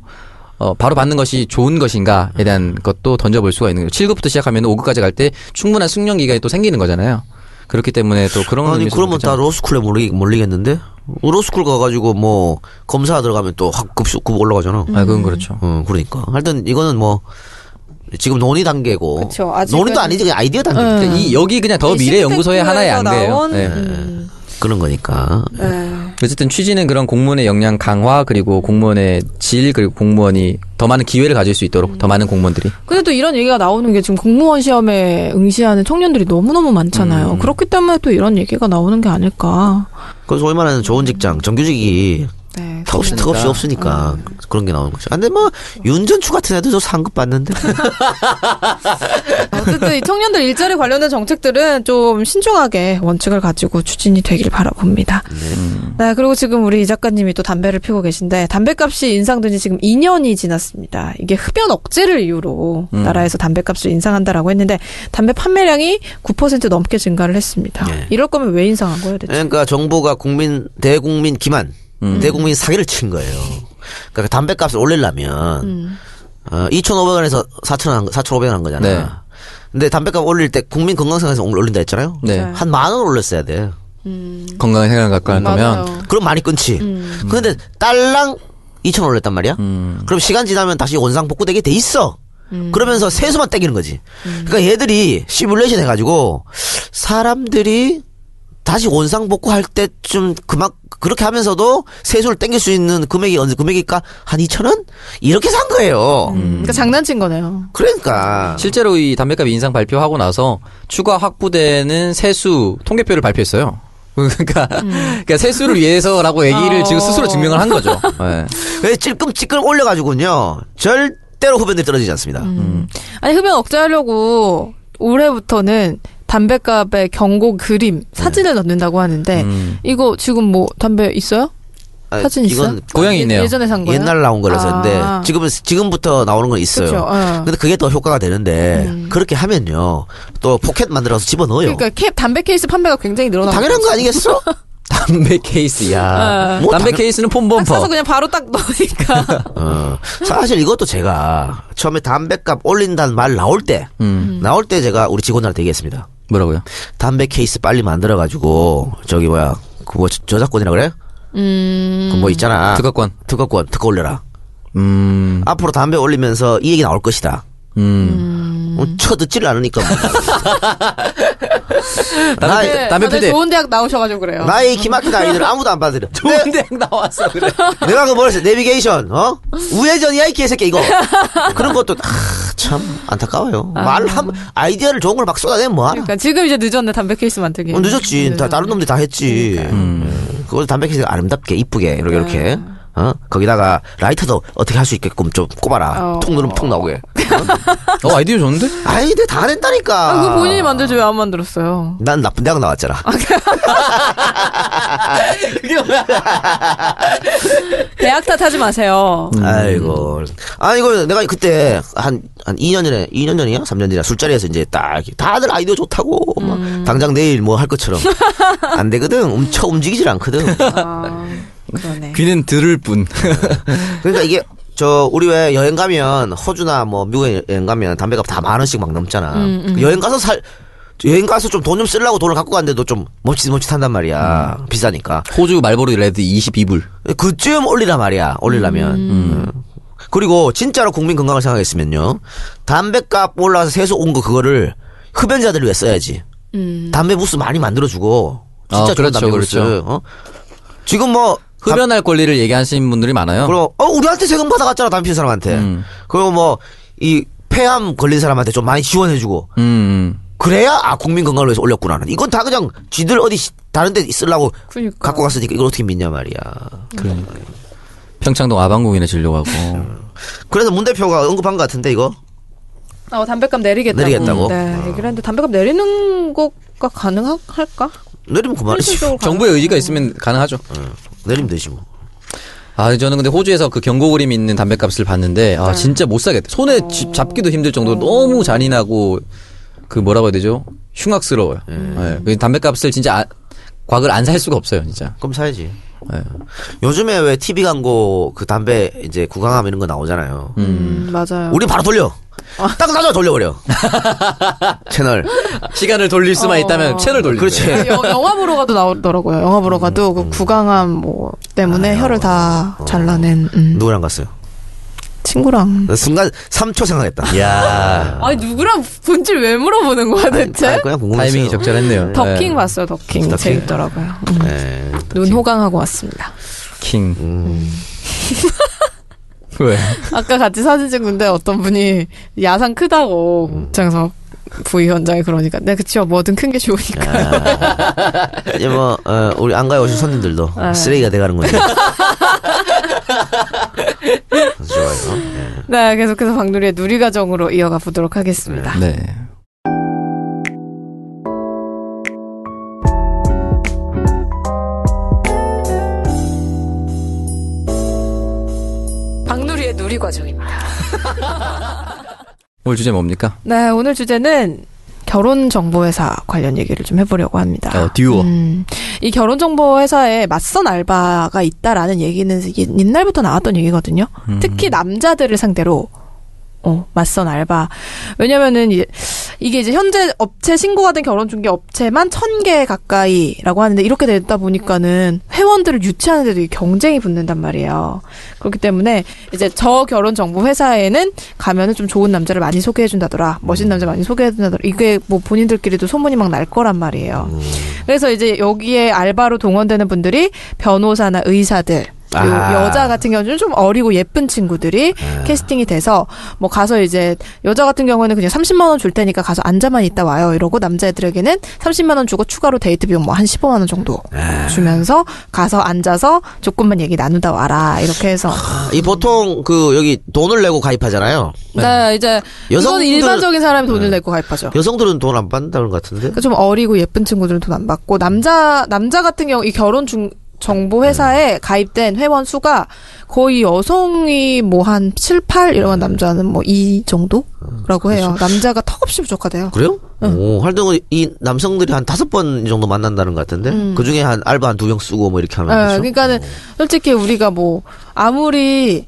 [SPEAKER 4] 어, 바로 받는 것이 좋은 것인가에 대한 것도 던져볼 수가 있는 거예요. 7급부터 시작하면 5급까지 갈 때 충분한 숙련 기간이 또 생기는 거잖아요. 그렇기 때문에 또 그런
[SPEAKER 3] 아니
[SPEAKER 4] 의미에서
[SPEAKER 3] 그러면
[SPEAKER 4] 보자.
[SPEAKER 3] 다 로스쿨에 몰리, 몰리겠는데 로스쿨 가가지고 뭐 검사 들어가면 또 학급급 올라가잖아.
[SPEAKER 2] 음.
[SPEAKER 4] 아, 그건 그렇죠.
[SPEAKER 3] 어, 그러니까. 하여튼 이거는 뭐 지금 논의 단계고.
[SPEAKER 2] 그쵸, 아직은-
[SPEAKER 3] 논의도 아니지 그냥 아이디어 단계.
[SPEAKER 2] 음.
[SPEAKER 3] 그러니까
[SPEAKER 4] 그러니까 이 여기 그냥 더
[SPEAKER 2] 이
[SPEAKER 4] 미래 연구소의 하나의
[SPEAKER 2] 싱크탱크에서
[SPEAKER 4] 안개예요.
[SPEAKER 2] 나온,
[SPEAKER 4] 예.
[SPEAKER 2] 음,
[SPEAKER 3] 그런 거니까.
[SPEAKER 2] 네.
[SPEAKER 4] 어쨌든 취지는 그런 공무원의 역량 강화 그리고 공무원의 질 그리고 공무원이 더 많은 기회를 가질 수 있도록 더 많은 공무원들이
[SPEAKER 2] 네.
[SPEAKER 6] 근데 또 이런 얘기가 나오는 게 지금 공무원 시험에 응시하는 청년들이 너무너무 많잖아요.
[SPEAKER 4] 음.
[SPEAKER 6] 그렇기 때문에 또 이런 얘기가 나오는 게 아닐까.
[SPEAKER 3] 그래서 소위 말하는 좋은 직장, 정규직이
[SPEAKER 6] 네.
[SPEAKER 3] 턱없이 턱없이 없으니까 그런 게 나오는 거죠. 아, 근데 뭐 윤전추 같은 애도 저 상급 받는데.
[SPEAKER 2] 어쨌든 이 청년들 일자리 관련된 정책들은 좀 신중하게 원칙을 가지고 추진이 되길 바라봅니다. 네, 그리고 지금 우리 이 작가님이 또 담배를 피고 계신데 담배값이 인상된 지 지금 2년이 지났습니다. 이게 흡연 억제를 이유로 나라에서 담배값을 인상한다라고 했는데 담배 판매량이 9% 넘게 증가를 했습니다.
[SPEAKER 3] 예.
[SPEAKER 2] 이럴 거면 왜 인상한 거예요, 대체?
[SPEAKER 3] 그러니까 정부가 국민 대국민 기만,
[SPEAKER 4] 음.
[SPEAKER 3] 대국민 사기를 친 거예요. 그러니까 담배값을 올리려면 어, 2,500원에서 4,000원, 4,500원 한 거잖아.
[SPEAKER 4] 네.
[SPEAKER 3] 근데 담배값 올릴 때 국민 건강상에서 올린다 했잖아요.
[SPEAKER 4] 네.
[SPEAKER 3] 한 만 원 올렸어야 돼.
[SPEAKER 6] 음,
[SPEAKER 4] 건강에 생각을 갖고 할 거면
[SPEAKER 3] 그럼 많이 끊지. 그런데 딸랑 2천 원 올렸단 말이야. 그럼 시간 지나면 다시 원상 복구되게 돼 있어.
[SPEAKER 6] 음.
[SPEAKER 3] 그러면서 세수만 땡기는 거지. 그러니까 얘들이 시뮬레이션 해가지고 사람들이 다시 원상 복구할 때쯤 그만 그렇게 하면서도 세수를 땡길 수 있는 금액이 어느 금액일까 한 2천 원 이렇게 산 거예요.
[SPEAKER 6] 그러니까 장난친 거네요.
[SPEAKER 3] 그러니까
[SPEAKER 4] 실제로 이 담배값 인상 발표하고 나서 추가 확부되는 세수 통계표를 발표했어요. 그러니까,
[SPEAKER 6] 음.
[SPEAKER 4] 그러니까 세수를 위해서라고 얘기를
[SPEAKER 6] 어.
[SPEAKER 4] 지금 스스로 증명을 한 거죠. 예.
[SPEAKER 6] 음.
[SPEAKER 3] 왜 찔끔찔끔 올려가지고요 절대로 후배들 떨어지지 않습니다.
[SPEAKER 6] 음.
[SPEAKER 4] 음.
[SPEAKER 6] 아니, 흡연 억제하려고 올해부터는 담배값에 경고 그림, 사진을 넣는다고 하는데,
[SPEAKER 4] 음.
[SPEAKER 6] 이거 지금 뭐 담배 있어요?
[SPEAKER 3] 아,
[SPEAKER 6] 사진 있어요?
[SPEAKER 3] 이건
[SPEAKER 4] 고양이 있네요.
[SPEAKER 6] 예전에 산 거예요?
[SPEAKER 3] 옛날 나온 거라서인데
[SPEAKER 6] 아.
[SPEAKER 3] 지금은 지금부터 나오는 건 있어요.
[SPEAKER 6] 그쵸, 어.
[SPEAKER 3] 근데 그게 더 효과가 되는데 그렇게 하면요 또 포켓 만들어서 집어 넣어요.
[SPEAKER 6] 그러니까 케- 담배 케이스 판매가 굉장히 늘어나고
[SPEAKER 3] 당연한 거 아니겠어?
[SPEAKER 4] 담배
[SPEAKER 6] 아.
[SPEAKER 4] 케이스야.
[SPEAKER 3] 뭐
[SPEAKER 4] 담배
[SPEAKER 3] 당연-
[SPEAKER 4] 케이스는
[SPEAKER 6] 딱 사서
[SPEAKER 4] 폼범퍼.
[SPEAKER 6] 그냥 바로 딱 넣으니까.
[SPEAKER 3] 어. 사실 이것도 제가 처음에 담배값 올린다는 말 나올 때
[SPEAKER 4] 음.
[SPEAKER 3] 나올 때 제가 우리 직원들한테 얘기했습니다.
[SPEAKER 4] 뭐라고요?
[SPEAKER 3] 담배 케이스 빨리 만들어 가지고 저기 뭐야 그거 저- 저작권이라 그래?
[SPEAKER 6] 음.
[SPEAKER 3] 그뭐 있잖아.
[SPEAKER 4] 특허권.
[SPEAKER 3] 특허권 특허 올려라.
[SPEAKER 4] 음,
[SPEAKER 3] 앞으로 담배 올리면서 이 얘기 나올 것이다.
[SPEAKER 4] 음.
[SPEAKER 3] 음. 쳐듣지를 않으니까. 뭐.
[SPEAKER 6] 그렇죠.
[SPEAKER 3] 나,
[SPEAKER 6] 네,
[SPEAKER 4] 담배
[SPEAKER 6] 다들
[SPEAKER 4] 피대.
[SPEAKER 6] 좋은 대학 나오셔가지고 그래요.
[SPEAKER 3] 나의 기막힌 아이들 아무도 안 받으려.
[SPEAKER 6] 네.
[SPEAKER 3] 내,
[SPEAKER 4] 대학 나왔어 그래.
[SPEAKER 3] 내가 그거 뭐랬어? 내비게이션, 어? 우회전이야, 이 개새끼, 이거. 그런 것도, 아, 참, 안타까워요. 말, 한, 아이디어를 좋은 걸 막 쏟아내면 뭐하나?
[SPEAKER 6] 아. 그러니까 지금 이제 늦었네 담배 케이스 만들기.
[SPEAKER 3] 어, 늦었지. 다, 다른 놈들이 다 했지. 네. 그걸 담백해서 아름답게, 이쁘게, 이렇게, 이렇게. 어? 거기다가 라이터도 어떻게 할 수 있게끔 좀 꼽아라.
[SPEAKER 6] 어.
[SPEAKER 3] 통 누르면 통 나오게.
[SPEAKER 4] 어 아이디어 좋은데?
[SPEAKER 3] 아이, 근데 다 된다니까.
[SPEAKER 6] 아, 그거 본인이 만들지 왜 안 만들었어요?
[SPEAKER 3] 난 나쁜 대학 나왔잖아.
[SPEAKER 6] 대학 탓하지 마세요.
[SPEAKER 3] 아이고. 아, 이거 내가 그때 한, 한 2년 전에, 2년 전이야? 3년 전이야? 술자리에서 이제 딱, 다들 아이디어 좋다고, 막 당장 내일 뭐 할 것처럼. 안 되거든. 엄청 움직이질 않거든.
[SPEAKER 2] 그러네.
[SPEAKER 4] 귀는 들을 뿐.
[SPEAKER 3] 그러니까 이게, 저, 우리 왜 여행 가면, 호주나 뭐, 미국 여행 가면 담배값 다 만 원씩 막 넘잖아. 그 여행 가서 살, 여행 가서 좀 돈 좀 쓰려고 돈을 갖고 갔는데도 좀 멈칫멈칫한단 말이야. 비싸니까.
[SPEAKER 4] 호주 말보로 레드 22불.
[SPEAKER 3] 그쯤 올리라 말이야. 올리려면. 음. 그리고 진짜로 국민 건강을 생각했으면요. 담배값 올라와서 세수 온 거 그거를 흡연자들 위해 써야지. 담배 부스 많이 만들어주고 진짜
[SPEAKER 4] 아,
[SPEAKER 3] 좋은
[SPEAKER 4] 그렇죠,
[SPEAKER 3] 담배 부스.
[SPEAKER 4] 그렇죠.
[SPEAKER 3] 어? 지금 뭐 담-
[SPEAKER 4] 흡연할 권리를 얘기하시는 분들이 많아요.
[SPEAKER 3] 그리고 어 우리한테 세금 받아갔잖아 담배 피는 사람한테.
[SPEAKER 4] 음.
[SPEAKER 3] 그리고 뭐 이 폐암 걸린 사람한테 좀 많이 지원해주고
[SPEAKER 4] 음.
[SPEAKER 3] 그래야 아 국민 건강을 위해서 올렸구나. 이건 다 그냥 쥐들 어디 시- 다른데 쓰려고
[SPEAKER 6] 그러니까.
[SPEAKER 3] 갖고 갔으니까 이걸 어떻게 믿냐 말이야.
[SPEAKER 4] 그러니까. 평창동 아방공인에 진료하고
[SPEAKER 3] 그래서 문 대표가 언급한 것 같은데 이거
[SPEAKER 7] 어, 담배값 내리겠다고.
[SPEAKER 3] 내리겠다고?
[SPEAKER 7] 네, 얘기를 했는데 담배값 내리는 거가 가능할까?
[SPEAKER 3] 내리면 그만이지.
[SPEAKER 7] 현실적으로
[SPEAKER 4] 정부의 의지가 있으면 가능하죠.
[SPEAKER 3] 내리면 되지 뭐.
[SPEAKER 4] 아 저는 근데 호주에서 그 경고 그림이 있는 담배값을 봤는데 아 진짜 못 사겠다. 손에 집- 잡기도 힘들 정도로 너무 잔인하고 그 뭐라고 해야 되죠? 흉악스러워요. 예, 그 담배값을 진짜 아- 과거를 안 살 수가 없어요, 진짜.
[SPEAKER 3] 그럼 사야지.
[SPEAKER 4] 예.
[SPEAKER 3] 요즘에 왜 TV 광고 그 담배 이제 구강함 이런 거 나오잖아요.
[SPEAKER 2] 음, 맞아요.
[SPEAKER 3] 우리 바로 돌려.
[SPEAKER 4] 아.
[SPEAKER 3] 딱 나자 돌려버려. 채널.
[SPEAKER 4] 시간을 돌릴 수만 있다면 채널 돌리죠.
[SPEAKER 3] 그렇지.
[SPEAKER 2] 여- 영화 보러 가도 나오더라고요. 영화 보러 가도 그 구강암 뭐 때문에 혀를 다 잘라낸 음,
[SPEAKER 3] 누구랑 갔어요?
[SPEAKER 2] 친구랑.
[SPEAKER 3] 나 순간 3초 생각했다.
[SPEAKER 4] 야
[SPEAKER 2] 아니 누구랑 본지 왜 물어보는 거야 대체?
[SPEAKER 3] 아니, 그냥 궁금했어요.
[SPEAKER 4] 타이밍이 적절했네요.
[SPEAKER 2] 더킹 봤어요. 더킹
[SPEAKER 3] 더킹?
[SPEAKER 2] 재밌더라고요. 음.
[SPEAKER 3] 예.
[SPEAKER 2] 눈 호강하고 왔습니다.
[SPEAKER 4] 킹. 왜?
[SPEAKER 2] 아까 같이 사진 찍는데 어떤 분이 야상 크다고 국장에서 부위 현장에 그러니까 네 그치요 뭐든 큰 게 좋으니까
[SPEAKER 3] 이제 뭐 어, 우리 안가에 오신 손님들도
[SPEAKER 4] 아.
[SPEAKER 3] 쓰레기가 돼가는 거죠. 좋아요. 예.
[SPEAKER 2] 네 계속해서 박누리의 누리과정으로 이어가 보도록 하겠습니다.
[SPEAKER 4] 네.
[SPEAKER 2] 박누리의 누리과정입니다.
[SPEAKER 4] 오늘 주제 뭡니까?
[SPEAKER 2] 네 오늘 주제는 결혼 정보 회사 관련 얘기를 좀 해보려고 합니다.
[SPEAKER 4] 어, 듀오.
[SPEAKER 2] 음, 이 결혼정보회사에 맞선 알바가 있다라는 얘기는 이게 옛날부터 나왔던 얘기거든요. 특히 남자들을 상대로 어, 맞선 알바. 왜냐면은 이제 이게 이제 현재 업체 신고가 된 결혼중개 업체만 천 개 가까이라고 하는데 이렇게 되다 보니까는 회원들을 유치하는데도 이 경쟁이 붙는단 말이에요. 그렇기 때문에 이제 저 결혼 정보 회사에는 가면은 좀 좋은 남자를 많이 소개해 준다더라. 멋진 남자 많이 소개해 준다더라. 이게 뭐 본인들끼리도 소문이 막 날 거란 말이에요. 그래서 이제 여기에 알바로 동원되는 분들이 변호사나 의사들 그리고
[SPEAKER 3] 아. 네.
[SPEAKER 2] 여자 같은 경우는 좀 어리고 예쁜 친구들이 캐스팅이 돼서 뭐 가서 이제 여자 같은 경우에는 그냥 30만 원 줄 테니까 가서 앉아만 있다 와요 이러고 남자애들에게는 30만 원 주고 추가로 데이트 비용 뭐 한 15만 원 정도
[SPEAKER 3] 네.
[SPEAKER 2] 주면서 가서 앉아서 조금만 얘기 나누다 와라 이렇게 해서
[SPEAKER 3] 이 보통 그 여기 돈을 내고 가입하잖아요.
[SPEAKER 2] 네 이제 이건
[SPEAKER 3] 여성분들- 네.
[SPEAKER 2] 일반적인 사람이 돈을 내고 가입하죠.
[SPEAKER 3] 여성들은 돈 안 받는다는 것 같은데.
[SPEAKER 2] 그러니까 그좀 어리고 예쁜 친구들은 돈 안 받고 남자 남자 같은 경우 이 결혼 중 정보 회사에 가입된 회원 수가 거의 여성이 뭐 한 7, 8 이런 남자는 뭐 이 정도라고 해요. 남자가 턱없이 부족하대요.
[SPEAKER 3] 그래요? 오, 활동을 이 남성들이 한 다섯 번 정도 만난다는 것 같은데 그 중에 한 알바 한 두 명 쓰고 뭐 이렇게 하면
[SPEAKER 2] 예, 음.
[SPEAKER 3] 되죠? 어.
[SPEAKER 2] 그러니까는 솔직히 우리가 뭐 아무리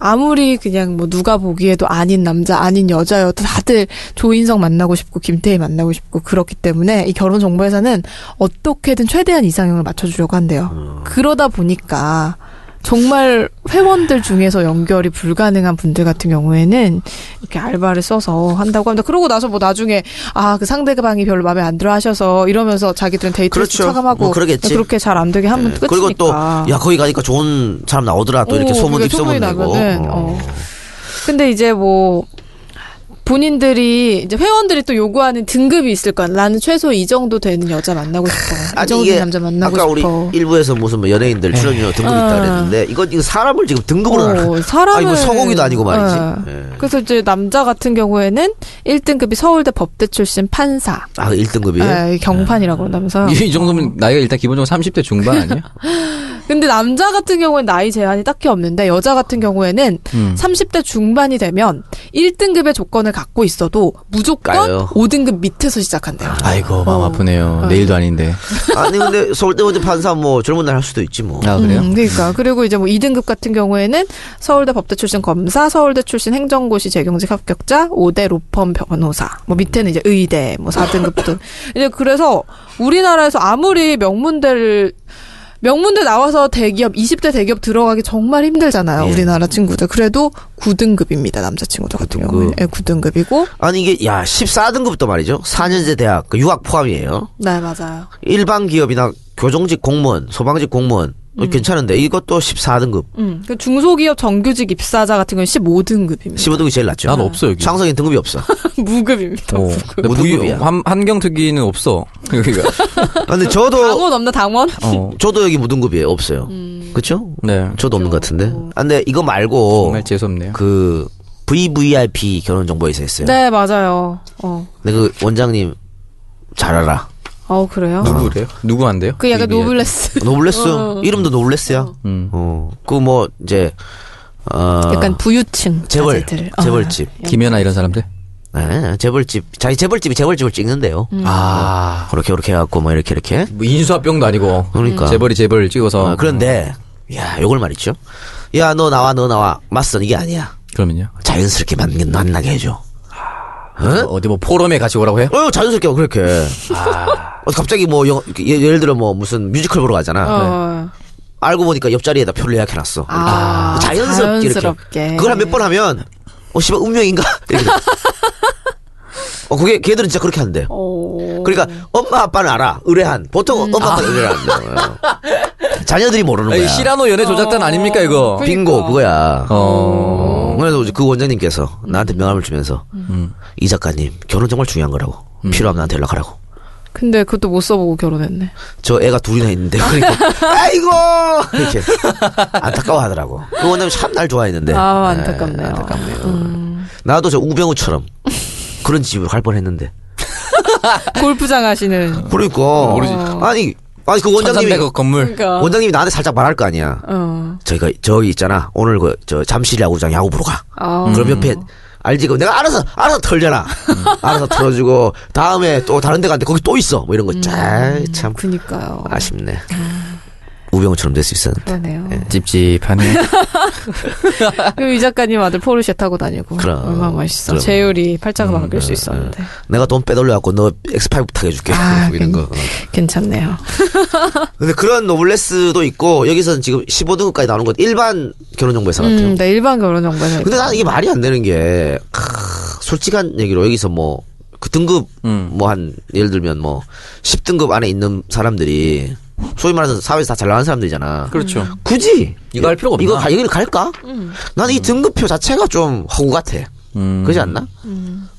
[SPEAKER 2] 아무리 그냥 뭐 누가 보기에도 아닌 남자 아닌 여자여도 다들 조인성 만나고 싶고 김태희 만나고 싶고 그렇기 때문에 이 결혼 정보회사는 어떻게든 최대한 이상형을 맞춰주려고 한대요.
[SPEAKER 3] 어.
[SPEAKER 2] 그러다 보니까 정말 회원들 중에서 연결이 불가능한 분들 같은 경우에는 이렇게 알바를 써서 한다고 합니다. 그러고 나서 뭐 나중에 아 그 상대방이 별로 마음에 안 들어 하셔서 이러면서 자기들은 데이트 를
[SPEAKER 3] 그렇죠.
[SPEAKER 2] 차감하고 네,
[SPEAKER 3] 뭐 그러겠지.
[SPEAKER 2] 그렇게 잘 안 되게 하면 끝이니까.
[SPEAKER 3] 네. 그리고 또 야 거기 가니까 좋은 사람 나오더라 또 이렇게
[SPEAKER 2] 오,
[SPEAKER 3] 소문
[SPEAKER 2] 그게
[SPEAKER 3] 입소문
[SPEAKER 2] 소문이
[SPEAKER 3] 내고
[SPEAKER 2] 나면은,
[SPEAKER 3] 어.
[SPEAKER 2] 어. 근데 이제 뭐 본인들이 이제 회원들이 또 요구하는 등급이 있을 거야. 나는 최소 이 정도 되는 여자 만나고 싶어. 이
[SPEAKER 3] 아니
[SPEAKER 2] 정도
[SPEAKER 3] 이게
[SPEAKER 2] 되는 남자 만나고
[SPEAKER 3] 아까
[SPEAKER 2] 싶어.
[SPEAKER 3] 우리 일부에서 무슨 뭐 연예인들 출연료 등급 있다
[SPEAKER 2] 아.
[SPEAKER 3] 그랬는데 이건 이거 사람을 지금 등급으로 나눠.
[SPEAKER 2] 어, 사람을
[SPEAKER 3] 아니 뭐 서공이도 아니고 말이지.
[SPEAKER 2] 예.
[SPEAKER 3] 예.
[SPEAKER 2] 그래서 이제 남자 같은 경우에는 1등급이 서울대 법대 출신 판사.
[SPEAKER 3] 아 1등급이에요?
[SPEAKER 2] 예, 경판이라고 그런다면서요.
[SPEAKER 4] 이, 이 정도면 나이가 일단 기본적으로 30대 중반 아니에요?
[SPEAKER 2] 근데 남자 같은 경우에는 나이 제한이 딱히 없는데 여자 같은 경우에는 30대 중반이 되면 1등급의 조건을 갖고 있어도 무조건
[SPEAKER 3] 가요.
[SPEAKER 2] 5등급 밑에서 시작한대요.
[SPEAKER 4] 아이고 마음 아프네요. 내일도 아닌데.
[SPEAKER 3] 아니 근데 서울대 어디 판사 뭐 젊은 날 할 수도 있지 뭐.
[SPEAKER 4] 아 그래요?
[SPEAKER 2] 음, 그러니까 그리고 이제 뭐 2등급 같은 경우에는 서울대 법대 출신 검사, 서울대 출신 행정고시 재경직 합격자, 5대 로펌 변호사. 뭐 밑에는 이제 의대, 뭐 4등급도. 이제 그래서 우리나라에서 아무리 명문대를 명문대 나와서 대기업 20대 대기업 들어가기 정말 힘들잖아요.
[SPEAKER 3] 예.
[SPEAKER 2] 우리나라 친구들. 그래도 9등급입니다. 남자 친구들 같은
[SPEAKER 3] 구등급.
[SPEAKER 2] 경우는. 예, 9등급이고.
[SPEAKER 3] 아니 이게 야 14등급도 말이죠. 4년제 대학 그 유학 포함이에요.
[SPEAKER 2] 네, 맞아요.
[SPEAKER 3] 일반 기업이나 교정직 공무원, 소방직 공무원 어, 괜찮은데 이것도 14등급,
[SPEAKER 2] 음. 그 중소기업 정규직 입사자 같은 경우는 15등급입니다.
[SPEAKER 3] 15등급이 제일 낮죠.
[SPEAKER 4] 난 없어 여기.
[SPEAKER 3] 창성이 등급이 없어.
[SPEAKER 2] 음. 무급입니다.
[SPEAKER 4] 어. 근데 부유-
[SPEAKER 3] 무등급이야.
[SPEAKER 4] 한, 한경특위는 없어. 여기가.
[SPEAKER 3] 아, 근데 저도
[SPEAKER 2] 당원 음. 없나 당원?
[SPEAKER 4] 어.
[SPEAKER 3] 저도 여기 무등급이에요. 없어요. 그쵸?
[SPEAKER 4] 네.
[SPEAKER 3] 저도 없는 것 같은데. 아, 근데 이거 말고
[SPEAKER 4] 정말 재수없네요.
[SPEAKER 3] 어. 그 VVIP 결혼 정보에서 했어요.
[SPEAKER 2] 네, 맞아요. 어.
[SPEAKER 3] 근데 그 원장님 잘 알아.
[SPEAKER 2] 어, 그래요?
[SPEAKER 3] 음.
[SPEAKER 4] 누구래요? 누구한데요?
[SPEAKER 2] 그 약간
[SPEAKER 4] 이 미안-
[SPEAKER 2] 노블레스.
[SPEAKER 3] 노블레스
[SPEAKER 2] 어.
[SPEAKER 3] 이름도 노블레스야.
[SPEAKER 4] 음.
[SPEAKER 3] 어. 그 뭐 이제 어
[SPEAKER 2] 약간 부유층.
[SPEAKER 3] 재벌
[SPEAKER 2] 자제들. 어.
[SPEAKER 3] 재벌집.
[SPEAKER 4] 김연아 이런 사람들?
[SPEAKER 3] 네, 재벌집 자기 재벌집이 재벌집을 찍는데요.
[SPEAKER 2] 음.
[SPEAKER 3] 아 그렇게 그렇게 해갖고 뭐 이렇게 이렇게.
[SPEAKER 4] 뭐 인수합병도 아니고.
[SPEAKER 3] 그러니까.
[SPEAKER 4] 재벌이 재벌 찍어서.
[SPEAKER 3] 아, 그런데 야 요걸 말이죠. 야 너 나와 너 나와 맞선 이게 아니야.
[SPEAKER 4] 그러면요?
[SPEAKER 3] 자연스럽게 만나게 만나게 해줘.
[SPEAKER 4] 어? 어디 뭐 포럼에 같이 오라고 해요?
[SPEAKER 3] 어 자연스럽게 그렇게. 어, 갑자기 뭐 영- 예, 예를 들어 뭐 무슨 뮤지컬 보러 가잖아. 네.
[SPEAKER 2] 어.
[SPEAKER 3] 알고 보니까 옆자리에다 표를 예약해놨어.
[SPEAKER 2] 아,
[SPEAKER 3] 자연스럽게, 이렇게.
[SPEAKER 2] 자연스럽게.
[SPEAKER 3] 그걸 한 몇 번 하면 어 씨발 운명인가? 이렇게 돼. 어 그게 걔들은 진짜 그렇게 한대. 그러니까 엄마 아빠는 알아. 의뢰한. 보통 엄마 아빠는 의뢰한. 자녀들이 모르는
[SPEAKER 4] 에이,
[SPEAKER 3] 거야. 그
[SPEAKER 4] 시라노 연애 조작단 아닙니까 이거?
[SPEAKER 3] 빙고 그거야.
[SPEAKER 4] 그러니까. 어.
[SPEAKER 3] 어, 그래서 이제 그 원장님께서 나한테 명함을 주면서
[SPEAKER 4] 음.
[SPEAKER 3] 이 작가님 결혼 정말 중요한 거라고 필요하면 나한테 연락하라고.
[SPEAKER 2] 근데 그것도 못 써보고 결혼했네.
[SPEAKER 3] 저 애가 둘이나 있는데 그러니까 아이고 이렇게 안타까워하더라고. 그 원장님 참 날 좋아했는데.
[SPEAKER 2] 아, 안타깝네요.
[SPEAKER 3] 네, 안타깝네요. 나도 저 우병우처럼 그런 집으로 갈 뻔했는데.
[SPEAKER 2] 골프장 하시는.
[SPEAKER 3] 그러니까
[SPEAKER 4] 모르지.
[SPEAKER 3] 아니 아니 그 원장님이
[SPEAKER 4] 1300억 건물.
[SPEAKER 2] 그러니까.
[SPEAKER 3] 원장님이 나한테 살짝 말할 거 아니야.
[SPEAKER 2] 어.
[SPEAKER 3] 저희가 저기 있잖아 오늘 그 저 잠실 야구장 야구 보러 가.
[SPEAKER 2] 아.
[SPEAKER 3] 그럼 옆에 알지? 그럼 내가 알아서 알아서 털잖아. 알아서 털어주고 다음에 또 다른 데 갔는데 거기 또 있어. 뭐 이런 거. 짤, 참
[SPEAKER 2] 그니까요.
[SPEAKER 3] 아쉽네. 우병우처럼 될 수 있었는데.
[SPEAKER 2] 그러네요.
[SPEAKER 4] 찝찝하네.
[SPEAKER 2] 그리고 이 작가님 아들 포르쉐 타고 다니고.
[SPEAKER 3] 그럼.
[SPEAKER 2] 얼마나 멋있어.
[SPEAKER 3] 그럼. 음, 네,
[SPEAKER 2] 제율이 팔짱을 바뀔 수 있었는데.
[SPEAKER 3] 내가 돈 빼돌려갖고 너 X5 타게 해줄게.
[SPEAKER 2] 아,
[SPEAKER 3] 이런 거.
[SPEAKER 2] 괜찮네요.
[SPEAKER 3] 근데 그런 노블레스도 있고 여기서는 지금 15등급까지 나오는 건 일반 결혼정보회사 같아요.
[SPEAKER 2] 음, 네, 일반 결혼 정보는.
[SPEAKER 3] 근데 나는 이게 말이 안 되는 게 크, 솔직한 얘기로 여기서 뭐 그 등급
[SPEAKER 4] 음.
[SPEAKER 3] 뭐 한 예를 들면 뭐 10등급 안에 있는 사람들이 소위 말해서 사회에서 다 잘 나가는 사람들이잖아.
[SPEAKER 4] 그렇죠.
[SPEAKER 3] 굳이
[SPEAKER 4] 이거 할 필요가 없나?
[SPEAKER 3] 이거 가, 여기를 갈까? 난 이 등급표 자체가 좀 허구 같아.
[SPEAKER 4] 음.
[SPEAKER 3] 그렇지 않나?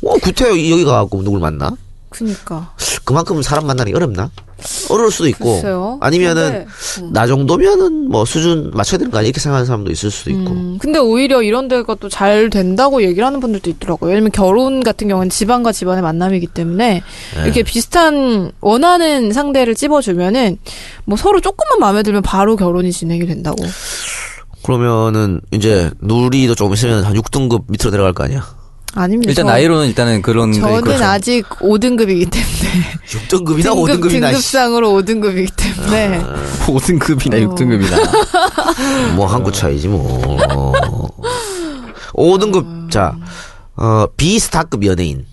[SPEAKER 3] 어 구태여 여기 가갖고 누굴 만나?
[SPEAKER 2] 그니까.
[SPEAKER 3] 그만큼 사람 만나는 게 어렵나? 어려울 수도 있고
[SPEAKER 2] 글쎄요.
[SPEAKER 3] 뭐, 아니면은 나 정도면은 뭐 수준 맞춰야 되는 거 아니야 이렇게 생각하는 사람도 있을 수도 있고
[SPEAKER 2] 음, 근데 오히려 이런 데가 또 잘 된다고 얘기를 하는 분들도 있더라고요. 왜냐면 결혼 같은 경우는 집안과 집안의 만남이기 때문에 이렇게 비슷한 원하는 상대를 찝어주면은 뭐 서로 조금만 마음에 들면 바로 결혼이 진행이 된다고.
[SPEAKER 3] 그러면은 이제 누리도 조금 있으면 한 6등급 밑으로 내려갈 거 아니야
[SPEAKER 2] 아닙니다.
[SPEAKER 4] 일단 나이로는 일단은 그런 게
[SPEAKER 2] 저는
[SPEAKER 4] 그렇죠.
[SPEAKER 2] 아직 5등급이기 때문에
[SPEAKER 3] 6등급이나
[SPEAKER 2] 등급,
[SPEAKER 3] 5등급이나
[SPEAKER 2] 등급상으로 5등급이기 때문에 어.
[SPEAKER 4] 5등급이나 6등급이나.
[SPEAKER 3] 뭐 한 구 차이지 뭐 5등급 자 어, 비스타급 연예인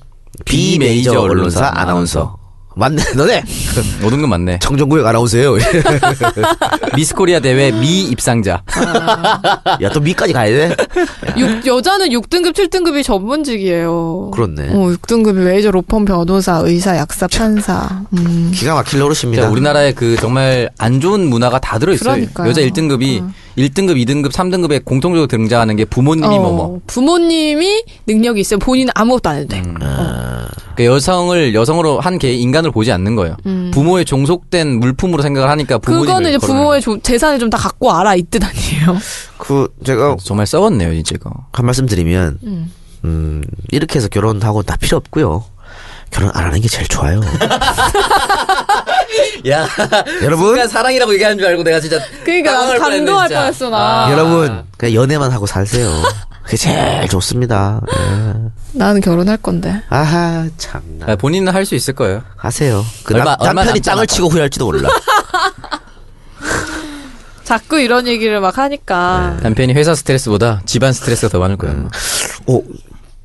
[SPEAKER 4] B 메이저
[SPEAKER 3] 비메이저
[SPEAKER 4] 언론사,
[SPEAKER 3] 언론사 아나운서 맞네 너네
[SPEAKER 4] 5등급 맞네.
[SPEAKER 3] 정전구역 아나운서예요
[SPEAKER 4] 미스코리아 대회 미 입상자.
[SPEAKER 3] 야 또 미까지 가야 돼
[SPEAKER 2] 육- 여자는 6등급, 7등급이 전문직이에요.
[SPEAKER 3] 그렇네
[SPEAKER 2] 어, 6등급이 메이저 로펌 변호사, 의사, 약사, 판사. 음.
[SPEAKER 3] 기가 막힐 노릇입니다
[SPEAKER 4] 그러니까 우리나라의 그 정말 안 좋은 문화가 다 들어있어요.
[SPEAKER 2] 그러니까요. 어.
[SPEAKER 4] 여자 1등급이 1등급, 2등급, 3등급에 공통적으로 등장하는 게 부모님이
[SPEAKER 2] 어,
[SPEAKER 4] 뭐뭐.
[SPEAKER 2] 부모님이 능력이 있어요. 본인은 아무것도 안 해도 돼.
[SPEAKER 4] 그 여성을 여성으로 한 개 인간을 보지 않는 거예요. 부모의 종속된 물품으로 생각을 하니까 부모님을
[SPEAKER 2] 음. 그거는 이제
[SPEAKER 4] 거론하는
[SPEAKER 2] 부모의 조- 재산을 좀 다 갖고 알아 이 뜻 아니에요.
[SPEAKER 3] 그 제가
[SPEAKER 4] 거예요. 정말 썩었네요, 진짜 이거.
[SPEAKER 3] 한 말씀 드리면 음. 이렇게 해서 결혼하고 다 필요 없고요. 결혼 안 하는 게 제일 좋아요.
[SPEAKER 4] 야,
[SPEAKER 3] 여러분,
[SPEAKER 4] 사랑이라고 얘기하는 줄 알고 내가 진짜
[SPEAKER 2] 그러니까 나도 감동할 뻔했어 나.
[SPEAKER 3] 아. 여러분 그냥 연애만 하고 살세요. 그게 제일 좋습니다. 예.
[SPEAKER 2] 나는 결혼할 건데.
[SPEAKER 3] 아하 참나
[SPEAKER 4] 본인은 할 수 있을 거예요.
[SPEAKER 3] 하세요. 그
[SPEAKER 4] 얼마-
[SPEAKER 3] 남,
[SPEAKER 4] 얼마
[SPEAKER 3] 남편이
[SPEAKER 4] 남지
[SPEAKER 3] 땅을
[SPEAKER 4] 않았다.
[SPEAKER 3] 치고 후회할지도 몰라.
[SPEAKER 2] 자꾸 이런 얘기를 막 하니까
[SPEAKER 4] 남편이 회사 스트레스보다 집안 스트레스가 더 많을 거예요.
[SPEAKER 3] 오 어,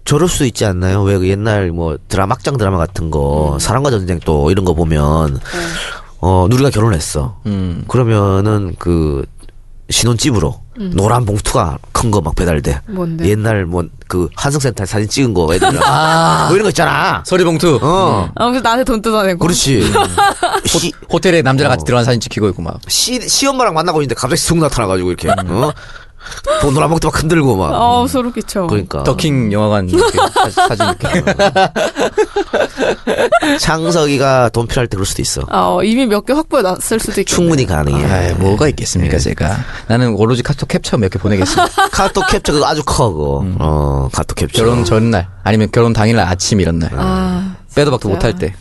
[SPEAKER 3] 저럴 수도 있지 않나요? 왜 그 옛날 뭐 드라마 막장 드라마 같은 거
[SPEAKER 4] 음.
[SPEAKER 3] 사랑과 전쟁 또 이런 거 보면 어 누리가 결혼했어.
[SPEAKER 4] 네. 음.
[SPEAKER 3] 그러면은 그 신혼집으로
[SPEAKER 4] 음.
[SPEAKER 3] 노란 봉투가 큰 거 막 배달돼.
[SPEAKER 2] 뭔데?
[SPEAKER 3] 네. 옛날 뭐 그 한성센터 사진 찍은 거 애들
[SPEAKER 4] 아.
[SPEAKER 3] 뭐 이런 거 있잖아.
[SPEAKER 4] 서류 봉투.
[SPEAKER 3] 어.
[SPEAKER 2] 아, 그래서 나한테 돈 뜯어내고.
[SPEAKER 3] 그렇지. 음. 시,
[SPEAKER 4] 어. 호텔에 남자랑 같이 들어간 사진 찍히고 있고 막. 음.
[SPEAKER 3] 시, 시엄마랑 만나고 있는데 갑자기 쑥 나타나가지고 이렇게. 어? 돈 놀아먹고 막 흔들고 막.
[SPEAKER 2] 어, 소름 끼쳐.
[SPEAKER 3] 그러니까.
[SPEAKER 4] 더킹 영화관 이렇게 사- 사진 이렇게.
[SPEAKER 3] 창석이가 돈 필요할 때 그럴 수도 있어.
[SPEAKER 2] 아, 어, 이미 몇 개 확보해 놨을 수도 있고.
[SPEAKER 3] 충분히 가능해.
[SPEAKER 8] 아, 뭐가 있겠습니까,
[SPEAKER 3] 예.
[SPEAKER 8] 제가.
[SPEAKER 4] 나는 오로지 카톡 캡처 몇 개 보내겠습니다.
[SPEAKER 3] 카톡 캡처 그거 아주 커 그거. 어 카톡 캡처.
[SPEAKER 4] 결혼 전날 아니면 결혼 당일날 아침 이런 날
[SPEAKER 2] 아,
[SPEAKER 4] 빼도 박도 못할 때.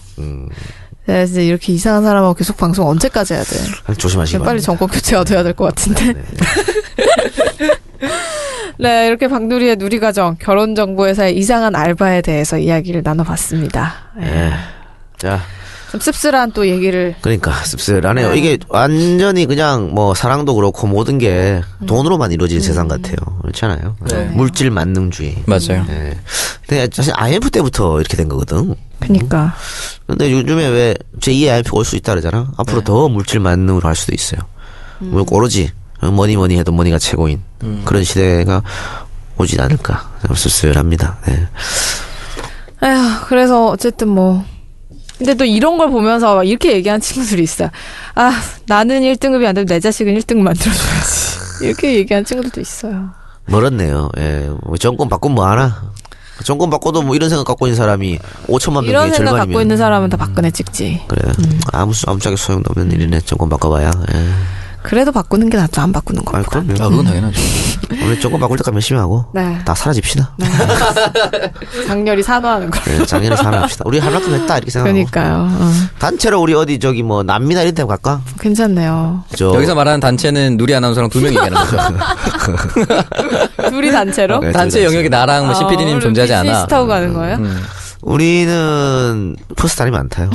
[SPEAKER 2] 네, 이제 이렇게 이상한 사람하고 계속 방송 언제까지 해야 돼?
[SPEAKER 3] 조심하시기
[SPEAKER 2] 빨리
[SPEAKER 3] 바랍니다.
[SPEAKER 2] 정권 교체가 돼야 될 것 같은데.
[SPEAKER 9] 네, 이렇게 박누리의 누리과정 결혼정보회사의 이상한 알바에 대해서 이야기를 나눠봤습니다.
[SPEAKER 3] 예. 자
[SPEAKER 2] 네. 좀 씁쓸한 또 얘기를
[SPEAKER 3] 그러니까 씁쓸하네요. 이게 완전히 그냥 뭐 사랑도 그렇고 모든 게 돈으로만 이루어진 세상 같아요. 그렇잖아요. 예. 물질 만능주의.
[SPEAKER 4] 맞아요.
[SPEAKER 3] 예. 근데 사실 IMF 때부터 이렇게 된 거거든. 그러니까.
[SPEAKER 2] 그니까
[SPEAKER 3] 근데 요즘에 왜 제2의 IMF가 올 수 있다 그러잖아.
[SPEAKER 2] 네.
[SPEAKER 3] 앞으로 더 물질 만능으로 할 수도 있어요.
[SPEAKER 2] 음.
[SPEAKER 3] 뭐 오로지 뭐니 뭐니 해도 뭐니가 최고인 그런 시대가 오진 않을까 좀 씁쓸합니다. 네.
[SPEAKER 2] 에휴 그래서 어쨌든 뭐 근데 또 이런 걸 보면서 막 이렇게 얘기하는 친구들이 있어 아 나는 1등급이 안 되면 내 자식은 1등 만들어줘야지 이렇게 얘기하는 친구들도 있어요
[SPEAKER 3] 멀었네요. 예. 뭐 정권 바꾼 뭐 하나? 정권 바꿔도 뭐 이런 생각 갖고 있는 사람이 5천만 명
[SPEAKER 2] 이런
[SPEAKER 3] 중에
[SPEAKER 2] 생각 갖고
[SPEAKER 3] 아, 네, 절반이면
[SPEAKER 2] 있는 음. 사람은 다 박근혜 찍지
[SPEAKER 3] 그래 아무 수- 아무짝에 소용도
[SPEAKER 2] 음.
[SPEAKER 3] 없는 일이네. 정권 바꿔봐야. 예.
[SPEAKER 2] 그래도 바꾸는 게 낫죠 안 바꾸는 거
[SPEAKER 3] 아 그럼요.
[SPEAKER 4] 아 그건 당연하죠.
[SPEAKER 3] 우리 정권 바꿀 때까지 열심히 하고
[SPEAKER 2] 네.
[SPEAKER 3] 다 사라집시다.
[SPEAKER 2] 장렬히 산화하는
[SPEAKER 4] 어.
[SPEAKER 2] 거
[SPEAKER 3] 예, 작년에 사라집시다. 우리 할 만큼 했다 이렇게 생각하고.
[SPEAKER 2] 그러니까요 어,
[SPEAKER 3] 단체로 우리 어디 저기 뭐 남미나 이런 데 갈까?
[SPEAKER 2] 괜찮네요
[SPEAKER 3] 저
[SPEAKER 4] 여기서 말하는 단체는 누리 아나운서랑 두 명이 얘기하는 거죠.
[SPEAKER 2] 둘이 단체로
[SPEAKER 3] 네,
[SPEAKER 4] 단체 영역에
[SPEAKER 2] 아,
[SPEAKER 4] 나랑 뭐 CPD님 존재하지 않아. 음.
[SPEAKER 2] 비슷하고 가는 거예요
[SPEAKER 3] 우리는 포스타이 많다요.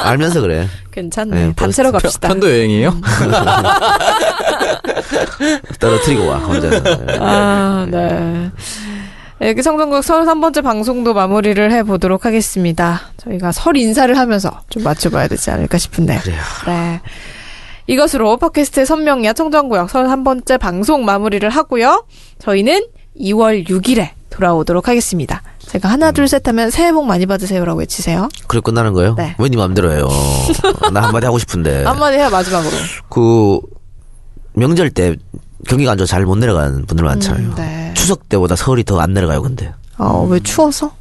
[SPEAKER 3] 알면서 그래.
[SPEAKER 2] 괜찮네
[SPEAKER 3] 네,
[SPEAKER 2] 단체로
[SPEAKER 4] 편-
[SPEAKER 2] 갑시다
[SPEAKER 4] 편도 여행이에요?
[SPEAKER 3] 떨어뜨리고 와 혼자서.
[SPEAKER 2] 아, 네. 여기 성동국 33번째 방송도 마무리를 해보도록 하겠습니다. 저희가 설 인사를 하면서 좀 맞춰봐야 되지 않을까 싶은데.
[SPEAKER 3] 그래요.
[SPEAKER 2] 네. 이것으로 팟캐스트의 선명야 청정구역 33번째 방송 마무리를 하고요. 저희는 2월 6일에 돌아오도록 하겠습니다. 제가 하나, 둘, 셋 하면 새해 복 많이 받으세요라고 외치세요.
[SPEAKER 3] 그래 끝나는 거예요?
[SPEAKER 2] 네.
[SPEAKER 3] 왜 니 맘대로 해요? 나 한마디 하고 싶은데.
[SPEAKER 2] 한마디 해요, 마지막으로.
[SPEAKER 3] 그 명절 때 경기가 안 좋아 잘 못 내려가는 분들 많잖아요.
[SPEAKER 2] 음, 네.
[SPEAKER 3] 추석 때보다 서울이 더 안 내려가요, 근데.
[SPEAKER 2] 어, 왜 추워서?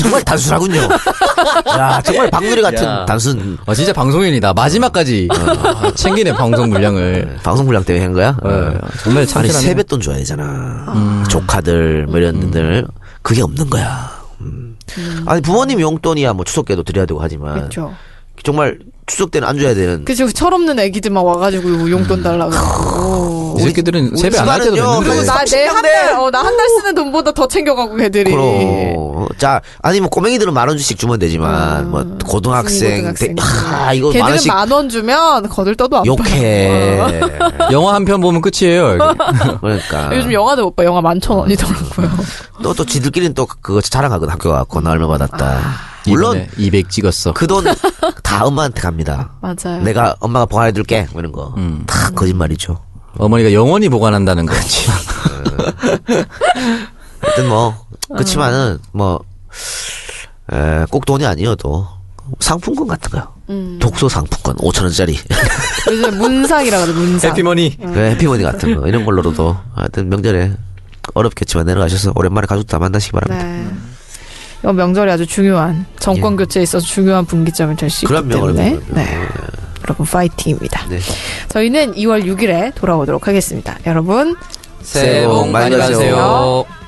[SPEAKER 3] 정말 단순하군요. 야, 정말 박누리 같은
[SPEAKER 4] 야.
[SPEAKER 3] 단순
[SPEAKER 4] 아 진짜 방송인이다. 마지막까지 아, 챙기네 방송 물량을.
[SPEAKER 3] 방송 분량 때문에 한 거야?
[SPEAKER 4] 어, 정말 참.
[SPEAKER 3] 아니 세뱃돈 줘야 되잖아. 음. 조카들 뭐 이런 애들 그게 없는 거야. 음. 아니 부모님 용돈이야 뭐 추석 때도 드려야 되고 하지만
[SPEAKER 2] 그렇죠.
[SPEAKER 3] 정말 추석 때는 안 줘야 되는.
[SPEAKER 2] 그죠. 철없는 애기들 막 와가지고
[SPEAKER 3] 음.
[SPEAKER 2] 용돈 달라고. 그러고.
[SPEAKER 4] 이 새끼들은
[SPEAKER 3] 우리
[SPEAKER 4] 세배 안 할 때도
[SPEAKER 3] 집안은요,
[SPEAKER 4] 됐는데.
[SPEAKER 3] 그래서
[SPEAKER 2] 어, 나내 한 달, 어, 나 한 달 쓰는 돈보다 더 챙겨가고 걔들이.
[SPEAKER 3] 그럼 어. 자 아니 뭐 꼬맹이들은 만 원씩 주면 되지만 뭐 고등학생 대,
[SPEAKER 2] 고등학생.
[SPEAKER 3] 아 이거 만
[SPEAKER 2] 걔들은
[SPEAKER 3] 원씩
[SPEAKER 2] 만 원 주면 거들떠도 안
[SPEAKER 3] 욕해
[SPEAKER 4] 영화 한 편 보면 끝이에요. 이거.
[SPEAKER 3] 그러니까
[SPEAKER 2] 봐. 요즘 영화도 못 봐. 영화 만천 원이더라고요.
[SPEAKER 3] 또 또 지들끼리는 또 그거 자랑하거든 학교 가고 나 얼마 받았다 물론
[SPEAKER 4] 이번에 200 찍었어.
[SPEAKER 3] 그 돈 다 엄마한테 갑니다
[SPEAKER 2] 맞아요.
[SPEAKER 3] 내가 엄마가 보관해둘게 뭐 이런 거 다
[SPEAKER 4] 음.
[SPEAKER 3] 거짓말이죠
[SPEAKER 4] 어머니가 영원히 보관한다는 거.
[SPEAKER 3] 하여튼 뭐 그렇지만은 뭐 꼭 돈이 아니어도 상품권 같은 거요 독서 상품권 5천 원짜리
[SPEAKER 2] 요즘 문상이라 그래, 문상.
[SPEAKER 4] 해피머니.
[SPEAKER 3] 그 해피머니 같은 거 이런 걸로도 하여튼 명절에 어렵겠지만 내려가셔서 오랜만에 가족 다 만나시기 바랍니다.
[SPEAKER 2] 네. 이건 명절이 아주 중요한, 정권 교체에 있어서 중요한 분기점이 될 수 있기
[SPEAKER 3] 예. 그럼요,
[SPEAKER 2] 때문에.
[SPEAKER 3] 그럼요, 그럼요.
[SPEAKER 2] 네. 여러분, 파이팅입니다.
[SPEAKER 3] 네.
[SPEAKER 2] 저희는 2월 6일에 돌아오도록 하겠습니다. 여러분,
[SPEAKER 4] 새해 복 많이 받으세요.